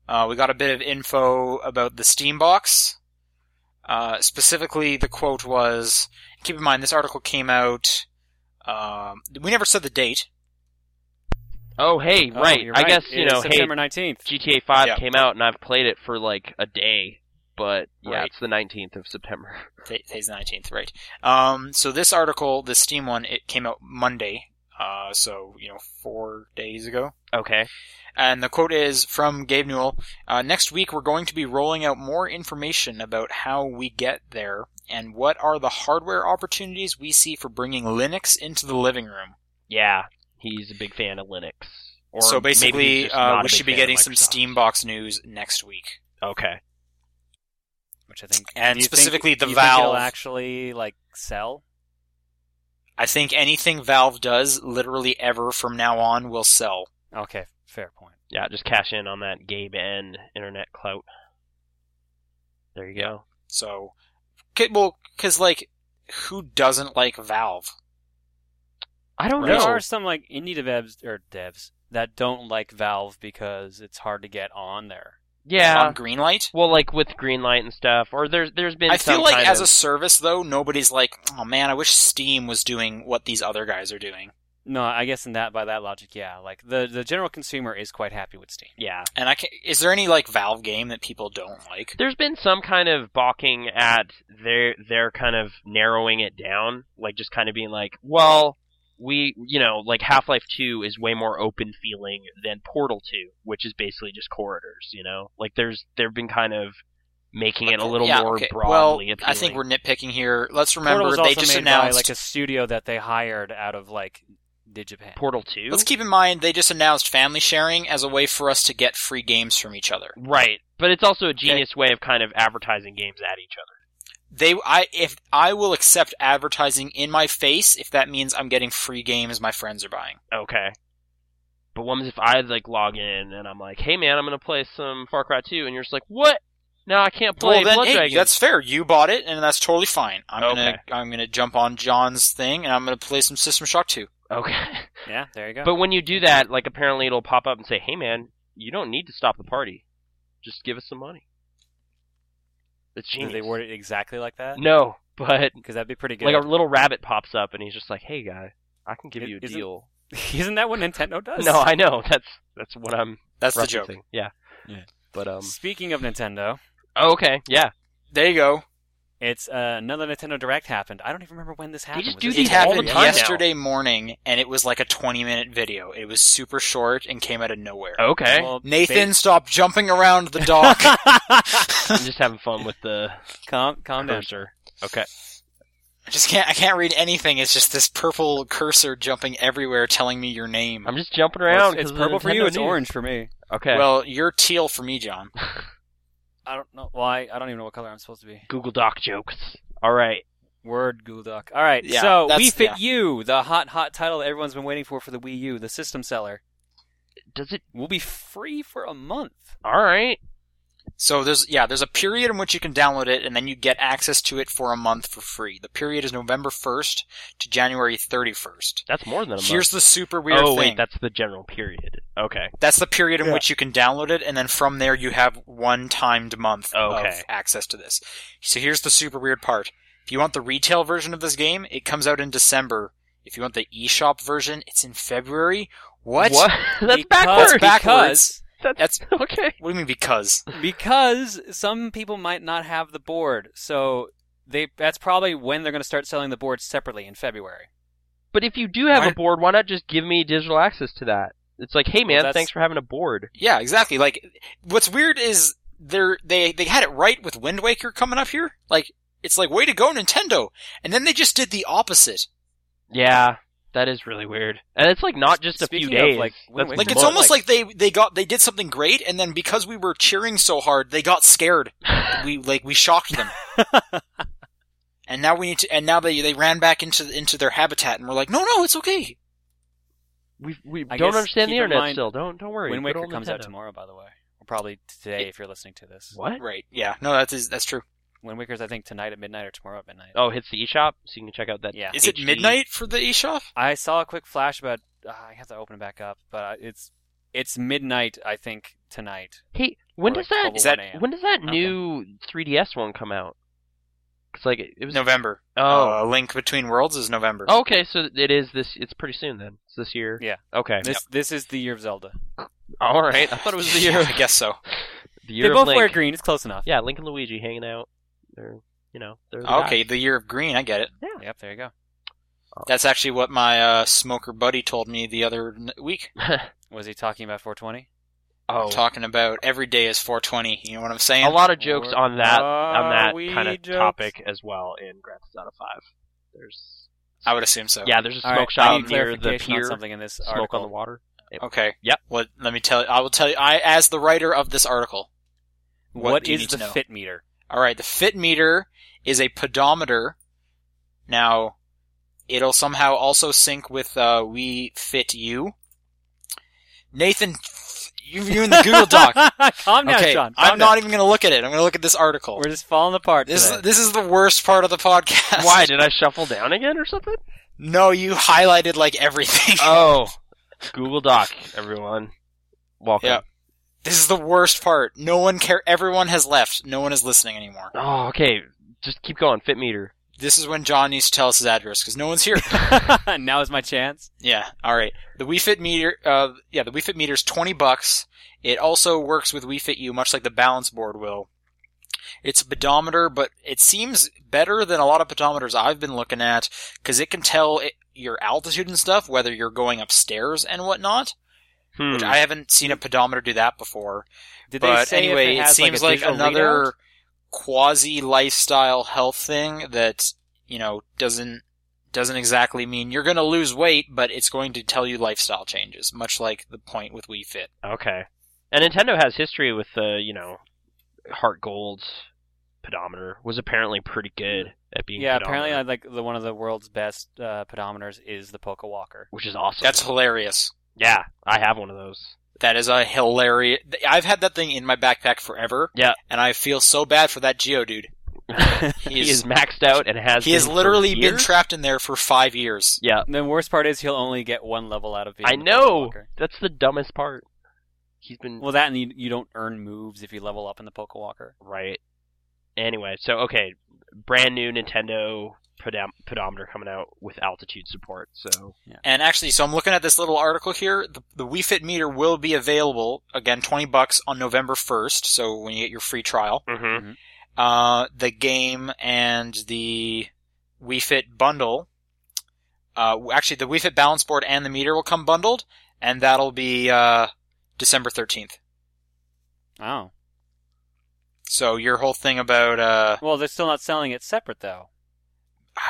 S4: uh, we got a bit of info about the Steam box. Uh, specifically, the quote was: "Keep in mind, this article came out. Um, we never said the date.
S3: oh, hey,
S2: Oh,
S3: right.
S2: you're
S3: I guess you
S2: It is
S3: know, hey,
S2: September nineteenth.
S3: GTA Five
S4: Yeah.
S3: came out, and I've played it for like a day. But yeah,
S4: Right.
S3: it's the nineteenth of September. [laughs]
S4: Th- Today's the nineteenth, right? Um, so this article, the Steam one, it came out Monday. Uh, so you know, four days ago.
S3: Okay.
S4: And the quote is from Gabe Newell uh, Next week, we're going to be rolling out more information about how we get there and what are the hardware opportunities we see for bringing Linux into the living room.
S3: Yeah, he's a big fan of Linux. Or
S4: so
S3: maybe he's
S4: basically,
S3: just not
S4: uh,
S3: a
S4: we
S3: big
S4: should be
S3: fan of
S4: getting some
S3: Microsoft.
S4: Steambox news next week.
S3: Okay.
S2: which I think,
S4: And
S2: do you think-
S4: specifically the
S2: do you think it'll
S4: Valve.
S2: actually like sell.
S4: I think anything Valve does, literally ever from now on, will sell.
S2: Okay, fair point.
S3: Yeah, just cash in on that Gabe N internet clout. There you go.
S4: So, 'Kay, well, because like, who doesn't like Valve?
S3: I don't
S2: There
S4: Oh, No.
S2: are some like indie devs or devs that don't like Valve because it's hard to get on there.
S3: Yeah.
S4: On Greenlight.
S3: Um, well, like with Greenlight and stuff, or there's there's been.
S4: I feel
S3: some
S4: like
S3: kind
S4: as
S3: of-
S4: a service though, nobody's like, oh man, I wish Steam was doing what these other guys are doing.
S2: No, I guess in that by that logic, yeah. Like the the general consumer is quite happy with Steam.
S3: yeah.
S4: And I can is there any like Valve game that people don't like?
S3: There's been some kind of balking at their their kind of narrowing it down, like just kind of being like, well, we you know like Half Life Two is way more open feeling than Portal Two, which is basically just corridors. You know, like there's they've been kind of making it a little
S4: Yeah,
S3: more
S4: okay. Well,
S3: broadly.
S4: I think
S3: appealing.
S4: we're nitpicking here. Let's
S2: Portal
S4: remember
S2: was
S4: they
S2: also
S4: just
S2: made by
S4: announced.
S2: like a studio that they hired out of like DigiPen.
S3: Portal Two.
S4: Let's keep in mind they just announced family sharing as a way for us to get free games from each other.
S3: Right, but it's also a genius way of kind of advertising games at each other.
S4: They, I, if I will accept advertising in my face if that means I'm getting free games my friends are buying.
S3: Okay. But what if I like log in and I'm like, "Hey man, I'm gonna play some Far Cry 2," and you're just like, "What? No, I can't play
S4: well, then,
S3: Blood
S4: hey,
S3: Dragon."
S4: that's fair. You bought it, and that's totally fine. I'm
S3: Okay.
S4: gonna, I'm gonna jump on John's thing, and I'm gonna play some System Shock 2.
S3: Okay.
S2: Yeah, there you go.
S3: but when you do that, like apparently it'll pop up and say, "Hey man, you don't need to stop the party. Just give us some money." It's
S2: Did
S3: genius.
S2: they word it exactly like that?
S3: No, but
S2: Because that'd be pretty good.
S3: like a little rabbit pops up and he's just like, "Hey guy, I can give
S2: It
S3: you a
S2: isn't-
S3: deal."
S2: [laughs] Isn't that what Nintendo does? [laughs]
S3: No, I know. That's that's what I'm
S4: That's the joke.
S3: referencing. Yeah.
S2: Yeah.
S3: But um.
S2: Speaking of Nintendo,
S3: Oh, okay. Yeah.
S4: There you go.
S2: it's uh, another Nintendo Direct happened. I don't even remember when this happened.
S3: just
S2: Was
S3: do
S2: this-
S3: these
S4: It
S3: all the
S4: happened
S3: time now.
S4: yesterday morning, and it was like a 20 minute video. It was super short and came out of nowhere.
S3: Okay.
S2: [laughs] Well,
S4: Nathan,
S2: ba-
S4: stop jumping around the dock.
S3: [laughs] I'm just having fun with the
S2: calm, calm down.
S3: cursor. Okay.
S4: I just can't. I can't read anything. It's just this purple cursor jumping everywhere, telling me your name.
S3: I'm just jumping
S2: Well,
S3: around. 'cause
S2: it's, it's
S3: of the
S2: purple for you.
S3: Nintendo
S2: It's
S3: news.
S2: orange for me.
S3: Okay.
S4: Well, you're teal for me, John.
S2: I don't know why. I don't even know what color I'm supposed to be.
S3: Google Doc jokes. All right.
S2: Word Gulduck. All right,
S4: Yeah,
S2: so
S4: that's-
S2: We Fit
S4: yeah.
S2: You, the hot, hot title that everyone's been waiting for for the Wii U, the system seller,
S3: Does it?
S2: will be free for a month.
S3: All right.
S4: So there's yeah, there's a period in which you can download it, and then you get access to it for a month for free. The period is November 1st to January 31st.
S3: That's more than a
S4: Here's the super weird
S3: month. oh
S4: thing.
S3: wait, that's the general period. Okay.
S4: That's the period in
S1: Yeah.
S4: which you can download it, and then from there you have one timed month
S3: Okay.
S4: of access to this. So here's the super weird part. If you want the retail version of this game, it comes out in December. If you want the eShop version, it's in February.
S3: [laughs]
S4: What?
S3: that's
S2: Because-
S3: backwards.
S4: backwards.
S3: That's,
S4: That's-
S3: [laughs] okay.
S4: What do you mean because?
S2: Because, because some people might not have the board, so they that's probably when they're going to start selling the board separately in February.
S3: But if you do have a
S4: Why-
S3: board, why not just give me digital access to that? It's like, hey man,
S2: that's-
S3: thanks for having a board.
S4: Yeah, exactly. Like, what's weird is they're, they they had it right with Wind Waker coming up here. Like, it's like way to go, Nintendo, and then they just did the opposite.
S3: Yeah, that is really weird. And it's like not just a
S2: Speaking
S3: few
S2: of,
S3: days.
S2: like,
S3: that's
S2: wait,
S4: Like, it's
S2: Well,
S3: months.
S4: almost like, they they got they did something great, and then because we were cheering so hard, they
S3: [laughs]
S4: got scared. we like we shocked them. And now we need to. And now they they ran back into into their habitat, and we're like, no, no, it's okay.
S3: we we
S2: I
S3: don't
S2: guess
S3: understand the
S2: keep in
S3: internet
S2: mind-
S3: still. Don't don't worry.
S2: Wind
S3: Good
S2: Waker
S3: old
S2: comes
S3: Nintendo.
S2: out tomorrow, by the way, or probably today if you're listening to this.
S3: What?
S4: Right? Yeah. No, that is that's true.
S2: Wind Waker's I think tonight at midnight or tomorrow at midnight.
S3: Oh, hits the eShop, so you can check out that.
S2: Yeah.
S4: Is it
S3: HD.
S4: midnight for the eShop?
S2: I saw a quick flash, but uh, I have to open it back up. But it's it's midnight, I think, tonight.
S3: Hey, when
S2: Or
S3: does
S2: like
S3: that
S2: 12
S4: is that-
S2: 1 a.m.
S3: when does that
S2: Nothing.
S3: new 3DS one come out? Cause like it, it was
S4: November.
S3: Oh,
S4: Uh, Link Between Worlds is November.
S3: okay. So it is this. It's pretty soon then. It's this year.
S2: Yeah.
S3: Okay.
S2: This this is the year of Zelda.
S3: All right. I thought it was the year.
S4: [laughs] Yeah, I guess so.
S3: the year
S2: they
S3: of
S2: both
S3: Link.
S2: wear green. It's close enough.
S3: Yeah, Link and Luigi hanging out. They're you know they're the
S4: Okay,
S3: guys.
S4: the year of green. I get it.
S2: Yep. There you go.
S4: That's actually what my uh, smoker buddy told me the other n- week.
S3: [laughs]
S2: Was he talking about 420?
S3: oh,
S4: Talking about every day is 420. You know what I'm saying?
S3: a lot of jokes on that on
S2: Are Uh, we
S3: that kind of
S2: jokes?
S3: topic as well in Grand Theft Auto Five. There's
S4: I would assume so.
S3: yeah, there's a
S2: All
S3: smoke
S2: right, I
S3: shop
S2: need
S3: near the
S2: clarification on
S3: pier.
S2: something in this
S3: Smoke
S2: article.
S3: on the
S4: [laughs]
S3: water.
S4: Okay.
S3: Yep.
S4: Well, let me tell. I will tell you. I, as the writer of this article, What
S2: what
S4: do you
S2: is
S4: need to
S2: the
S4: know?
S2: fit meter?
S4: All right, the fit meter is a pedometer. Now, It'll somehow also sync with uh, We Fit You. Nathan, you- you're in the
S2: [laughs]
S4: [laughs] Google Doc.
S2: Calm down,
S4: okay,
S2: Sean. Calm
S4: I'm
S2: down.
S4: not even going to look at it. I'm going to look at this article.
S2: We're just falling apart.
S4: This
S2: today.
S4: is, this is the worst part of the podcast.
S3: Why did I shuffle down again or something?
S4: [laughs] No, you highlighted like everything.
S3: Oh, Google Doc, everyone. Welcome.
S4: Yeah. [laughs] This is the worst part. No one care. Everyone has left. No one is listening anymore.
S3: Oh, okay. Just keep going. Fit meter.
S4: This is when John needs to tell us his address because
S3: [laughs]
S4: no one's here. [laughs]
S2: [laughs] now is my chance.
S4: yeah. All right. The WeFit meter. Uh, yeah, the WeFit meter is twenty bucks. It also works with WeFit U, much like the balance board will. It's a pedometer, but it seems better than a lot of pedometers I've been looking at because it can tell it, your altitude and stuff, whether you're going upstairs and whatnot.
S3: Hmm.
S4: Which I haven't seen a pedometer do that before.
S2: Did they
S4: but
S2: say if
S4: anyway,
S2: it,
S4: it
S2: has,
S4: seems
S2: like, a
S4: like,
S2: digital readout?
S4: another quasi lifestyle health thing that you know doesn't doesn't exactly mean you're going to lose weight, but it's going to tell you lifestyle changes, much like the point with Wii Fit.
S3: Okay. And Nintendo has history with the, you know, Heart Gold's pedometer was apparently pretty good at being.
S2: Yeah,
S3: pedometer,
S2: apparently, I like the one of the world's best uh, pedometers is the Poka Walker.
S3: which is awesome.
S4: That's hilarious.
S3: yeah. I have one of those.
S4: That is a hilarious. I've had that thing in my backpack forever.
S3: Yeah.
S4: and I feel so bad for that Geodude.
S3: [laughs]
S2: [laughs]
S3: he
S4: He's-
S3: is maxed out and has.
S4: He has
S3: been for
S4: literally been
S3: years?
S4: trapped in there for five years.
S3: Yeah,
S2: The worst part is he'll only get one level out of being.
S3: I
S2: the
S3: know.
S2: Pokewalker.
S3: That's the dumbest part. He's been
S2: Well, that and you, you don't earn moves if you level up in the Poka Walker.
S3: right. Anyway, so okay, brand new Nintendo pedom- pedometer coming out with altitude support. So
S4: And actually, so I'm looking at this little article here. The, the Wii Fit meter will be available again, twenty bucks on November first. So when you get your free trial,
S3: mm-hmm.
S4: uh, the game and the Wii Fit bundle. Uh, actually, the Wii Fit balance board and the meter will come bundled, and that'll be uh, December thirteenth.
S2: Oh,
S4: So your whole thing about uh,
S2: well, they're still not selling it separate though.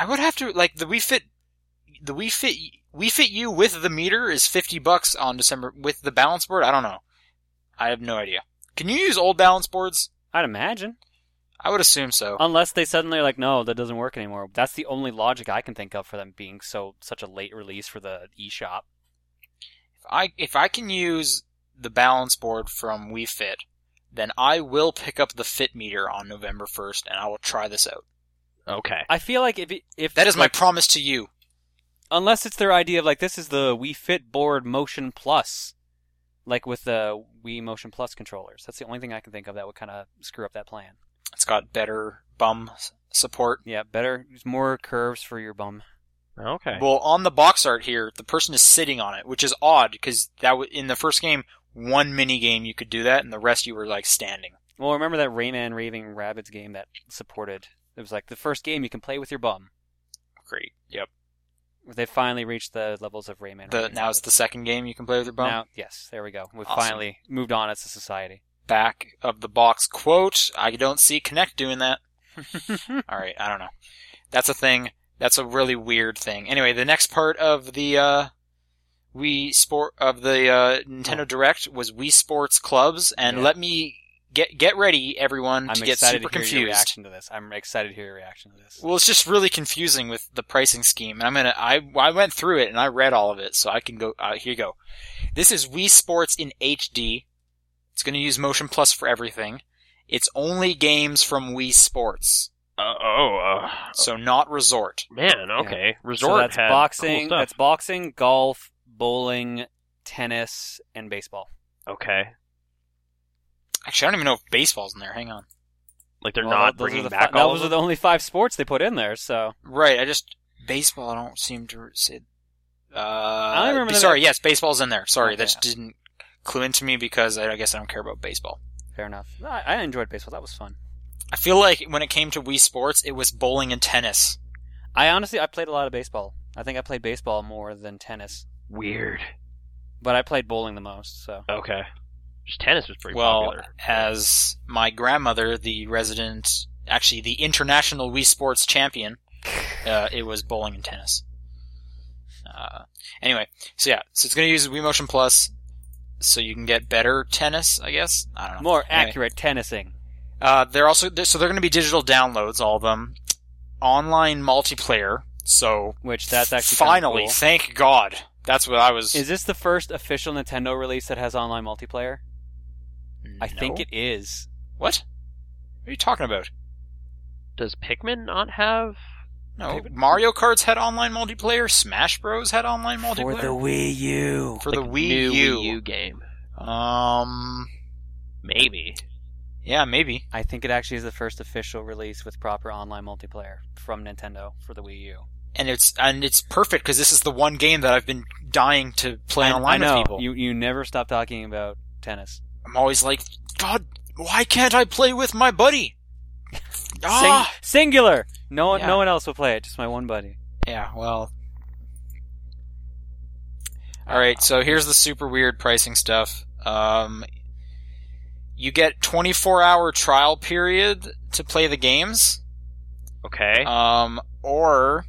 S4: I would have to like the Wii Fit, the Wii Fit, Wii Fit U with the meter is fifty bucks on December with the balance board. I don't know. I have no idea. Can you use old balance boards?
S2: I'd imagine,
S4: I would assume so.
S2: unless they suddenly are like, no, that doesn't work anymore. That's the only logic I can think of for them being so such a late release for the eShop.
S4: If I if I can use the balance board from Wii Fit, then I will pick up the Fit meter on November first, and I will try this out.
S3: okay,
S2: I feel like if it, if
S4: That is my
S2: like,
S4: promise to you.
S2: unless it's their idea of like this is the Wii Fit board Motion Plus, like with the Wii Motion Plus controllers. That's the only thing I can think of that would kind of screw up that plan.
S4: It's got better bum s- support.
S2: Yeah, better, more curves for your bum.
S3: okay.
S4: Well, on the box art here, the person is sitting on it, which is odd because that w- in the first game, one mini game you could do that, and the rest you were like standing.
S2: Well, remember that Rayman Raving Rabbids game that supported? It was like the first game you can play with your bum.
S4: Great. Yep.
S2: They finally reached the levels of Rayman.
S4: The
S2: Raving
S4: now it's
S2: Rabbids.
S4: the second game you can play with your bum.
S2: Now, yes, there we go. We've
S4: Awesome.
S2: finally moved on as a society.
S4: Back of the box quote. I don't see Connect
S2: [laughs]
S4: doing that. All right. I don't know. That's a thing. That's a really weird thing. Anyway, the next part of the uh, Wii Sport of the uh, Nintendo Direct was Wii Sports Clubs, and
S2: Yeah.
S4: let me get get ready, everyone,
S2: I'm
S4: to get
S2: excited
S4: super
S2: to hear your
S4: confused.
S2: reaction to this. I'm excited to hear your reaction to this.
S4: Well, it's just really confusing with the pricing scheme. And I'm gonna, I, I went through it and I read all of it, so I can go. Uh, here you go. This is Wii Sports in HD. It's gonna use Motion Plus for everything. It's only games from Wii Sports,
S3: Uh, oh, uh,
S4: so not Resort.
S3: man. Okay, resort
S2: so that's
S3: had
S2: boxing.
S3: Cool stuff.
S2: That's boxing, golf, bowling, tennis, and baseball.
S3: okay.
S4: Actually, I don't even know if baseball's in there. Hang on.
S3: Like they're
S2: Well,
S3: not
S2: those are
S3: bringing
S2: the
S3: back
S2: fi-
S3: all
S2: Those
S3: of
S2: are the
S3: them.
S2: only five sports they put in there. So
S4: Right, I just baseball. I don't seem to say. Uh, I
S2: remember that-
S4: Sorry, yes, baseball's in there. Sorry, that
S2: Okay.
S4: just didn't clue into me because I, I guess I don't care about baseball.
S2: fair enough. I, I enjoyed baseball. That was fun.
S4: I feel like when it came to Wii Sports, it was bowling and tennis.
S2: I honestly, I played a lot of baseball. I think I played baseball more than tennis,
S3: Weird.
S2: but I played bowling the most. So
S3: Okay. Just tennis was pretty
S4: well,
S3: popular.
S4: as my grandmother, the resident, actually the international Wii Sports champion, uh, it was bowling and tennis. Uh, anyway, so yeah, so it's going to use Wii Motion Plus, so you can get better tennis, I guess. I don't know.
S2: more
S4: Anyway.
S2: accurate tennising.
S4: Uh, they're also they're, so they're going to be digital downloads, all of them. Online multiplayer, So
S2: which that's actually kinda
S4: finally,
S2: cool.
S4: thank God. That's what I was.
S2: Is this the first official Nintendo release that has online multiplayer? I think
S4: No?
S2: it is.
S4: What? What are you talking about?
S3: Does Pikmin not have?
S4: No,
S3: David?
S4: Mario Kart's had online multiplayer. Smash Bros had online multiplayer
S2: Wii U.
S4: For
S3: like,
S4: the
S3: new
S4: Wii
S3: Wii U game.
S4: Um,
S3: Maybe.
S4: yeah, maybe.
S2: I think it actually is the first official release with proper online multiplayer from Nintendo for the Wii U.
S4: And it's and it's perfect because this is the one game that I've been dying to play
S2: I-
S4: online
S2: I know.
S4: with people.
S2: You you never stop talking about tennis.
S4: I'm always like, God, why can't I play with
S2: [laughs]
S4: my buddy? ah,
S2: Sing- singular. No one
S4: Yeah.
S2: no one else will play it. Just my one buddy.
S4: yeah. Well,
S2: Uh,
S4: all right. So here's the super weird pricing stuff. Um, you get 24 hour trial period to play the games.
S3: Okay.
S2: Uh,
S4: Um, or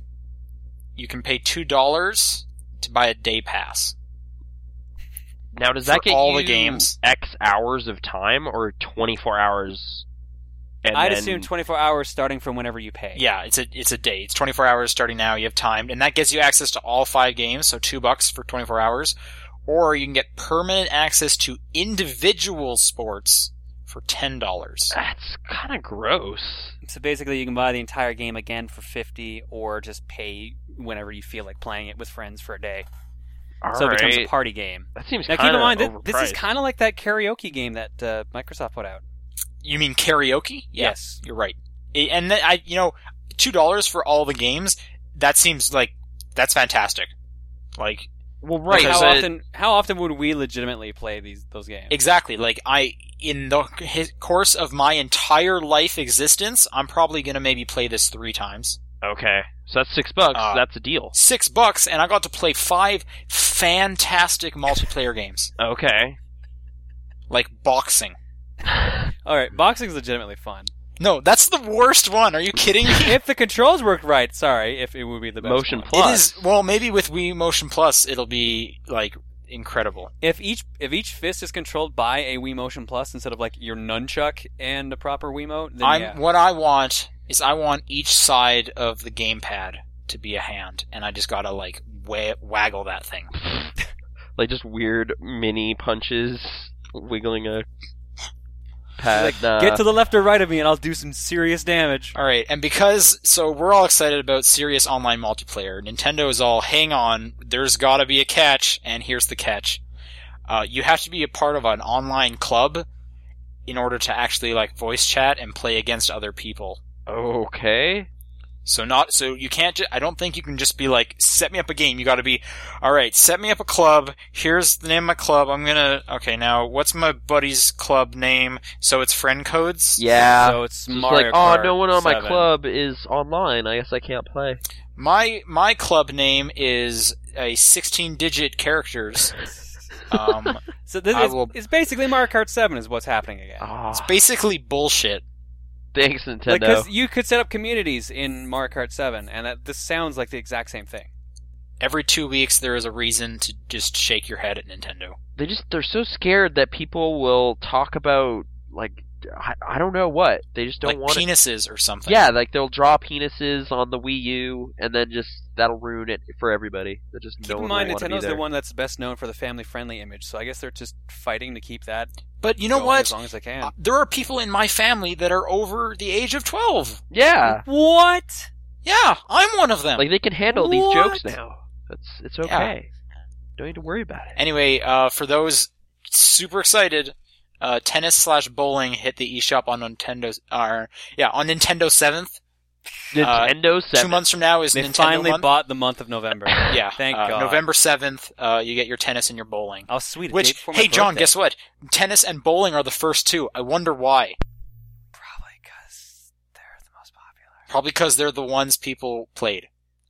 S4: you can pay two dollars to buy a day pass.
S3: now, does
S4: for
S3: that get
S4: all the
S3: you
S4: games.
S3: X hours of time or 24 hours? And
S2: I'd
S3: then-
S2: assume 24 hours starting from whenever you pay.
S4: Yeah, it's a it's a day. It's twenty four hours starting now. You have timed, and that gets you access to all five games. So two bucks for twenty four hours, or you can get permanent access to individual sports for ten dollars.
S3: That's kind of gross.
S2: So basically, you can buy the entire game again for 50 or just pay whenever you feel like playing it with friends for a day. so it becomes a
S3: Alright.
S2: party game.
S3: That seems
S2: Now
S3: kind
S2: keep in
S3: of
S2: mind
S3: overpriced.
S2: that this is kind of like that karaoke game that uh, Microsoft put out.
S4: You mean karaoke? Yeah,
S2: Yes.
S4: you're right. I- And then I, you know, two dollars for all the games. That seems like that's fantastic. Like
S3: well, right.
S2: How
S4: Because
S3: but-
S2: often how often would we legitimately play these those games?
S4: Exactly. Like I, in the his, course of my entire life existence, I'm probably gonna maybe play this three times.
S3: Okay, so that's six bucks.
S4: Uh,
S3: that's a deal.
S4: Six bucks, and I got to play five fantastic multiplayer games,
S3: Okay.
S4: like boxing.
S2: All right, boxing's legitimately
S3: [laughs]
S2: fun.
S4: No, that's the worst one. Are you
S2: [laughs]
S4: kidding me?
S2: if the controls worked right, sorry, if it would be the best
S3: Motion
S2: one.
S4: It
S3: plus.
S4: is. Well, maybe with Wii Motion Plus, it'll be like incredible.
S2: If each if each fist is controlled by a Wii Motion Plus instead of like your nunchuck and a proper Wiimote, then
S4: I'm
S2: yeah.
S4: what I want is I want each side of the gamepad to be a hand, and I just gotta like wa- waggle that thing.
S3: [laughs] like just weird mini punches, wiggling a pad.
S2: Like,
S3: uh,
S2: Get to the left or right of me, and I'll do some serious damage.
S4: All right, and because so we're all excited about serious online multiplayer, Nintendo is all, hang on, there's got to be a catch, and here's the catch: uh, you have to be a part of an online club in order to actually like voice chat and play against other people.
S3: okay.
S4: So not so you can't. Ju- I don't think you can just be like, set me up a game. You got to be, all right, set me up a club. Here's the name of my club. I'm gonna okay now. What's my buddy's club name? So it's friend codes.
S3: Yeah.
S2: So it's
S3: Just
S2: Mario
S3: like,
S2: Kart
S3: oh, no one on
S2: 7.
S3: my club is online. I guess I can't play.
S4: My my club name is a 16 digit characters.
S3: [laughs]
S4: Um,
S2: [laughs] So this
S4: I
S2: is
S4: will-
S2: it's basically Mario Kart Seven is what's happening again.
S3: Oh,
S4: it's basically bullshit.
S3: thanks, Nintendo.
S2: Because you could set up communities in Mario Kart Seven, and that this sounds like the exact same thing.
S4: Every two weeks, there is a reason to just shake your head at Nintendo.
S3: they just they're so scared that people will talk about like I, I don't know what. They just don't
S4: like
S3: want
S4: penises or something.
S3: Yeah, like they'll draw penises on the Wii U, and then just that'll ruin it for everybody. That just
S2: Keep
S3: no
S2: in
S3: one
S2: mind,
S3: will wanna be
S2: Nintendo's the
S3: there.
S2: one that's best known for the family-friendly image, so I guess they're just fighting to keep that.
S4: But you know
S2: going
S4: what?
S2: As long as they can.
S4: Uh, There are people in my family that are over the age of 12.
S3: Yeah,
S2: what?
S4: Yeah, I'm one of them.
S3: like they can handle these jokes
S2: What?
S3: now. That's it's okay. Don't need to worry about it.
S4: anyway, uh, for those super excited, uh, tennis slash bowling hit the eShop on Nintendo. Uh, yeah, on Nintendo 7th. Uh,
S3: Nintendo
S4: Two
S3: seven.
S4: months from now is
S2: They
S4: Nintendo
S2: finally
S4: month.
S2: bought the month of November.
S4: [laughs] Yeah.
S2: Thank
S4: uh,
S2: God.
S4: November 7th, uh, you get your tennis and your bowling.
S2: Oh, sweet.
S4: Which, hey, John, guess what? Tennis and bowling are the first two. I wonder why.
S2: Probably because they're the most popular.
S4: Probably because they're the ones people played.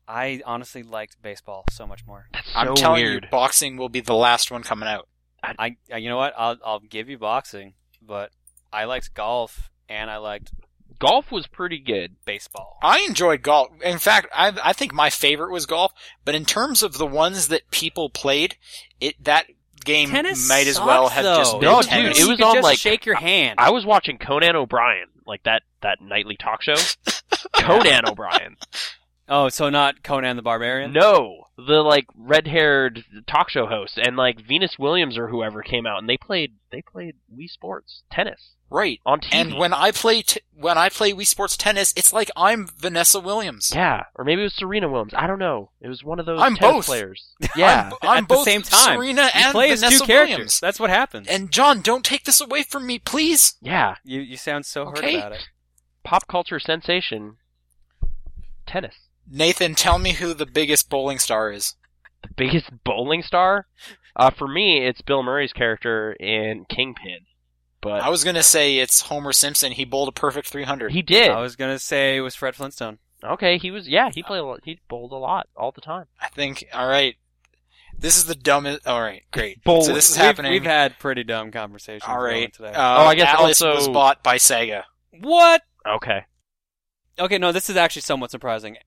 S2: I honestly liked baseball so much more.
S3: That's so
S4: I'm telling
S3: weird.
S4: you, boxing will be the last one coming out.
S2: I, I- you know what? I'll, I'll give you boxing, but I liked golf and I liked
S3: Golf was pretty good.
S2: baseball.
S4: I enjoyed golf. In fact, I, I think my favorite was golf. But in terms of the ones that people played, it that game
S2: Tennis
S4: might as
S2: sucks,
S4: well have
S2: though.
S4: just been
S3: No, dude,
S4: tennis.
S3: it
S2: You
S3: was
S2: could
S3: on,
S2: just
S3: like-
S2: shake your hand.
S3: I was watching Conan O'Brien, like that that nightly talk show. Conan O'Brien.
S2: Oh, so not Conan the Barbarian?
S3: No, the like red-haired talk show host and like Venus Williams or whoever came out and they played they played Wii Sports tennis
S4: Right.
S3: on TV.
S4: And when I play t- when I play Wii Sports Tennis, it's like I'm Vanessa Williams.
S3: yeah, or maybe it was Serena Williams. I don't know. It was one of those
S4: I'm
S3: tennis
S4: both.
S3: players.
S2: [laughs]
S3: Yeah,
S4: I'm, I'm
S2: At
S4: both
S2: the same time,
S4: Serena
S2: you
S4: and
S2: play
S4: Vanessa
S2: as two characters.
S4: Williams.
S2: That's what happens.
S4: And John, don't take this away from me, please.
S3: yeah.
S2: you you sound so hurt
S4: Okay.
S2: about it.
S3: Pop culture sensation, tennis.
S4: Nathan, tell me who the biggest bowling star is.
S3: The biggest [laughs] bowling star. Uh, for me, it's Bill Murray's character in Kingpin, but
S4: I was gonna say it's Homer Simpson. He bowled a perfect 300.
S3: he did.
S2: I was gonna say it was Fred Flintstone.
S3: Okay, he was. Yeah, he played. A lot, he bowled a lot all the time.
S4: I think. All right, this is the dumbest. All right, great.
S3: Bowling.
S4: So this is
S2: We've-
S4: happening.
S2: We've, had pretty dumb conversations.
S4: all right.
S2: going today.
S4: Uh,
S3: Oh, I guess
S4: Alice
S3: also-
S4: was bought by Sega.
S2: what?
S3: Okay.
S2: Okay, no, this is actually somewhat surprising.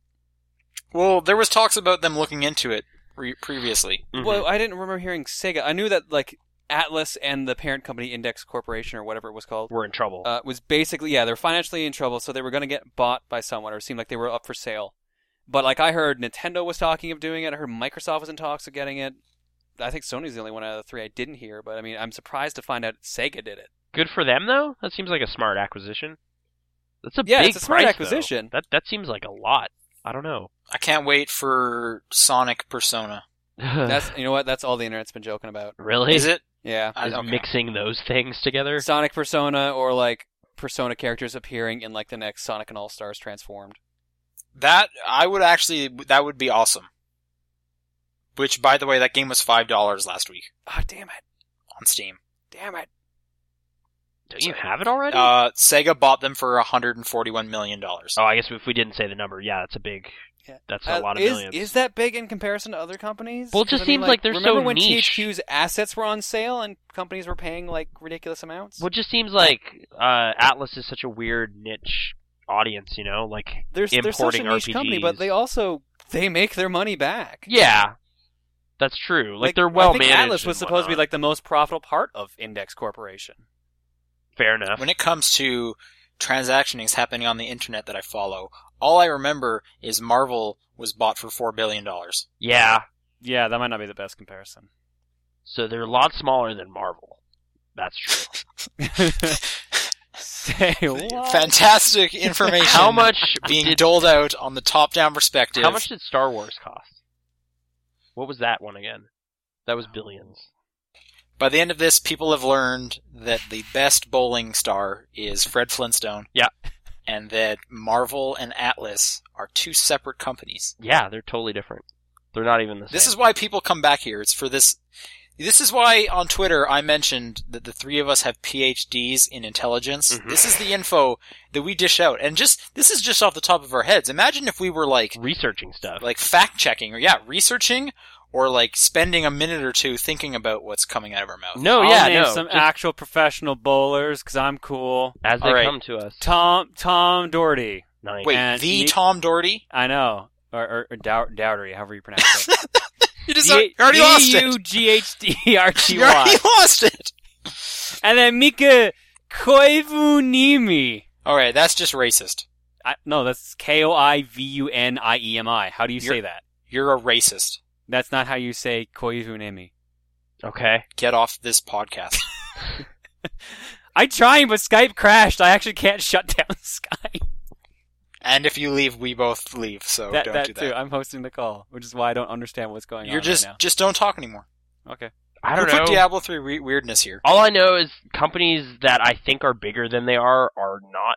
S4: Well, there was talks about them looking into it re- previously.
S3: Mhm.
S2: Well, I didn't remember hearing Sega. I knew that like Atlas and the parent company Index Corporation or whatever it was called
S3: we're in trouble.
S2: uh, was basically yeah they're financially in trouble, so they were going to get bought by someone or it seemed like they were up for sale. But like I heard Nintendo was talking of doing it. I heard Microsoft was in talks of getting it. I think Sony's the only one out of the three I didn't hear. But I mean, I'm surprised to find out Sega did it.
S3: Good for them though. That seems like a smart acquisition. That's a
S2: Yeah,
S3: big
S2: it's a smart
S3: price,
S2: acquisition.
S3: though. That that seems like a lot. I don't know.
S4: I can't wait for Sonic Persona.
S2: That's you know what? That's all the internet's been joking about.
S3: [laughs] really
S4: Is it?
S2: Yeah,
S4: I-
S3: Is
S4: okay.
S3: mixing those things together.
S2: Sonic Persona or like Persona characters appearing in like the next Sonic and All Stars Transformed.
S4: That I would actually. That would be awesome. Which, by the way, that game was five dollars last week
S2: Ah, damn it!
S4: on Steam.
S2: Damn it!
S3: Don't you have it already?
S2: Oh.
S4: Uh, Sega bought them for 141 million dollars.
S3: oh, I guess if we didn't say the number, yeah, that's a big.
S2: Yeah.
S3: That's
S2: Uh,
S3: a lot of
S2: is,
S3: millions.
S2: Is that big in comparison to other companies?
S3: Well, it just
S2: 'Cause, I mean,
S3: seems like they're so
S2: remember when
S3: niche.
S2: THQ's assets were on sale and companies were paying like ridiculous amounts.
S3: well, it just seems like uh, Atlas is such a weird niche audience. You know, like
S2: they're, they're such a
S3: importing
S2: niche company, but
S3: RPGs.
S2: they also they make their money back.
S3: yeah, that's true. Like, they're
S2: I
S3: well
S2: think
S3: managed.
S2: Atlas was
S3: and
S2: supposed to be
S3: whatnot.
S2: like the most profitable part of Index Corporation.
S3: fair enough.
S4: When it comes to transactions happening on the internet that I follow, all I remember is Marvel was bought for four billion dollars.
S3: Yeah,
S2: Yeah, that might not be the best [laughs] comparison.
S3: so they're a lot smaller than Marvel. That's true.
S2: Say
S3: [laughs]
S2: what?
S4: Fantastic information.
S3: How
S4: [laughs]
S3: much
S4: being
S3: did
S4: doled out on the top-down perspective?
S3: How much did Star Wars cost? What was that one again? That was billions.
S4: By the end of this, people have learned that the best bowling star is Fred Flintstone.
S3: Yeah.
S4: And that Marvel and Atlas are two separate companies.
S3: Yeah, they're totally different. They're not even the same.
S4: This is why people come back here. It's for this. This is why on Twitter I mentioned that the three of us have PhDs in intelligence.
S3: Mhm.
S4: This is the info that we dish out, and just this is just off the top of our heads. Imagine if we were like
S3: researching stuff.
S4: like fact checking, or yeah, researching, or like spending a minute or two thinking about what's coming out of our mouth.
S3: no,
S2: I'll
S3: Oh, yeah,
S2: name
S3: no.
S2: some
S3: just
S2: actual professional bowlers because I'm cool.
S3: as they
S4: All right.
S3: come to us.
S2: Tom Tom Doherty.
S3: Nice.
S4: Wait,
S2: And
S4: the
S2: you-
S4: Tom Doherty?
S2: I know, or, or, or Dow- Dougherty, however you pronounce it.
S4: You [laughs] just already lost it.
S2: E
S4: [laughs] You already
S2: D-U-G-H-D-R-T-Y.
S4: lost it.
S2: and then Mika Koivunimi.
S4: All right, that's just racist.
S2: I, no, that's K O I V U N I E M I. How do you say
S4: You're-
S2: that?
S4: You're a racist.
S2: That's not how you say Koivunimi.
S3: Okay.
S4: Get off this podcast.
S2: I tried, but Skype crashed. I actually can't [laughs] shut down Skype.
S4: and if you leave, we both leave. So
S2: that
S4: Oh, don't
S2: that
S4: do that.
S2: too. I'm hosting the call, which is why I don't understand what's going on.
S4: You're just
S2: right
S4: just don't talk anymore.
S2: now. okay.
S3: I don't
S4: we put
S3: know.
S4: Diablo three re- weirdness here.
S3: All I know is companies that I think are bigger than they are are not,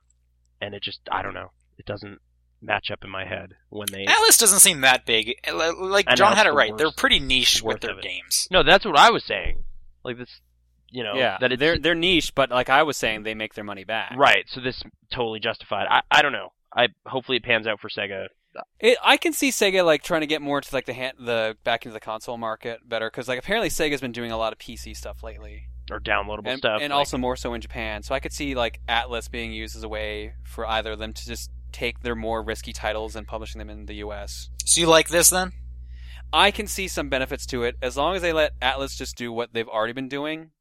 S3: and it just I don't know. It doesn't match up in my head when they.
S4: Atlas doesn't seem that big. L- Like
S3: I know,
S4: John had
S3: it's
S4: it
S3: the
S4: right.
S3: worst.
S4: They're pretty niche with
S3: Worth
S4: their
S3: of it.
S4: games.
S3: No, that's what I was saying. Like this, you know,
S2: yeah,
S3: that it's
S2: they're they're niche, but like I was saying, they make their money back.
S3: Right. So this totally justified. I, I don't know. I hopefully it pans out for Sega.
S2: It, I can see Sega like trying to get more into like the hand, the back into the console market better because like apparently Sega's been doing a lot of PC stuff lately,
S3: or downloadable
S2: and,
S3: stuff.
S2: and
S3: like-
S2: also more so in Japan. So I could see like Atlas being used as a way for either of them to just take their more risky titles and publishing them in the U.S.
S4: So you like this then?
S2: I can see some benefits to it as long as they let Atlas just do what they've already been doing.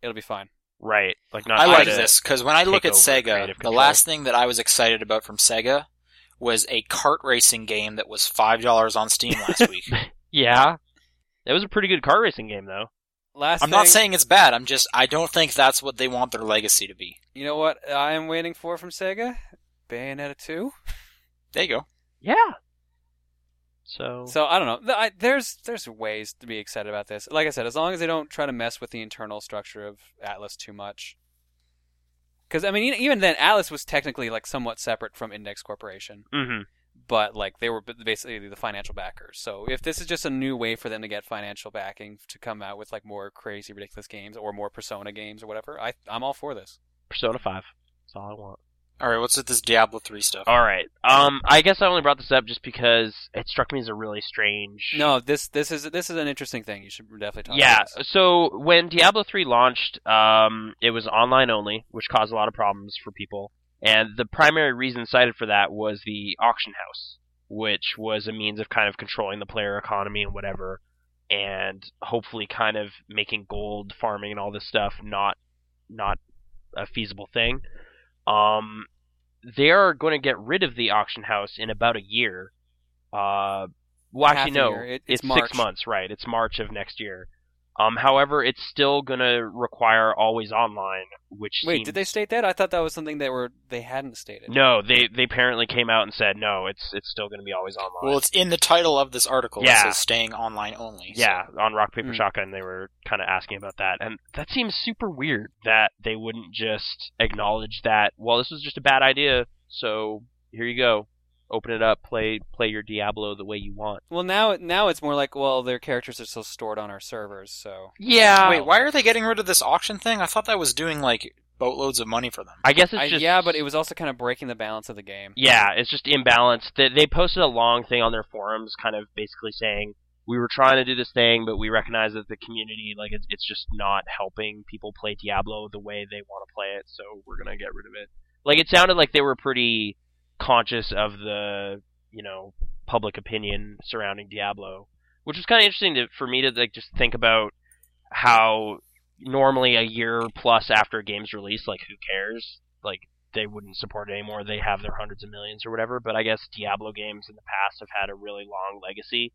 S2: It'll be fine.
S3: right, like not.
S4: I
S3: try
S4: like
S3: to-
S4: this because when I look
S3: Uh, take
S4: at
S3: over
S4: Sega,
S3: creative
S4: the
S3: control.
S4: last thing that I was excited about from Sega was a kart racing game that was five dollars
S3: [laughs]
S4: on Steam last week.
S3: Yeah. That was a pretty good car racing game, though.
S2: Last
S4: I'm not
S2: thing-
S4: saying it's bad. I'm just I don't think that's what they want their legacy to be.
S2: You know what I am waiting for from Sega? Bayonetta 2.
S4: There you go.
S3: Yeah. So,
S2: So I don't know. Th- I, there's there's ways to be excited about this. Like I said, as long as they don't try to mess with the internal structure of Atlas too much. Because I mean, e- even then, Atlas was technically like somewhat separate from Index Corporation,
S3: hmm
S2: but like they were b- basically the financial backers. So if this is just a new way for them to get financial backing to come out with like more crazy, ridiculous games or more Persona games or whatever, I I'm all for this.
S3: Persona 5. That's all I want.
S4: All right, what's with this Diablo three stuff?
S3: All right. Um, I guess I only brought this up just because it struck me as a really strange.
S2: No, this this is this is an interesting thing. You should definitely talk.
S3: Yeah.
S2: About this.
S3: So when Diablo 3 launched, um, it was online only, which caused a lot of problems for people. And the primary reason cited for that was the auction house, which was a means of kind of controlling the player economy and whatever, and hopefully kind of making gold farming and all this stuff not not a feasible thing. Um, they are going to get rid of the auction house in about a year. Uh, well,
S2: Half
S3: actually,
S2: a
S3: no,
S2: year. It- it's
S3: it's,
S2: March.
S3: six months, right? It's March of next year. Um, however, it's still going to require always online, which
S2: Wait,
S3: seems-
S2: did they state that? I thought that was something that were they hadn't stated.
S3: No, they they apparently came out and said no. It's it's still going to be always online.
S4: Well, it's in the title of this article. It
S3: Yeah.
S4: says staying online only. so-
S3: yeah, on Rock Paper
S2: Mm.
S3: Shotgun, they were kind of asking about that, and that seems super weird that they wouldn't just acknowledge that. Well, this was just a bad idea, so here you go, open it up, play play your Diablo the way you want.
S2: Well, now now it's more like well, their characters are still stored on our servers, so
S3: Yeah,
S4: Wait, why are they getting rid of this auction thing? I thought that was doing like boatloads of money for them.
S3: I guess
S2: I,
S3: it's just
S2: yeah, but it was also kind of breaking the balance of the game.
S3: Yeah, it's just imbalanced. They, they posted a long thing on their forums, kind of basically saying we were trying to do this thing, but we recognize that the community, like, it's, it's just not helping people play Diablo the way they want to play it, so we're gonna get rid of it. Like, it sounded like they were pretty conscious of the, you know, public opinion surrounding Diablo, which was kind of interesting to, for me to like just think about how normally a year plus after a game's release, like, who cares? Like they wouldn't support it anymore. They have their hundreds of millions or whatever. But I guess Diablo games in the past have had a really long legacy.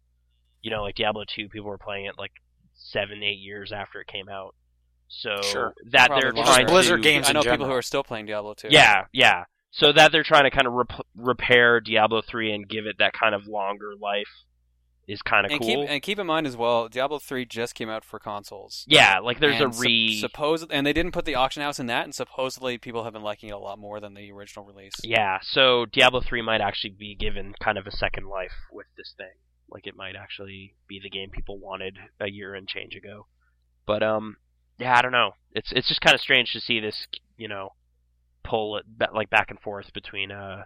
S3: You know, like Diablo two, people were playing it like seven, eight years after it came out. So
S4: Sure.
S3: that
S2: Probably
S3: they're
S2: longer.
S3: trying
S4: Blizzard
S3: to
S4: games
S2: I know
S4: in
S2: people
S4: general.
S2: who are still playing Diablo 2.
S3: yeah, yeah. So that they're trying to kind of rep- repair Diablo three and give it that kind of longer life is kind of
S2: and
S3: cool.
S2: keep and keep in mind as well, Diablo 3 just came out for consoles.
S3: yeah, like there's
S2: And
S3: a
S2: sup-
S3: re.
S2: supposed and they didn't put the auction house in that, and supposedly people have been liking it a lot more than the original release.
S3: yeah, so Diablo three might actually be given kind of a second life with this thing. Like it might actually be the game people wanted a year and change ago. But um, yeah, I don't know. It's it's just kind of strange to see this, you know, pull it ba- like back and forth between uh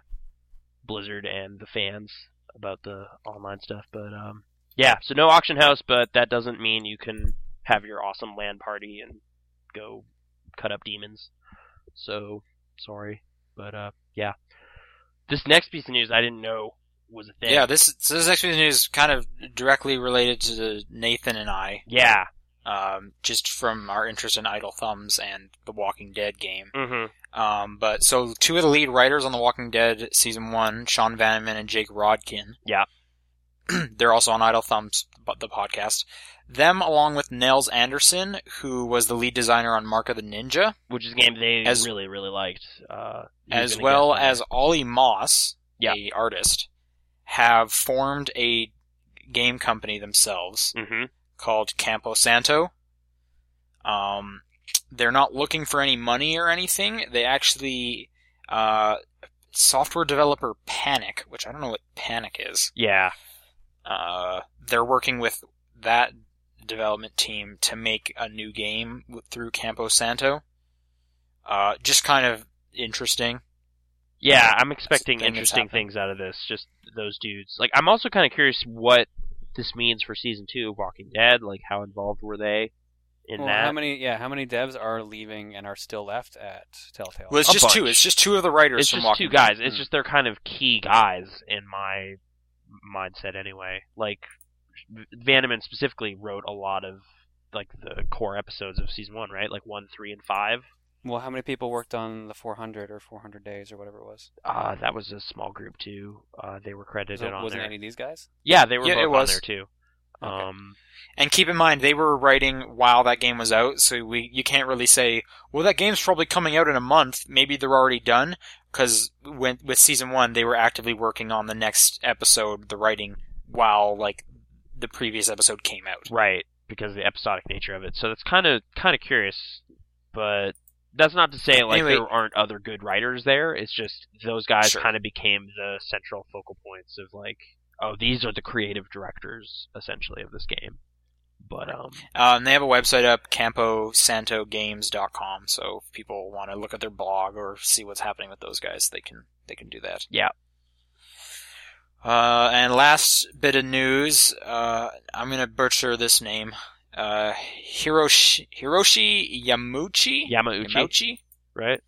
S3: Blizzard and the fans about the online stuff. But um, yeah, so no auction house, but that doesn't mean you can have your awesome land party and go cut up demons. So sorry, but uh, yeah. This next piece of news I didn't know was a thing.
S4: Yeah, this so this next piece of news is kind of directly related to Nathan and I,
S3: Yeah.
S4: um, just from our interest in Idle Thumbs and the Walking Dead game.
S3: hmm
S4: Um, but so two of the lead writers on The Walking Dead season one, Sean Vanneman and Jake Rodkin.
S3: Yeah.
S4: [clears throat] They're also on Idle Thumbs, but the podcast. Them along with Nels Anderson, who was the lead designer on Mark of the Ninja,
S3: Which is a game they
S4: As-
S3: really, really liked. Uh, he was
S4: as
S3: gonna
S4: well
S3: guest on
S4: as Ollie Moss,
S3: Yeah.
S4: a artist, have formed a game company themselves
S3: it. Mhm.
S4: called Campo Santo. Um, they're not looking for any money or anything. They actually, uh, software developer Panic, which I don't know what Panic is.
S3: Yeah.
S4: Uh, they're working with that development team to make a new game w- through Campo Santo. Uh, just kind of interesting.
S3: Yeah, I'm expecting
S4: thing that's
S3: interesting
S4: happening.
S3: things out of this. Just those dudes. Like, I'm also kind of curious what this means for season two of Walking Dead. Like, how involved were they in
S2: Well,
S3: that?
S2: how many? Yeah, how many devs are leaving and are still left at Telltale?
S4: Well, it's
S3: A
S4: just two.
S3: bunch.
S4: It's just two of the writers
S3: it's
S4: from
S3: just
S4: Walking Hmm.
S3: two guys.
S2: Mm.
S3: It's just they're kind of key guys in my mindset, anyway. Like, V- Vanneman specifically wrote a lot of like the core episodes of season one, right? Like one, three, and five.
S2: Well, how many people worked on the 400 or 400 days or whatever it was?
S3: Uh, that was a small group too. Uh, they were credited
S2: So
S3: on
S2: wasn't
S3: there.
S2: any of these guys?
S3: Yeah, they were
S4: Yeah,
S3: both
S4: it
S3: on
S4: was.
S3: there too.
S2: Okay.
S3: Um,
S4: And keep in mind, they were writing while that game was out, so we you can't really say, well, that game's probably coming out in a month. Maybe they're already done because when with season one, they were actively working on the next episode, the writing, while like the previous episode came out.
S3: right, because of the episodic nature of it. So that's kind of kind of curious, but that's not to say like
S4: Anyway-
S3: there aren't other good writers there. It's just those guys
S4: Sure.
S3: kind of became the central focal points of like, oh, these are the creative directors essentially of this game. But um,
S4: Um, they have a website up, camposantogames.com. So if people want to look at their blog or see what's happening with those guys, they can they can do that.
S3: Yeah.
S4: Uh, and last bit of news, uh, I'm gonna butcher this name. Uh, Hiroshi Hiroshi Yamuchi.
S3: Yamauchi,
S4: Yamuchi.
S3: right?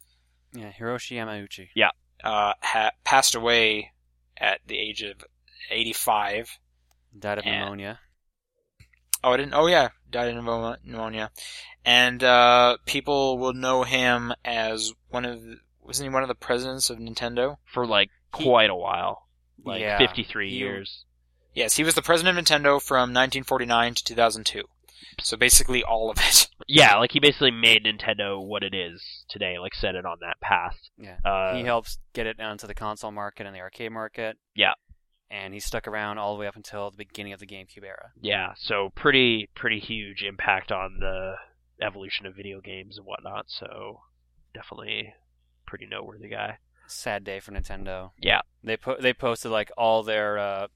S2: Yeah, Hiroshi Yamauchi.
S4: Uh, ha- passed away at the age of 85.
S2: Died of
S4: Yeah.
S2: pneumonia.
S4: Oh, I didn't. Oh, yeah, died of pneumo- pneumonia, and uh, people will know him as one of the- wasn't he one of the presidents of Nintendo?
S3: For like
S4: He-
S3: quite a while, like
S2: Yeah,
S3: 53
S2: he-
S3: years.
S4: Yes, he was the president of Nintendo from 1949 to 2002. So basically, all of it.
S3: Yeah, like he basically made Nintendo what it is today, like set it on that path.
S2: Yeah.
S3: Uh,
S2: he helps get it onto the console market and the arcade market.
S3: Yeah.
S2: And he stuck around all the way up until the beginning of the GameCube era.
S3: yeah, so pretty pretty huge impact on the evolution of video games and whatnot. So definitely pretty noteworthy guy.
S2: Sad day for Nintendo.
S3: Yeah.
S2: They po- they posted like all their uh,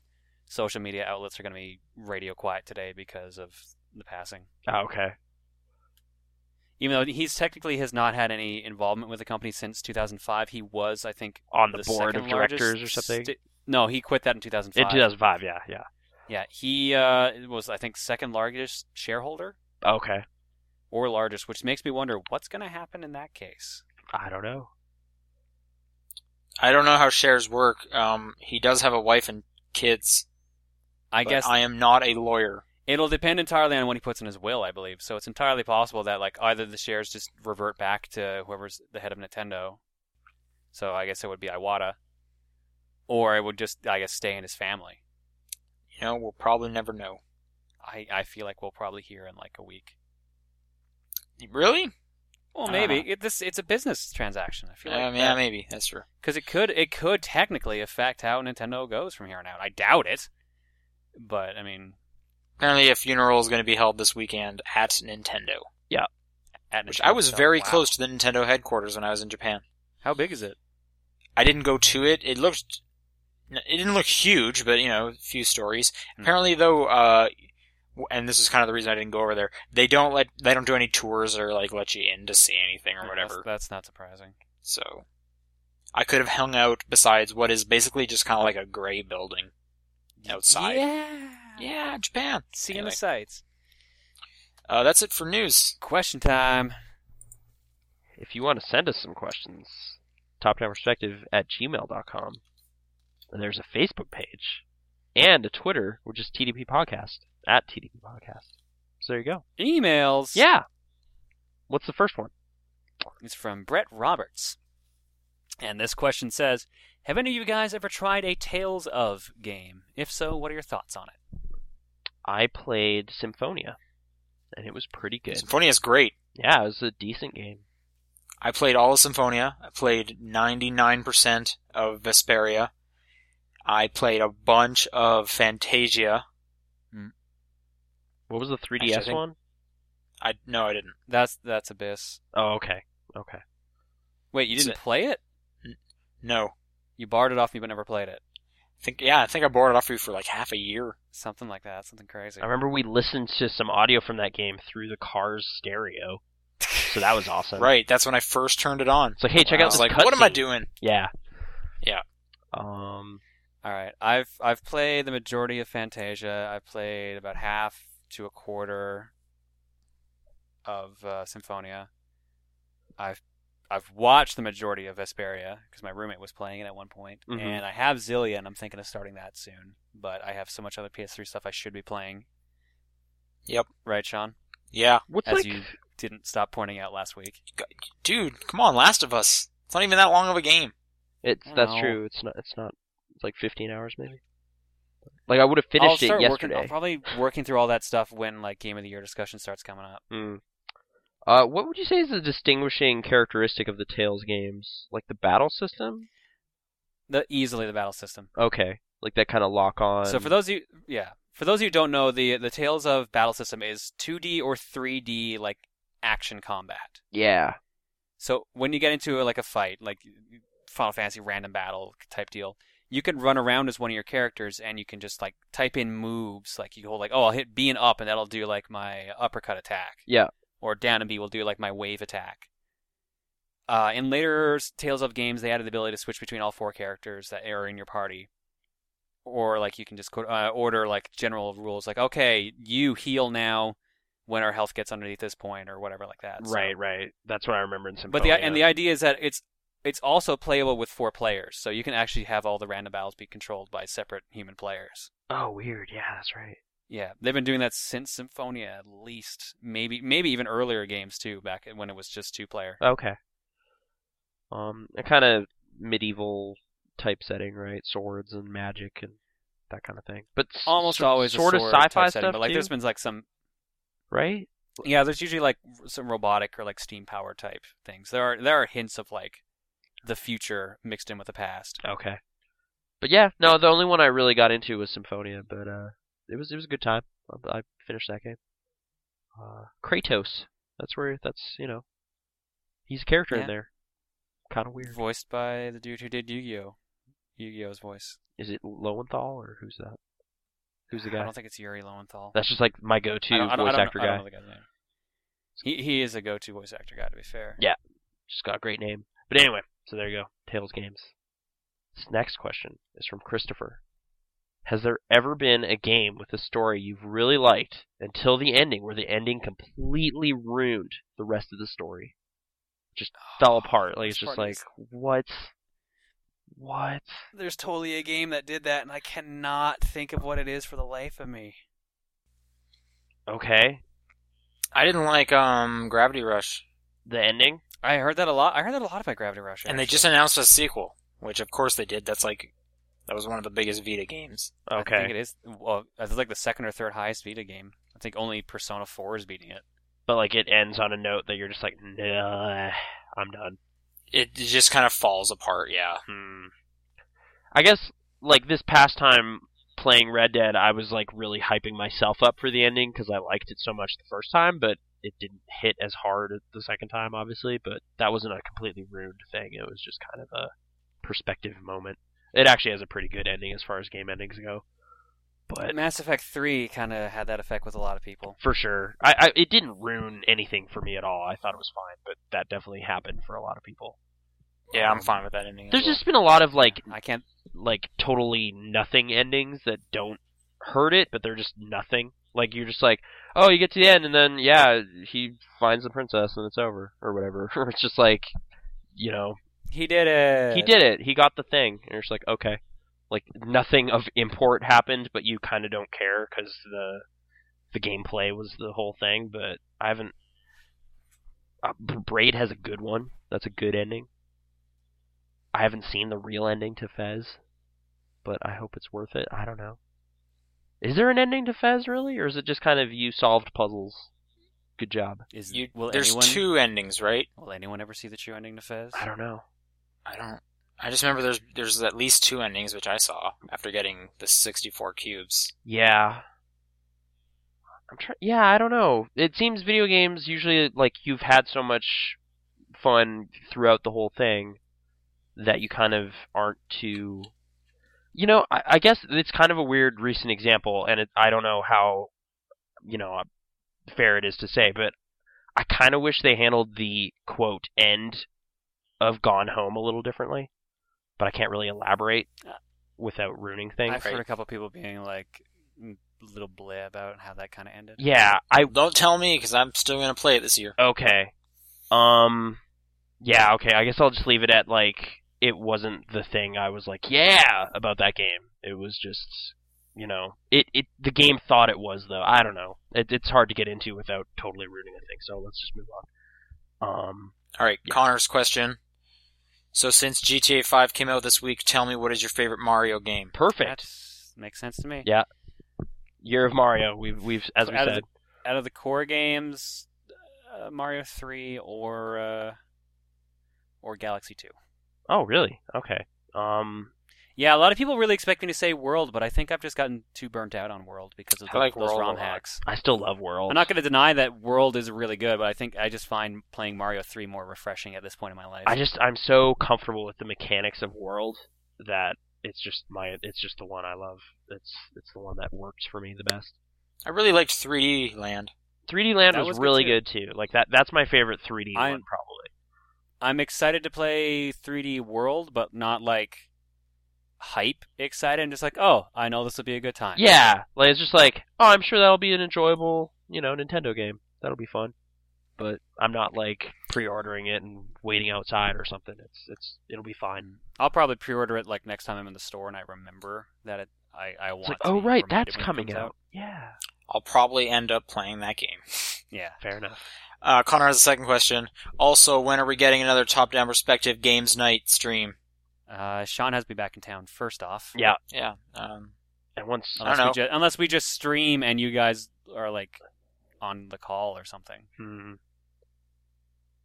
S2: social media outlets are going to be radio quiet today because of the passing.
S3: Oh, okay.
S2: Even though he's technically has not had any involvement with the company since 2005, he was I think
S3: On the, board
S2: second
S3: of directors
S2: largest
S3: or something.
S2: sti- no, he quit that in 2005.
S3: in 2005, yeah, yeah.
S2: Yeah, he uh, was I think second largest shareholder
S3: Okay.
S2: or largest, which makes me wonder what's going to happen in that case.
S3: I don't know.
S4: I don't know how shares work. Um, he does have a wife and kids.
S2: I
S4: but
S2: guess
S4: I am not a lawyer.
S2: it'll depend entirely on what he puts in his will, I believe. So it's entirely possible that like either the shares just revert back to whoever's the head of Nintendo. So I guess it would be Iwata, or it would just I guess stay in his family.
S4: You know, we'll probably never know.
S2: I I feel like we'll probably hear in like a week.
S4: Really?
S2: Well,
S4: Uh.
S2: maybe it, this it's a business transaction. I feel like
S4: Um, yeah, maybe that's true.
S2: because it could it could technically affect how Nintendo goes from here on out. I doubt it, but I mean
S4: Apparently, a funeral is going to be held this weekend at Nintendo,
S2: at
S4: which
S2: Nintendo
S4: I was
S2: itself,
S4: very
S2: wow.
S4: close to the Nintendo headquarters when I was in Japan.
S2: How big is it?
S4: I didn't go to it. It looked, it didn't look huge, but you know, a few stories.
S2: Hmm.
S4: Apparently, though, uh, w- and this is kind of the reason I didn't go over there. They don't let, they don't do any tours or like let you in to see anything or
S2: Yeah,
S4: whatever.
S2: That's, that's not surprising.
S4: So, I could have hung out besides what is basically just kind of like a gray building outside.
S2: Yeah.
S4: Yeah, Japan.
S2: Seeing
S4: Anyway.
S2: the sights.
S4: Uh, that's it for news.
S2: Question time.
S3: If you want to send us some questions, topdown perspective at gmail.com. And there's a Facebook page and a Twitter, which is TDP Podcast, at TDP Podcast. So there you go.
S2: Emails.
S3: Yeah. What's the first one?
S2: It's from Brett Roberts. And this question says Have any of you guys ever tried a Tales of game? If so, what are your thoughts on it?
S3: I played Symphonia, and it was pretty good.
S4: Symphonia is great.
S3: Yeah, it was a decent game.
S4: I played all of Symphonia. I played 99% of Vesperia. I played a bunch of Fantasia.
S3: What was the 3DS
S4: Actually, I think-
S3: one?
S4: I no, I didn't.
S2: That's that's Abyss.
S3: Oh, okay. Okay.
S2: Wait, you
S4: Is
S2: didn't play it?
S4: No,
S2: You borrowed it off me but never played it.
S4: I think yeah, I think I borrowed it off you for like half a year.
S2: Something like that. Something crazy.
S3: I remember we listened to some audio from that game through the car's stereo, so that was awesome.
S4: [laughs] Right, that's when I first turned it on.
S3: It's like, hey, check
S4: I
S3: out
S4: was
S3: this
S4: like, what am I
S3: cutscene."
S4: doing?
S3: Yeah.
S4: Yeah.
S3: Um.
S2: All right, I've I've played the majority of Fantasia. I've played about half to a quarter of uh, Symphonia. I've I've watched the majority of Vesperia because my roommate was playing it at one point,
S3: Mhm.
S2: and I have Zillia, and I'm thinking of starting that soon. But I have so much other PS3 stuff I should be playing.
S4: Yep.
S2: Right, Sean.
S4: Yeah,
S3: What's
S2: As
S3: like
S2: you didn't stop pointing out last week.
S4: Dude, come on, Last of Us. It's not even that long of a game.
S3: It's
S2: I
S3: that's
S2: know.
S3: true. It's not. It's not. It's like 15 hours maybe. Like I would have finished
S2: I'll
S3: it
S2: start Working,
S3: yesterday.
S2: I'm probably working through all that stuff when like game of the year discussion starts coming up.
S3: Mm. Uh, what would you say is the distinguishing characteristic of the Tales games? Like the battle system?
S2: The easily the battle system.
S3: Okay, like that kind of lock on.
S2: So for those of you, yeah, for those of you who don't know, the the Tales of Battle System is 2D or 3D like action combat.
S3: yeah,
S2: So when you get into like a fight, like Final Fantasy random battle type deal, you can run around as one of your characters and you can just like type in moves. Like you hold like, oh, I'll hit B and up, and that'll do like my uppercut attack.
S3: Yeah.
S2: Or down and B will do like my wave attack. Uh, in later Tales of games, they added the ability to switch between all four characters that are in your party. Or like you can just go, uh, order like general rules, like okay, you heal now when our health gets underneath this point or whatever like that. So-
S5: Right, right. That's what I remember in
S2: but
S3: Oh,
S5: Symphonia.
S2: the and the idea is that it's it's also playable with four players, so you can actually have all the random battles be controlled by separate human players.
S3: Oh, weird. Yeah, that's right.
S2: Yeah, they've been doing that since Symphonia, at least maybe maybe even earlier games too, back when it was just two player.
S3: Okay. Um, a kind of medieval type setting, right? Swords and magic and that kind of thing. But s-
S2: Almost
S3: sor-
S2: always
S3: sort
S2: a
S3: of
S2: sword
S3: sci-fi
S2: type
S3: stuff
S2: setting, but like
S3: too,
S2: there's been like some
S3: right?
S2: yeah, there's usually like some robotic or like steam power type things. There are there are hints of like the future mixed in with the past.
S3: Okay. But yeah, no, the only one I really got into was Symphonia, but uh, it was it was a good time. I, I finished that game. Uh, Kratos. That's where that's you know, he's a character
S2: Yeah.
S3: in there. Kind of weird.
S2: Voiced by the dude who did Yu-Gi-Oh. Yu-Gi-Oh's voice.
S3: Is it Lowenthal or who's that? Who's the
S2: I
S3: guy?
S2: don't think it's Yuri Lowenthal.
S3: That's just like my go-to
S2: I don't- I don't- I
S3: voice
S2: don't know-
S3: actor
S2: I don't
S3: guy.
S2: know the guy's name. He he is a go-to voice actor guy. To be fair,
S3: Yeah. Just got a great name. But anyway, so there you go. Tails Games. This next question is from Christopher. Has there ever been a game with a story you've really liked until the ending where the ending completely ruined the rest of the story? Just fell apart. Like it's
S2: Oh,
S3: just
S2: This part
S3: like
S2: is-
S3: what what?
S2: there's totally a game that did that, and I cannot think of what it is for the life of me.
S3: Okay.
S4: I didn't like um Gravity Rush,
S3: The ending?
S2: I heard that a lot. I heard that a lot about Gravity Rush.
S4: and they
S2: actually.
S4: just announced a sequel, which of course they did. That's like that was one of the biggest Vita games.
S2: I think
S3: Okay.
S2: it is. Well, it's like the second or third highest Vita game. I think only Persona Four is beating it.
S3: But like it ends on a note that you're just like, nah, I'm done.
S4: It just kind of falls apart. Yeah,
S3: Hmm. I guess like this past time playing Red Dead, I was like really hyping myself up for the ending because I liked it so much the first time, but it didn't hit as hard the second time, obviously. But that wasn't a completely ruined thing. It was just kind of a perspective moment. It actually has a pretty good ending as far as game endings go. But
S2: Mass Effect Three kind of had that effect with a lot of people.
S3: for sure, I, I it didn't ruin anything for me at all. I thought it was fine, but that definitely happened for a lot of people.
S4: yeah, I'm
S3: Um,
S4: fine with that ending. as
S3: There's
S4: well.
S3: just been a lot of like
S2: I can't.
S3: like totally nothing endings that don't hurt it, but they're just nothing. Like you're just like, oh, you get to the end, and then yeah, he finds the princess, and it's over or whatever. [laughs] Or it's just like, you know,
S2: He did it.
S3: he did it, he got the thing, and you're just like, okay, like nothing of import happened, but you kind of don't care because the the gameplay was the whole thing. But I haven't. Uh, B- Braid has a good one. That's a good ending. I haven't seen the real ending to Fez, but I hope it's worth it. I don't know. Is there an ending to Fez really, or is it just kind of you solved puzzles? Good job.
S2: Is
S4: You-
S2: will
S4: there's
S2: anyone
S4: two endings, right?
S2: will anyone ever see the true ending to Fez?
S3: I don't know.
S4: I don't. I just remember there's there's at least two endings which I saw after getting the 64 cubes.
S3: Yeah. I'm trying. Yeah, I don't know. It seems video games usually like you've had so much fun throughout the whole thing that you kind of aren't too. You know, I, I guess it's kind of a weird recent example, and it, I don't know how, you know, uh, fair it is to say, but I kind of wish they handled the quote end of Gone Home a little differently, but I can't really elaborate without ruining things.
S2: Uh, I've heard a couple people being like mm, little bleh about how that kind of ended.
S3: Yeah, I
S4: Don't tell me because I'm still gonna play it this year.
S3: Okay. Um yeah, okay. I guess I'll just leave it at like it wasn't the thing I was like, yeah, about that game. It was just you know, it, it the game thought it was though. I don't know. It, it's hard to get into without totally ruining a thing. So let's just move on. Um,
S4: All right,
S3: Yeah.
S4: Connor's question. So since GTA 5 came out this week, tell me what is your favorite Mario game?
S3: perfect.
S2: That makes sense to me.
S3: Yeah. Year of Mario. We've we've as we
S2: Out of
S3: said.
S2: Out of the core games, uh, Mario Three or uh, or Galaxy Two.
S3: Oh really? Okay. Um,
S2: Yeah, a lot of people really expect me to say World, but I think I've just gotten too burnt out on World because of
S4: I
S2: the,
S4: like
S2: those
S4: World a
S2: ROM
S4: lot.
S2: hacks.
S3: I still love World.
S2: I'm not going to deny that World is really good, but I think I just find playing Mario Three more refreshing at this point in my life.
S3: I just I'm so comfortable with the mechanics of World that it's just my it's just the one I love. It's it's the one that works for me the best.
S4: I really liked 3D Land.
S3: 3D Land
S2: That
S3: was,
S2: was good,
S3: really
S2: too.
S3: good too. Like that that's my favorite 3D
S2: I-
S3: one probably.
S2: I'm excited to play 3D World, but not like hype excited. I'm just like, oh, I know this will be a good time.
S3: Yeah, like it's just like oh I'm sure that'll be an enjoyable you know Nintendo game. That'll be fun. But I'm not like pre-ordering it and waiting outside or something. It's it's it'll be fine.
S2: I'll probably pre-order it like next time I'm in the store and I remember that it, I I want.
S3: It's like
S2: to
S3: oh
S2: be
S3: right
S2: reminded
S3: that's
S2: when it
S3: coming
S2: comes
S3: out. Yeah,
S4: I'll probably end up playing that game.
S2: Yeah,
S3: fair enough.
S4: Uh, Connor has a second question. Also, when are we getting another top-down perspective games night stream?
S2: uh, Sean has me back in town. First off,
S3: Yeah,
S4: Yeah. Um,
S3: and once
S2: unless
S4: don't
S2: we just unless we just stream and you guys are like on the call or something.
S3: hmm,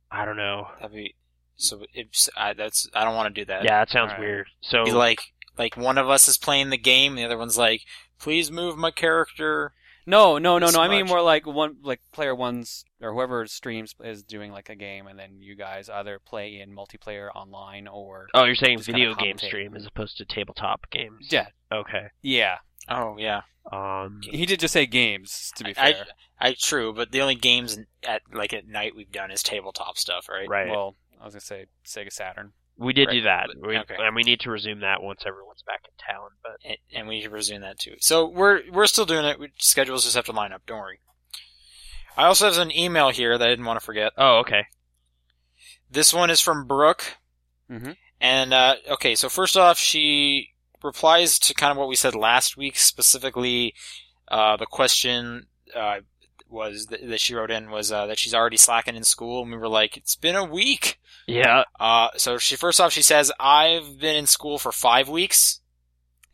S3: I don't know.
S4: that'd be so. It's, I, that's I don't want to do that.
S3: Yeah, that sounds
S2: Alright.
S3: weird. So
S4: Be like like one of us is playing the game, the other one's like, please move my character.
S2: No, no, no,
S4: This
S2: no. I mean
S4: much.
S2: more like one like player one's or whoever streams is doing like a game and then you guys either play in multiplayer online or
S3: oh, you're saying
S2: just kinda
S3: video game
S2: commentate.
S3: stream as opposed to tabletop games.
S2: yeah,
S3: Okay.
S2: yeah.
S4: Oh yeah,
S3: Um.
S2: He did just say games to be
S4: I-
S2: fair.
S4: I true, but the only games at like at night we've done is tabletop stuff, right?
S3: Right.
S2: Well, I was gonna say Sega Saturn.
S3: we did
S4: right,
S3: do that.
S4: but-
S3: We,
S4: okay.
S3: And we need to resume that once everyone's back in town. But
S4: And, and we should resume that too. So we're we're still doing it. We- Schedules just have to line up. Don't worry. I also have an email here that I didn't want to forget.
S3: oh, okay.
S4: This one is from Brooke.
S2: Mhm.
S4: And, uh, okay, so first off, she replies to kind of what we said last week, specifically uh, the question uh, was that, that she wrote in was uh, that she's already slacking in school, and we were like, it's been a week.
S3: Yeah.
S4: Uh, so she first off, she says, I've been in school for five weeks.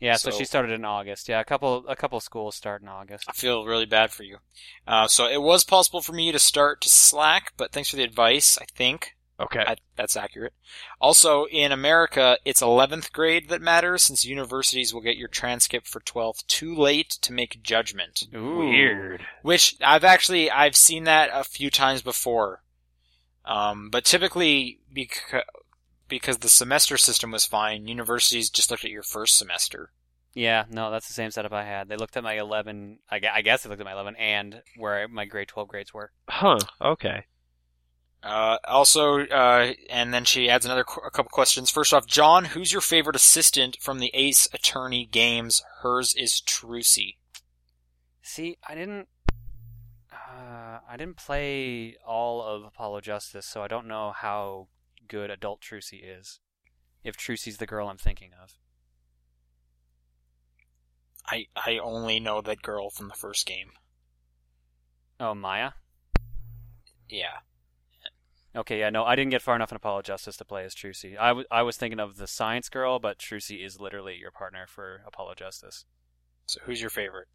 S2: Yeah, so,
S4: So-
S2: she started in August. Yeah, a couple a couple schools start in August.
S4: I feel really bad for you. Uh, so it was possible for me to start to slack, but thanks for the advice, I think. [laughs]
S3: Okay.
S4: I, that's accurate. Also, in America, it's 11th grade that matters since universities will get your transcript for 12th too late to make judgment.
S2: Ooh.
S3: Weird.
S4: Which I've actually I've seen that a few times before. Um, but typically because because the semester system was fine, universities just looked at your first semester.
S2: Yeah, no, that's the same setup I had. They looked at my 11, I gue- I guess they looked at my 11 and where my grade 12 grades were.
S3: Huh. Okay.
S4: Uh, also, uh, and then she adds another qu- a couple questions. First off, John, who's your favorite assistant from the Ace Attorney games? Hers is Trucy.
S2: See, I didn't uh, I didn't play all of Apollo Justice, so I don't know how good adult Trucy is. If Trucy's the girl I'm thinking of.
S4: I I only know that girl from the first game.
S2: Oh, Maya?
S4: Yeah.
S2: Okay, yeah, no, I didn't get far enough in Apollo Justice to play as Trucy. I wa- I was thinking of the science girl, but Trucy is literally your partner for Apollo Justice.
S4: So who's your favorite?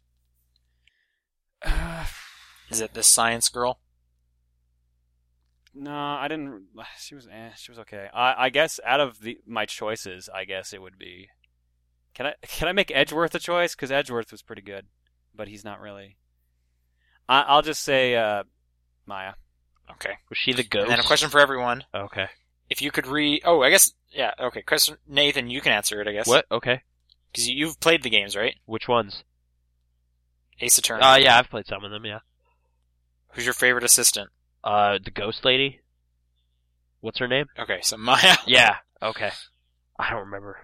S4: Is it this science girl?
S2: [sighs] No, I didn't. She was eh, she was okay. I I guess out of the my choices, I guess it would be. Can I can I make Edgeworth a choice? Because Edgeworth was pretty good, but he's not really. I I'll just say uh, Maya.
S4: Okay.
S3: Was she the ghost?
S4: And then a question for everyone:
S3: Okay.
S4: If you could re oh, I guess yeah. Okay, question Nathan, you can answer it. I guess
S3: What? Okay.
S4: because you've played the games, right?
S3: Which ones?
S4: Ace Attorney.
S3: Uh, yeah, I've played some of them. Yeah.
S4: Who's your favorite assistant?
S3: Uh, the ghost lady. What's her name?
S4: Okay, so [laughs] Maya.
S3: Yeah. Okay. I don't remember.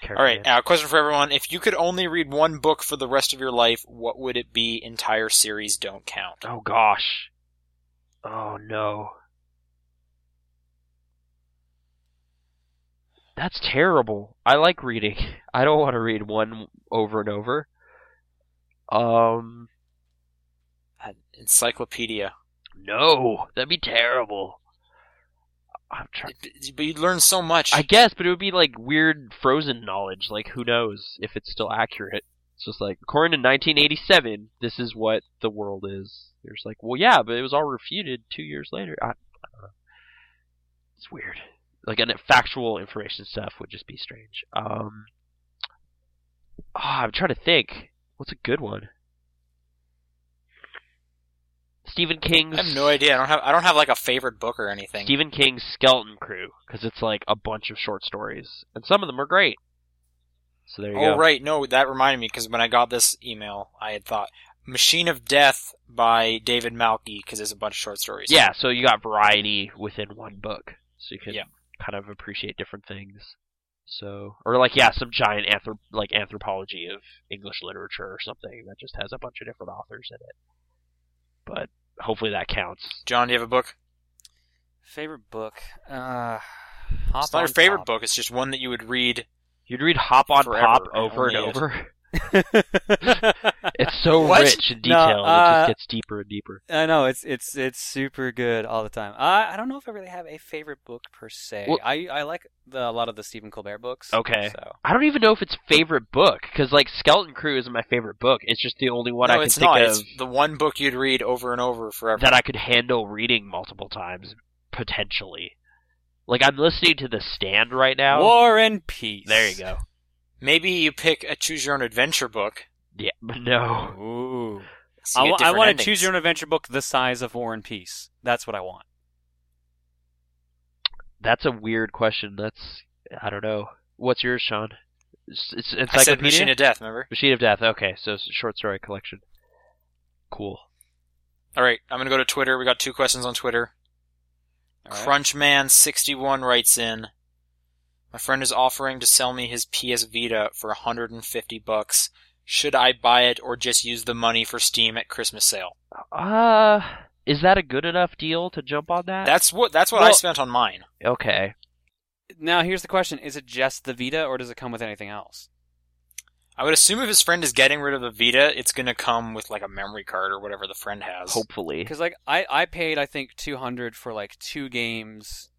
S3: Character
S4: All right.
S3: name.
S4: Uh, question for everyone: If you could only read one book for the rest of your life, what would it be? Entire series don't count.
S3: Oh gosh. Oh no. [laughs] That's terrible. I like reading. I don't want to read one over and over. Um,
S4: An encyclopedia.
S3: no, that'd be terrible. I'm trying.
S4: But you'd learn so much.
S3: I guess, but it would be like weird frozen knowledge. Like who knows if it's still accurate? It's just like according to 1987, this is what the world is. You're just like, well, yeah, but it was all refuted two years later. I, I don't know. It's weird. Like and factual information stuff would just be strange. Um, ah, I'm trying to think. What's a good one? Stephen King's.
S4: I have no idea. I don't have. I don't have like a favorite book or anything.
S3: Stephen King's Skeleton Crew because it's like a bunch of short stories, and some of them are great. So there you
S4: oh
S3: go.
S4: right, no, that reminded me because when I got this email, I had thought "Machine of Death" by David Malky because there's a bunch of short stories.
S3: Yeah, so you got variety within one book, so you can
S4: Yeah.
S3: kind of appreciate different things. So, or like yeah, some giant anthrop- like anthropology of English literature or something that just has a bunch of different authors in it. But hopefully that counts.
S4: John, do you have a book?
S2: Favorite book? Uh,
S4: it's not your favorite book. It's just one that you would read.
S3: You'd read Hop on
S4: Forever,
S3: Pop
S4: and
S3: over and
S4: only it.
S3: over. [laughs]
S2: book.
S3: It's so
S2: What?
S3: rich and
S2: No,
S3: detailed. it
S2: uh,
S3: just gets deeper and deeper.
S2: [laughs] I know it's it's it's super good all the time. I I don't know if I really have a favorite book per se.
S3: Well-
S2: I I like the, a lot of the Stephen Colbert books.
S3: Okay.
S2: So
S3: I don't even know if it's favorite book because like Skeleton Crew isn't my favorite book. It's just the only one
S4: no,
S3: I can
S4: it's
S3: think
S4: not.
S3: of
S4: It's the one book you'd read over and over forever.
S3: that I could handle reading multiple times potentially. Like I'm listening to The Stand right now.
S2: War and Peace.
S3: There you go.
S4: Maybe you pick a choose your own adventure book.
S3: Yeah, but no.
S2: Ooh.
S4: so
S2: I
S4: you get different
S2: want to
S4: endings.
S2: choose your own adventure book the size of War and Peace. That's what I want.
S3: That's a weird question. That's I don't know. What's yours, Sean? It's, it's
S4: I said
S3: encyclopedia.
S4: Machine of Death. Remember?
S3: Machine of Death. Okay, so it's a short story collection. Cool.
S4: All right, I'm gonna go to Twitter. We got two questions on Twitter.
S2: All right.
S4: Crunchman61 writes in, "My friend is offering to sell me his PS Vita for 150 bucks. Should I buy it or just use the money for Steam at Christmas sale?"
S3: Uh, is that a good enough deal to jump on that?
S4: That's what that's what
S2: Uh,
S4: I
S2: Well-
S4: spent on mine.
S3: okay.
S2: Now here's the question: Is it just the Vita, or does it come with anything else?
S4: I would assume if his friend is getting rid of the Vita, it's gonna come with like a memory card or whatever the friend has.
S3: Hopefully.
S2: Because like I I paid I think two hundred for like two games,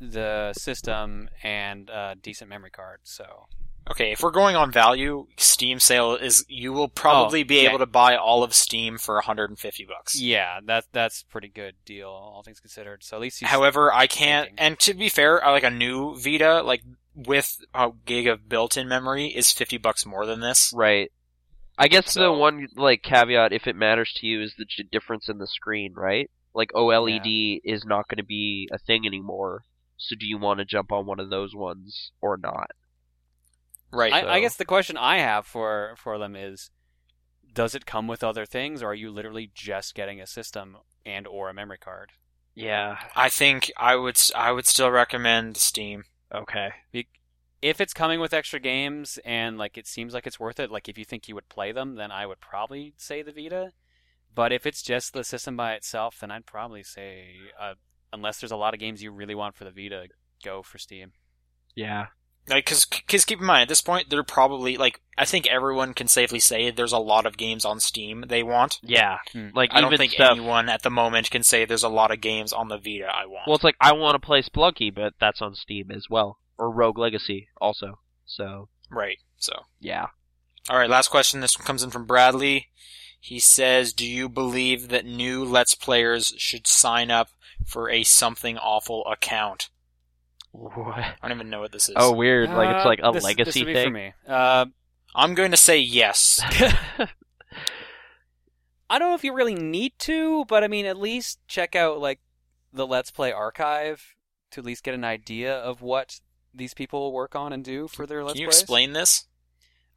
S2: the system and a decent memory card. So
S4: Okay, if we're going on value, Steam sale is you will probably be
S2: Oh, yeah.
S4: able to buy all of Steam for 150 bucks.
S2: yeah, that that's pretty good deal, all things considered. So at least he's
S4: However, I can't.
S2: thinking.
S4: And to be fair, I like a new Vita, like with a gig of built-in memory, is fifty bucks more than this.
S3: Right. I guess the
S4: So-
S3: one like caveat, if it matters to you, is the j- difference in the screen, right? Like OLED is not going to be a thing anymore. So do you want to jump on one of those ones or not?
S4: Right.
S2: I, I
S3: so-
S2: guess the question I have for for them is, does it come with other things, or are you literally just getting a system and or a memory card?
S3: Yeah.
S4: I think I would. s- I would still recommend Steam.
S3: Okay.
S2: Be- if it's coming with extra games and like it seems like it's worth it, like if you think you would play them, then I would probably say the Vita. But if it's just the system by itself, then I'd probably say uh, unless there's a lot of games you really want for the Vita, go for Steam.
S3: Yeah.
S4: Like, cause, 'cause keep in mind, at this point, they're probably like. I think everyone can safely say there's a lot of games on Steam they want.
S3: Yeah.
S2: Hmm.
S3: Like
S4: I
S3: even
S4: don't think
S3: stuff.
S4: anyone at the moment can say there's a lot of games on the Vita I want.
S3: Well, it's like I want to play Splunky, but that's on Steam as well, or Rogue Legacy also. So
S4: right. So.
S3: yeah.
S4: All right, last question. This one comes in from Bradley. He says, "Do you believe that new Let's Players should sign up for a something awful account?"
S3: What?
S4: I don't even know what this is.
S3: Oh, weird. like it's like
S2: Uh,
S3: a
S2: this-
S3: legacy
S2: this would be
S3: thing.
S2: for me. Uh,
S4: I'm going to
S2: [laughs]
S4: say yes.
S3: [laughs]
S2: I don't know if you really need to, but I mean, at least check out like the Let's Play archive to at least get an idea of what these people work on and do for their Let's
S4: Can you
S2: Plays.
S4: explain this?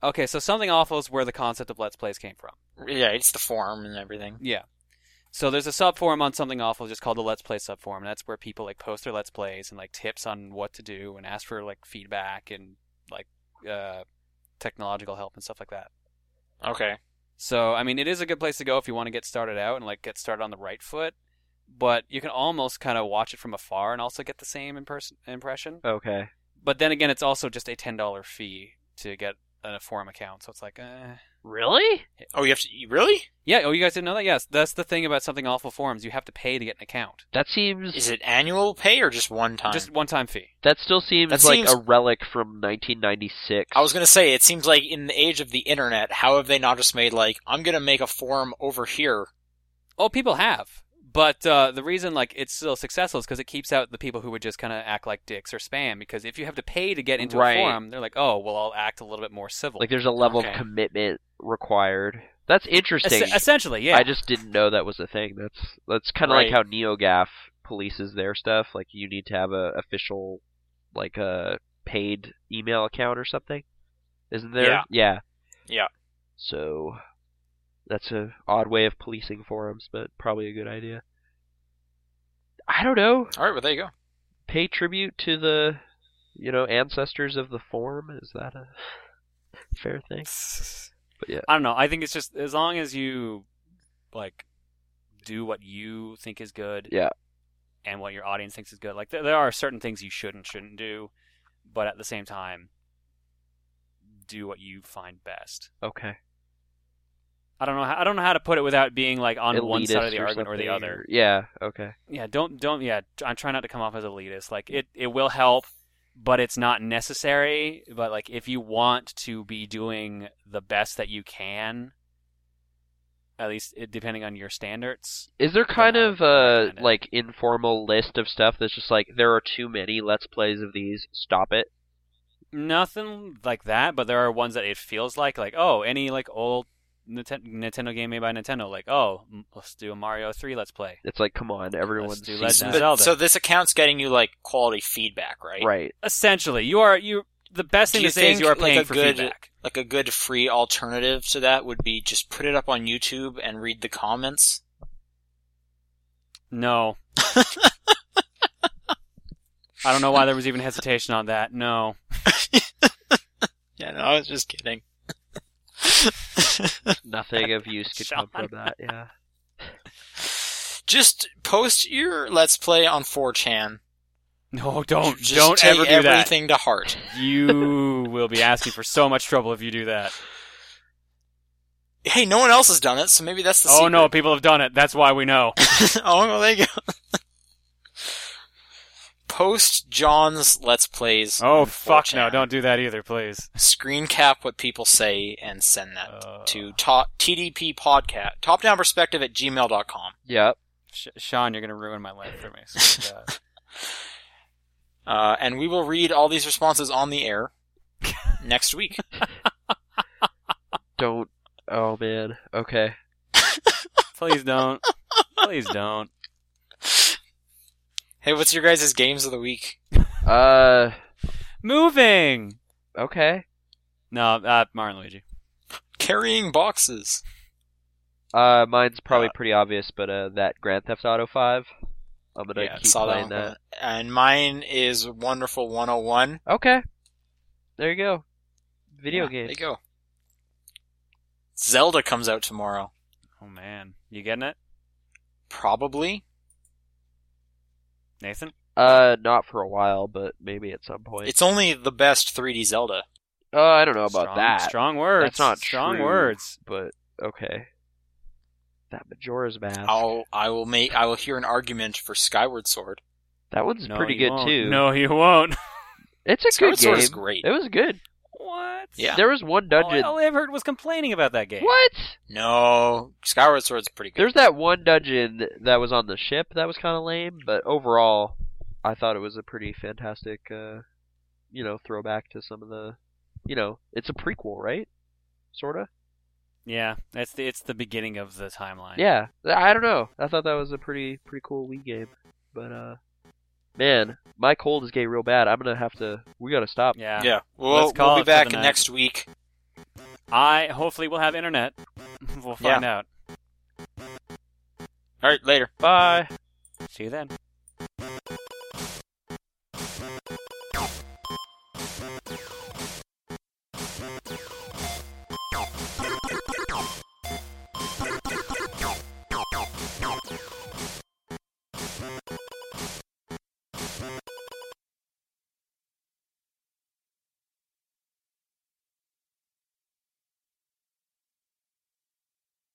S2: Okay, so something awful is where the concept of Let's Plays came from.
S4: Yeah, it's the form and everything.
S2: Yeah. So there's a subforum on something awful just called the Let's Play subforum. and That's where people like post their Let's Plays and like tips on what to do and ask for like feedback and like uh, technological help and stuff like that.
S4: Okay.
S2: So I mean, it is a good place to go if you want to get started out and like get started on the right foot. But you can almost kind of watch it from afar and also get the same imperson- impression.
S3: okay.
S2: But then again, it's also just a ten dollar fee to get a forum account. So it's like, eh.
S3: Really?
S4: Oh, you have to you- really?
S2: yeah. Oh, you guys didn't know that? Yes, that's the thing about something awful forums. You have to pay to get an account.
S3: That seems.
S4: Is it annual pay or just one time?
S2: Just one time fee.
S3: that still seems
S4: That
S3: like
S4: seems-
S3: a relic from 1996.
S4: I was gonna say it seems like in the age of the internet, how have they not just made like I'm gonna make a forum over here?
S2: Oh, people have. But uh, the reason like it's still successful is because it keeps out the people who would just kind of act like dicks or spam. Because if you have to pay to get into
S3: Right.
S2: a forum, they're like, oh, well, I'll act a little bit more civil.
S3: Like, there's a level
S4: Okay.
S3: of commitment required. That's interesting.
S2: Es- essentially, yeah.
S3: I
S2: [laughs]
S3: just didn't know that was a thing. That's that's kind of like
S4: Right.
S3: how NeoGaf polices their stuff. Like, you need to have a official, like a paid email account or something. Isn't there?
S4: Yeah.
S3: Yeah.
S4: Yeah.
S3: So, that's a odd way of policing forums, but probably a good idea. I don't know.
S4: All right, well there you go.
S3: pay tribute to the you know ancestors of the form is that a [laughs] fair thing But yeah.
S2: I don't know. I think it's just as long as you like do what you think is good.
S3: Yeah.
S2: And what your audience thinks is good. Like there, there are certain things you should and shouldn't do, but at the same time do what you find best.
S3: okay
S2: I don't know how, I don't know how to put it without being like on one side
S3: Elitist
S2: of the
S3: or
S2: argument or the
S3: something,
S2: other.
S3: or- yeah okay
S2: Yeah, don't don't yeah, I try not to come off as elitist. Like it it will help, but it's not necessary, but like if you want to be doing the best that you can, at least it, depending on your standards.
S3: is there kind
S2: Yeah,
S3: of
S2: I
S3: a
S2: recommend it.
S3: like informal list of stuff that's just like there are too many let's plays of these stop it
S2: Nothing like that, but there are ones that it feels like like oh, any like old Nintendo, Nintendo game made by Nintendo like oh, m- let's do a Mario 3 let's play.
S3: it's like come on everyone's
S2: do
S3: seen
S2: Legend of
S3: that.
S2: Zelda.
S4: So this account's getting you like quality feedback, right?
S3: right
S2: Essentially, you are you the best
S4: Do
S2: thing
S4: you
S2: to say is
S4: think,
S2: you are
S4: like,
S2: paying
S4: a
S2: for
S4: good-
S2: feedback.
S4: Like a good free alternative to that would be just put it up on YouTube and read the comments.
S2: No. I don't know why there was even hesitation on that. No.
S4: Yeah, no, I was just kidding.
S3: nothing of use could come from that yeah
S4: Just post your let's play on 4chan.
S2: No, don't.
S4: Just
S2: don't
S4: take
S2: ever do that.
S4: everything to heart.
S2: You will be asking for so much trouble if you do that.
S4: Hey, no one else has done it, so maybe that's the
S2: Oh no, people have done it. That's why we know.
S4: secret. [laughs] oh well, there you go. post John's let's plays.
S2: Oh
S4: on
S2: fuck no,
S4: 4chan.
S2: don't do that either, please.
S4: screen cap what people say and send that
S2: Uh.
S4: to top TDP podcast top down perspective at gmail.com.
S3: yep
S2: Sh- Sean, you're gonna ruin my life for me. So, uh,
S4: Uh, and we will read all these responses on the
S3: [laughs]
S4: air next week.
S3: don't oh man okay
S2: please don't. Please don't.
S4: Hey, what's your guys' games of the week?
S3: uh
S2: Moving.
S3: okay
S2: No, uh, Martin Luigi.
S4: Carrying boxes.
S3: Uh, mine's probably pretty obvious, but uh, that Grand Theft Auto Five. I'm gonna
S4: I
S3: keep playing that.
S4: And mine is Wonderful 101.
S3: Okay, there you go. Video
S4: Yeah, There
S3: games.
S4: you go. Zelda comes out tomorrow.
S2: Oh man, you getting it,
S4: Probably.
S2: Nathan?
S3: Uh, not for a while, but maybe at some point.
S4: It's only the best 3D Zelda.
S3: Uh, I don't know about
S2: strong,
S3: that,
S2: Strong words.
S3: That's not
S2: strong
S3: true.
S2: words.
S3: but okay. That Majora's Mask.
S4: I'll I will make I will hear an argument for Skyward Sword.
S3: That one's
S2: No,
S3: pretty
S2: you
S3: good
S2: won't.
S3: too.
S2: No, you won't. [laughs]
S3: it's a
S4: Skyward
S3: good
S4: Sword
S3: game.
S4: is great.
S3: It was good.
S2: What?
S4: Yeah.
S3: There was one
S2: All, Oh, I-
S3: dungeon.
S2: all I ever heard was complaining about that game.
S3: what?
S4: No, Skyward Sword's pretty good.
S3: There's that one dungeon that was on the ship that was kind of lame, but overall, I thought it was a pretty fantastic, uh, you know, throwback to some of the, you know, it's a prequel, right? Sorta.
S2: Yeah, it's the it's the beginning of the timeline.
S3: Yeah. I don't know. I thought that was a pretty pretty cool Wii game, but uh, man, my cold is getting real bad. I'm gonna have to. We gotta stop.
S2: Yeah.
S4: yeah. Well,
S2: Let's call
S4: we'll
S2: it
S4: be
S2: for
S4: back
S2: the night.
S4: next week.
S2: I hopefully we'll have internet. [laughs] We'll find out.
S4: All right, later.
S3: Bye.
S2: See you then.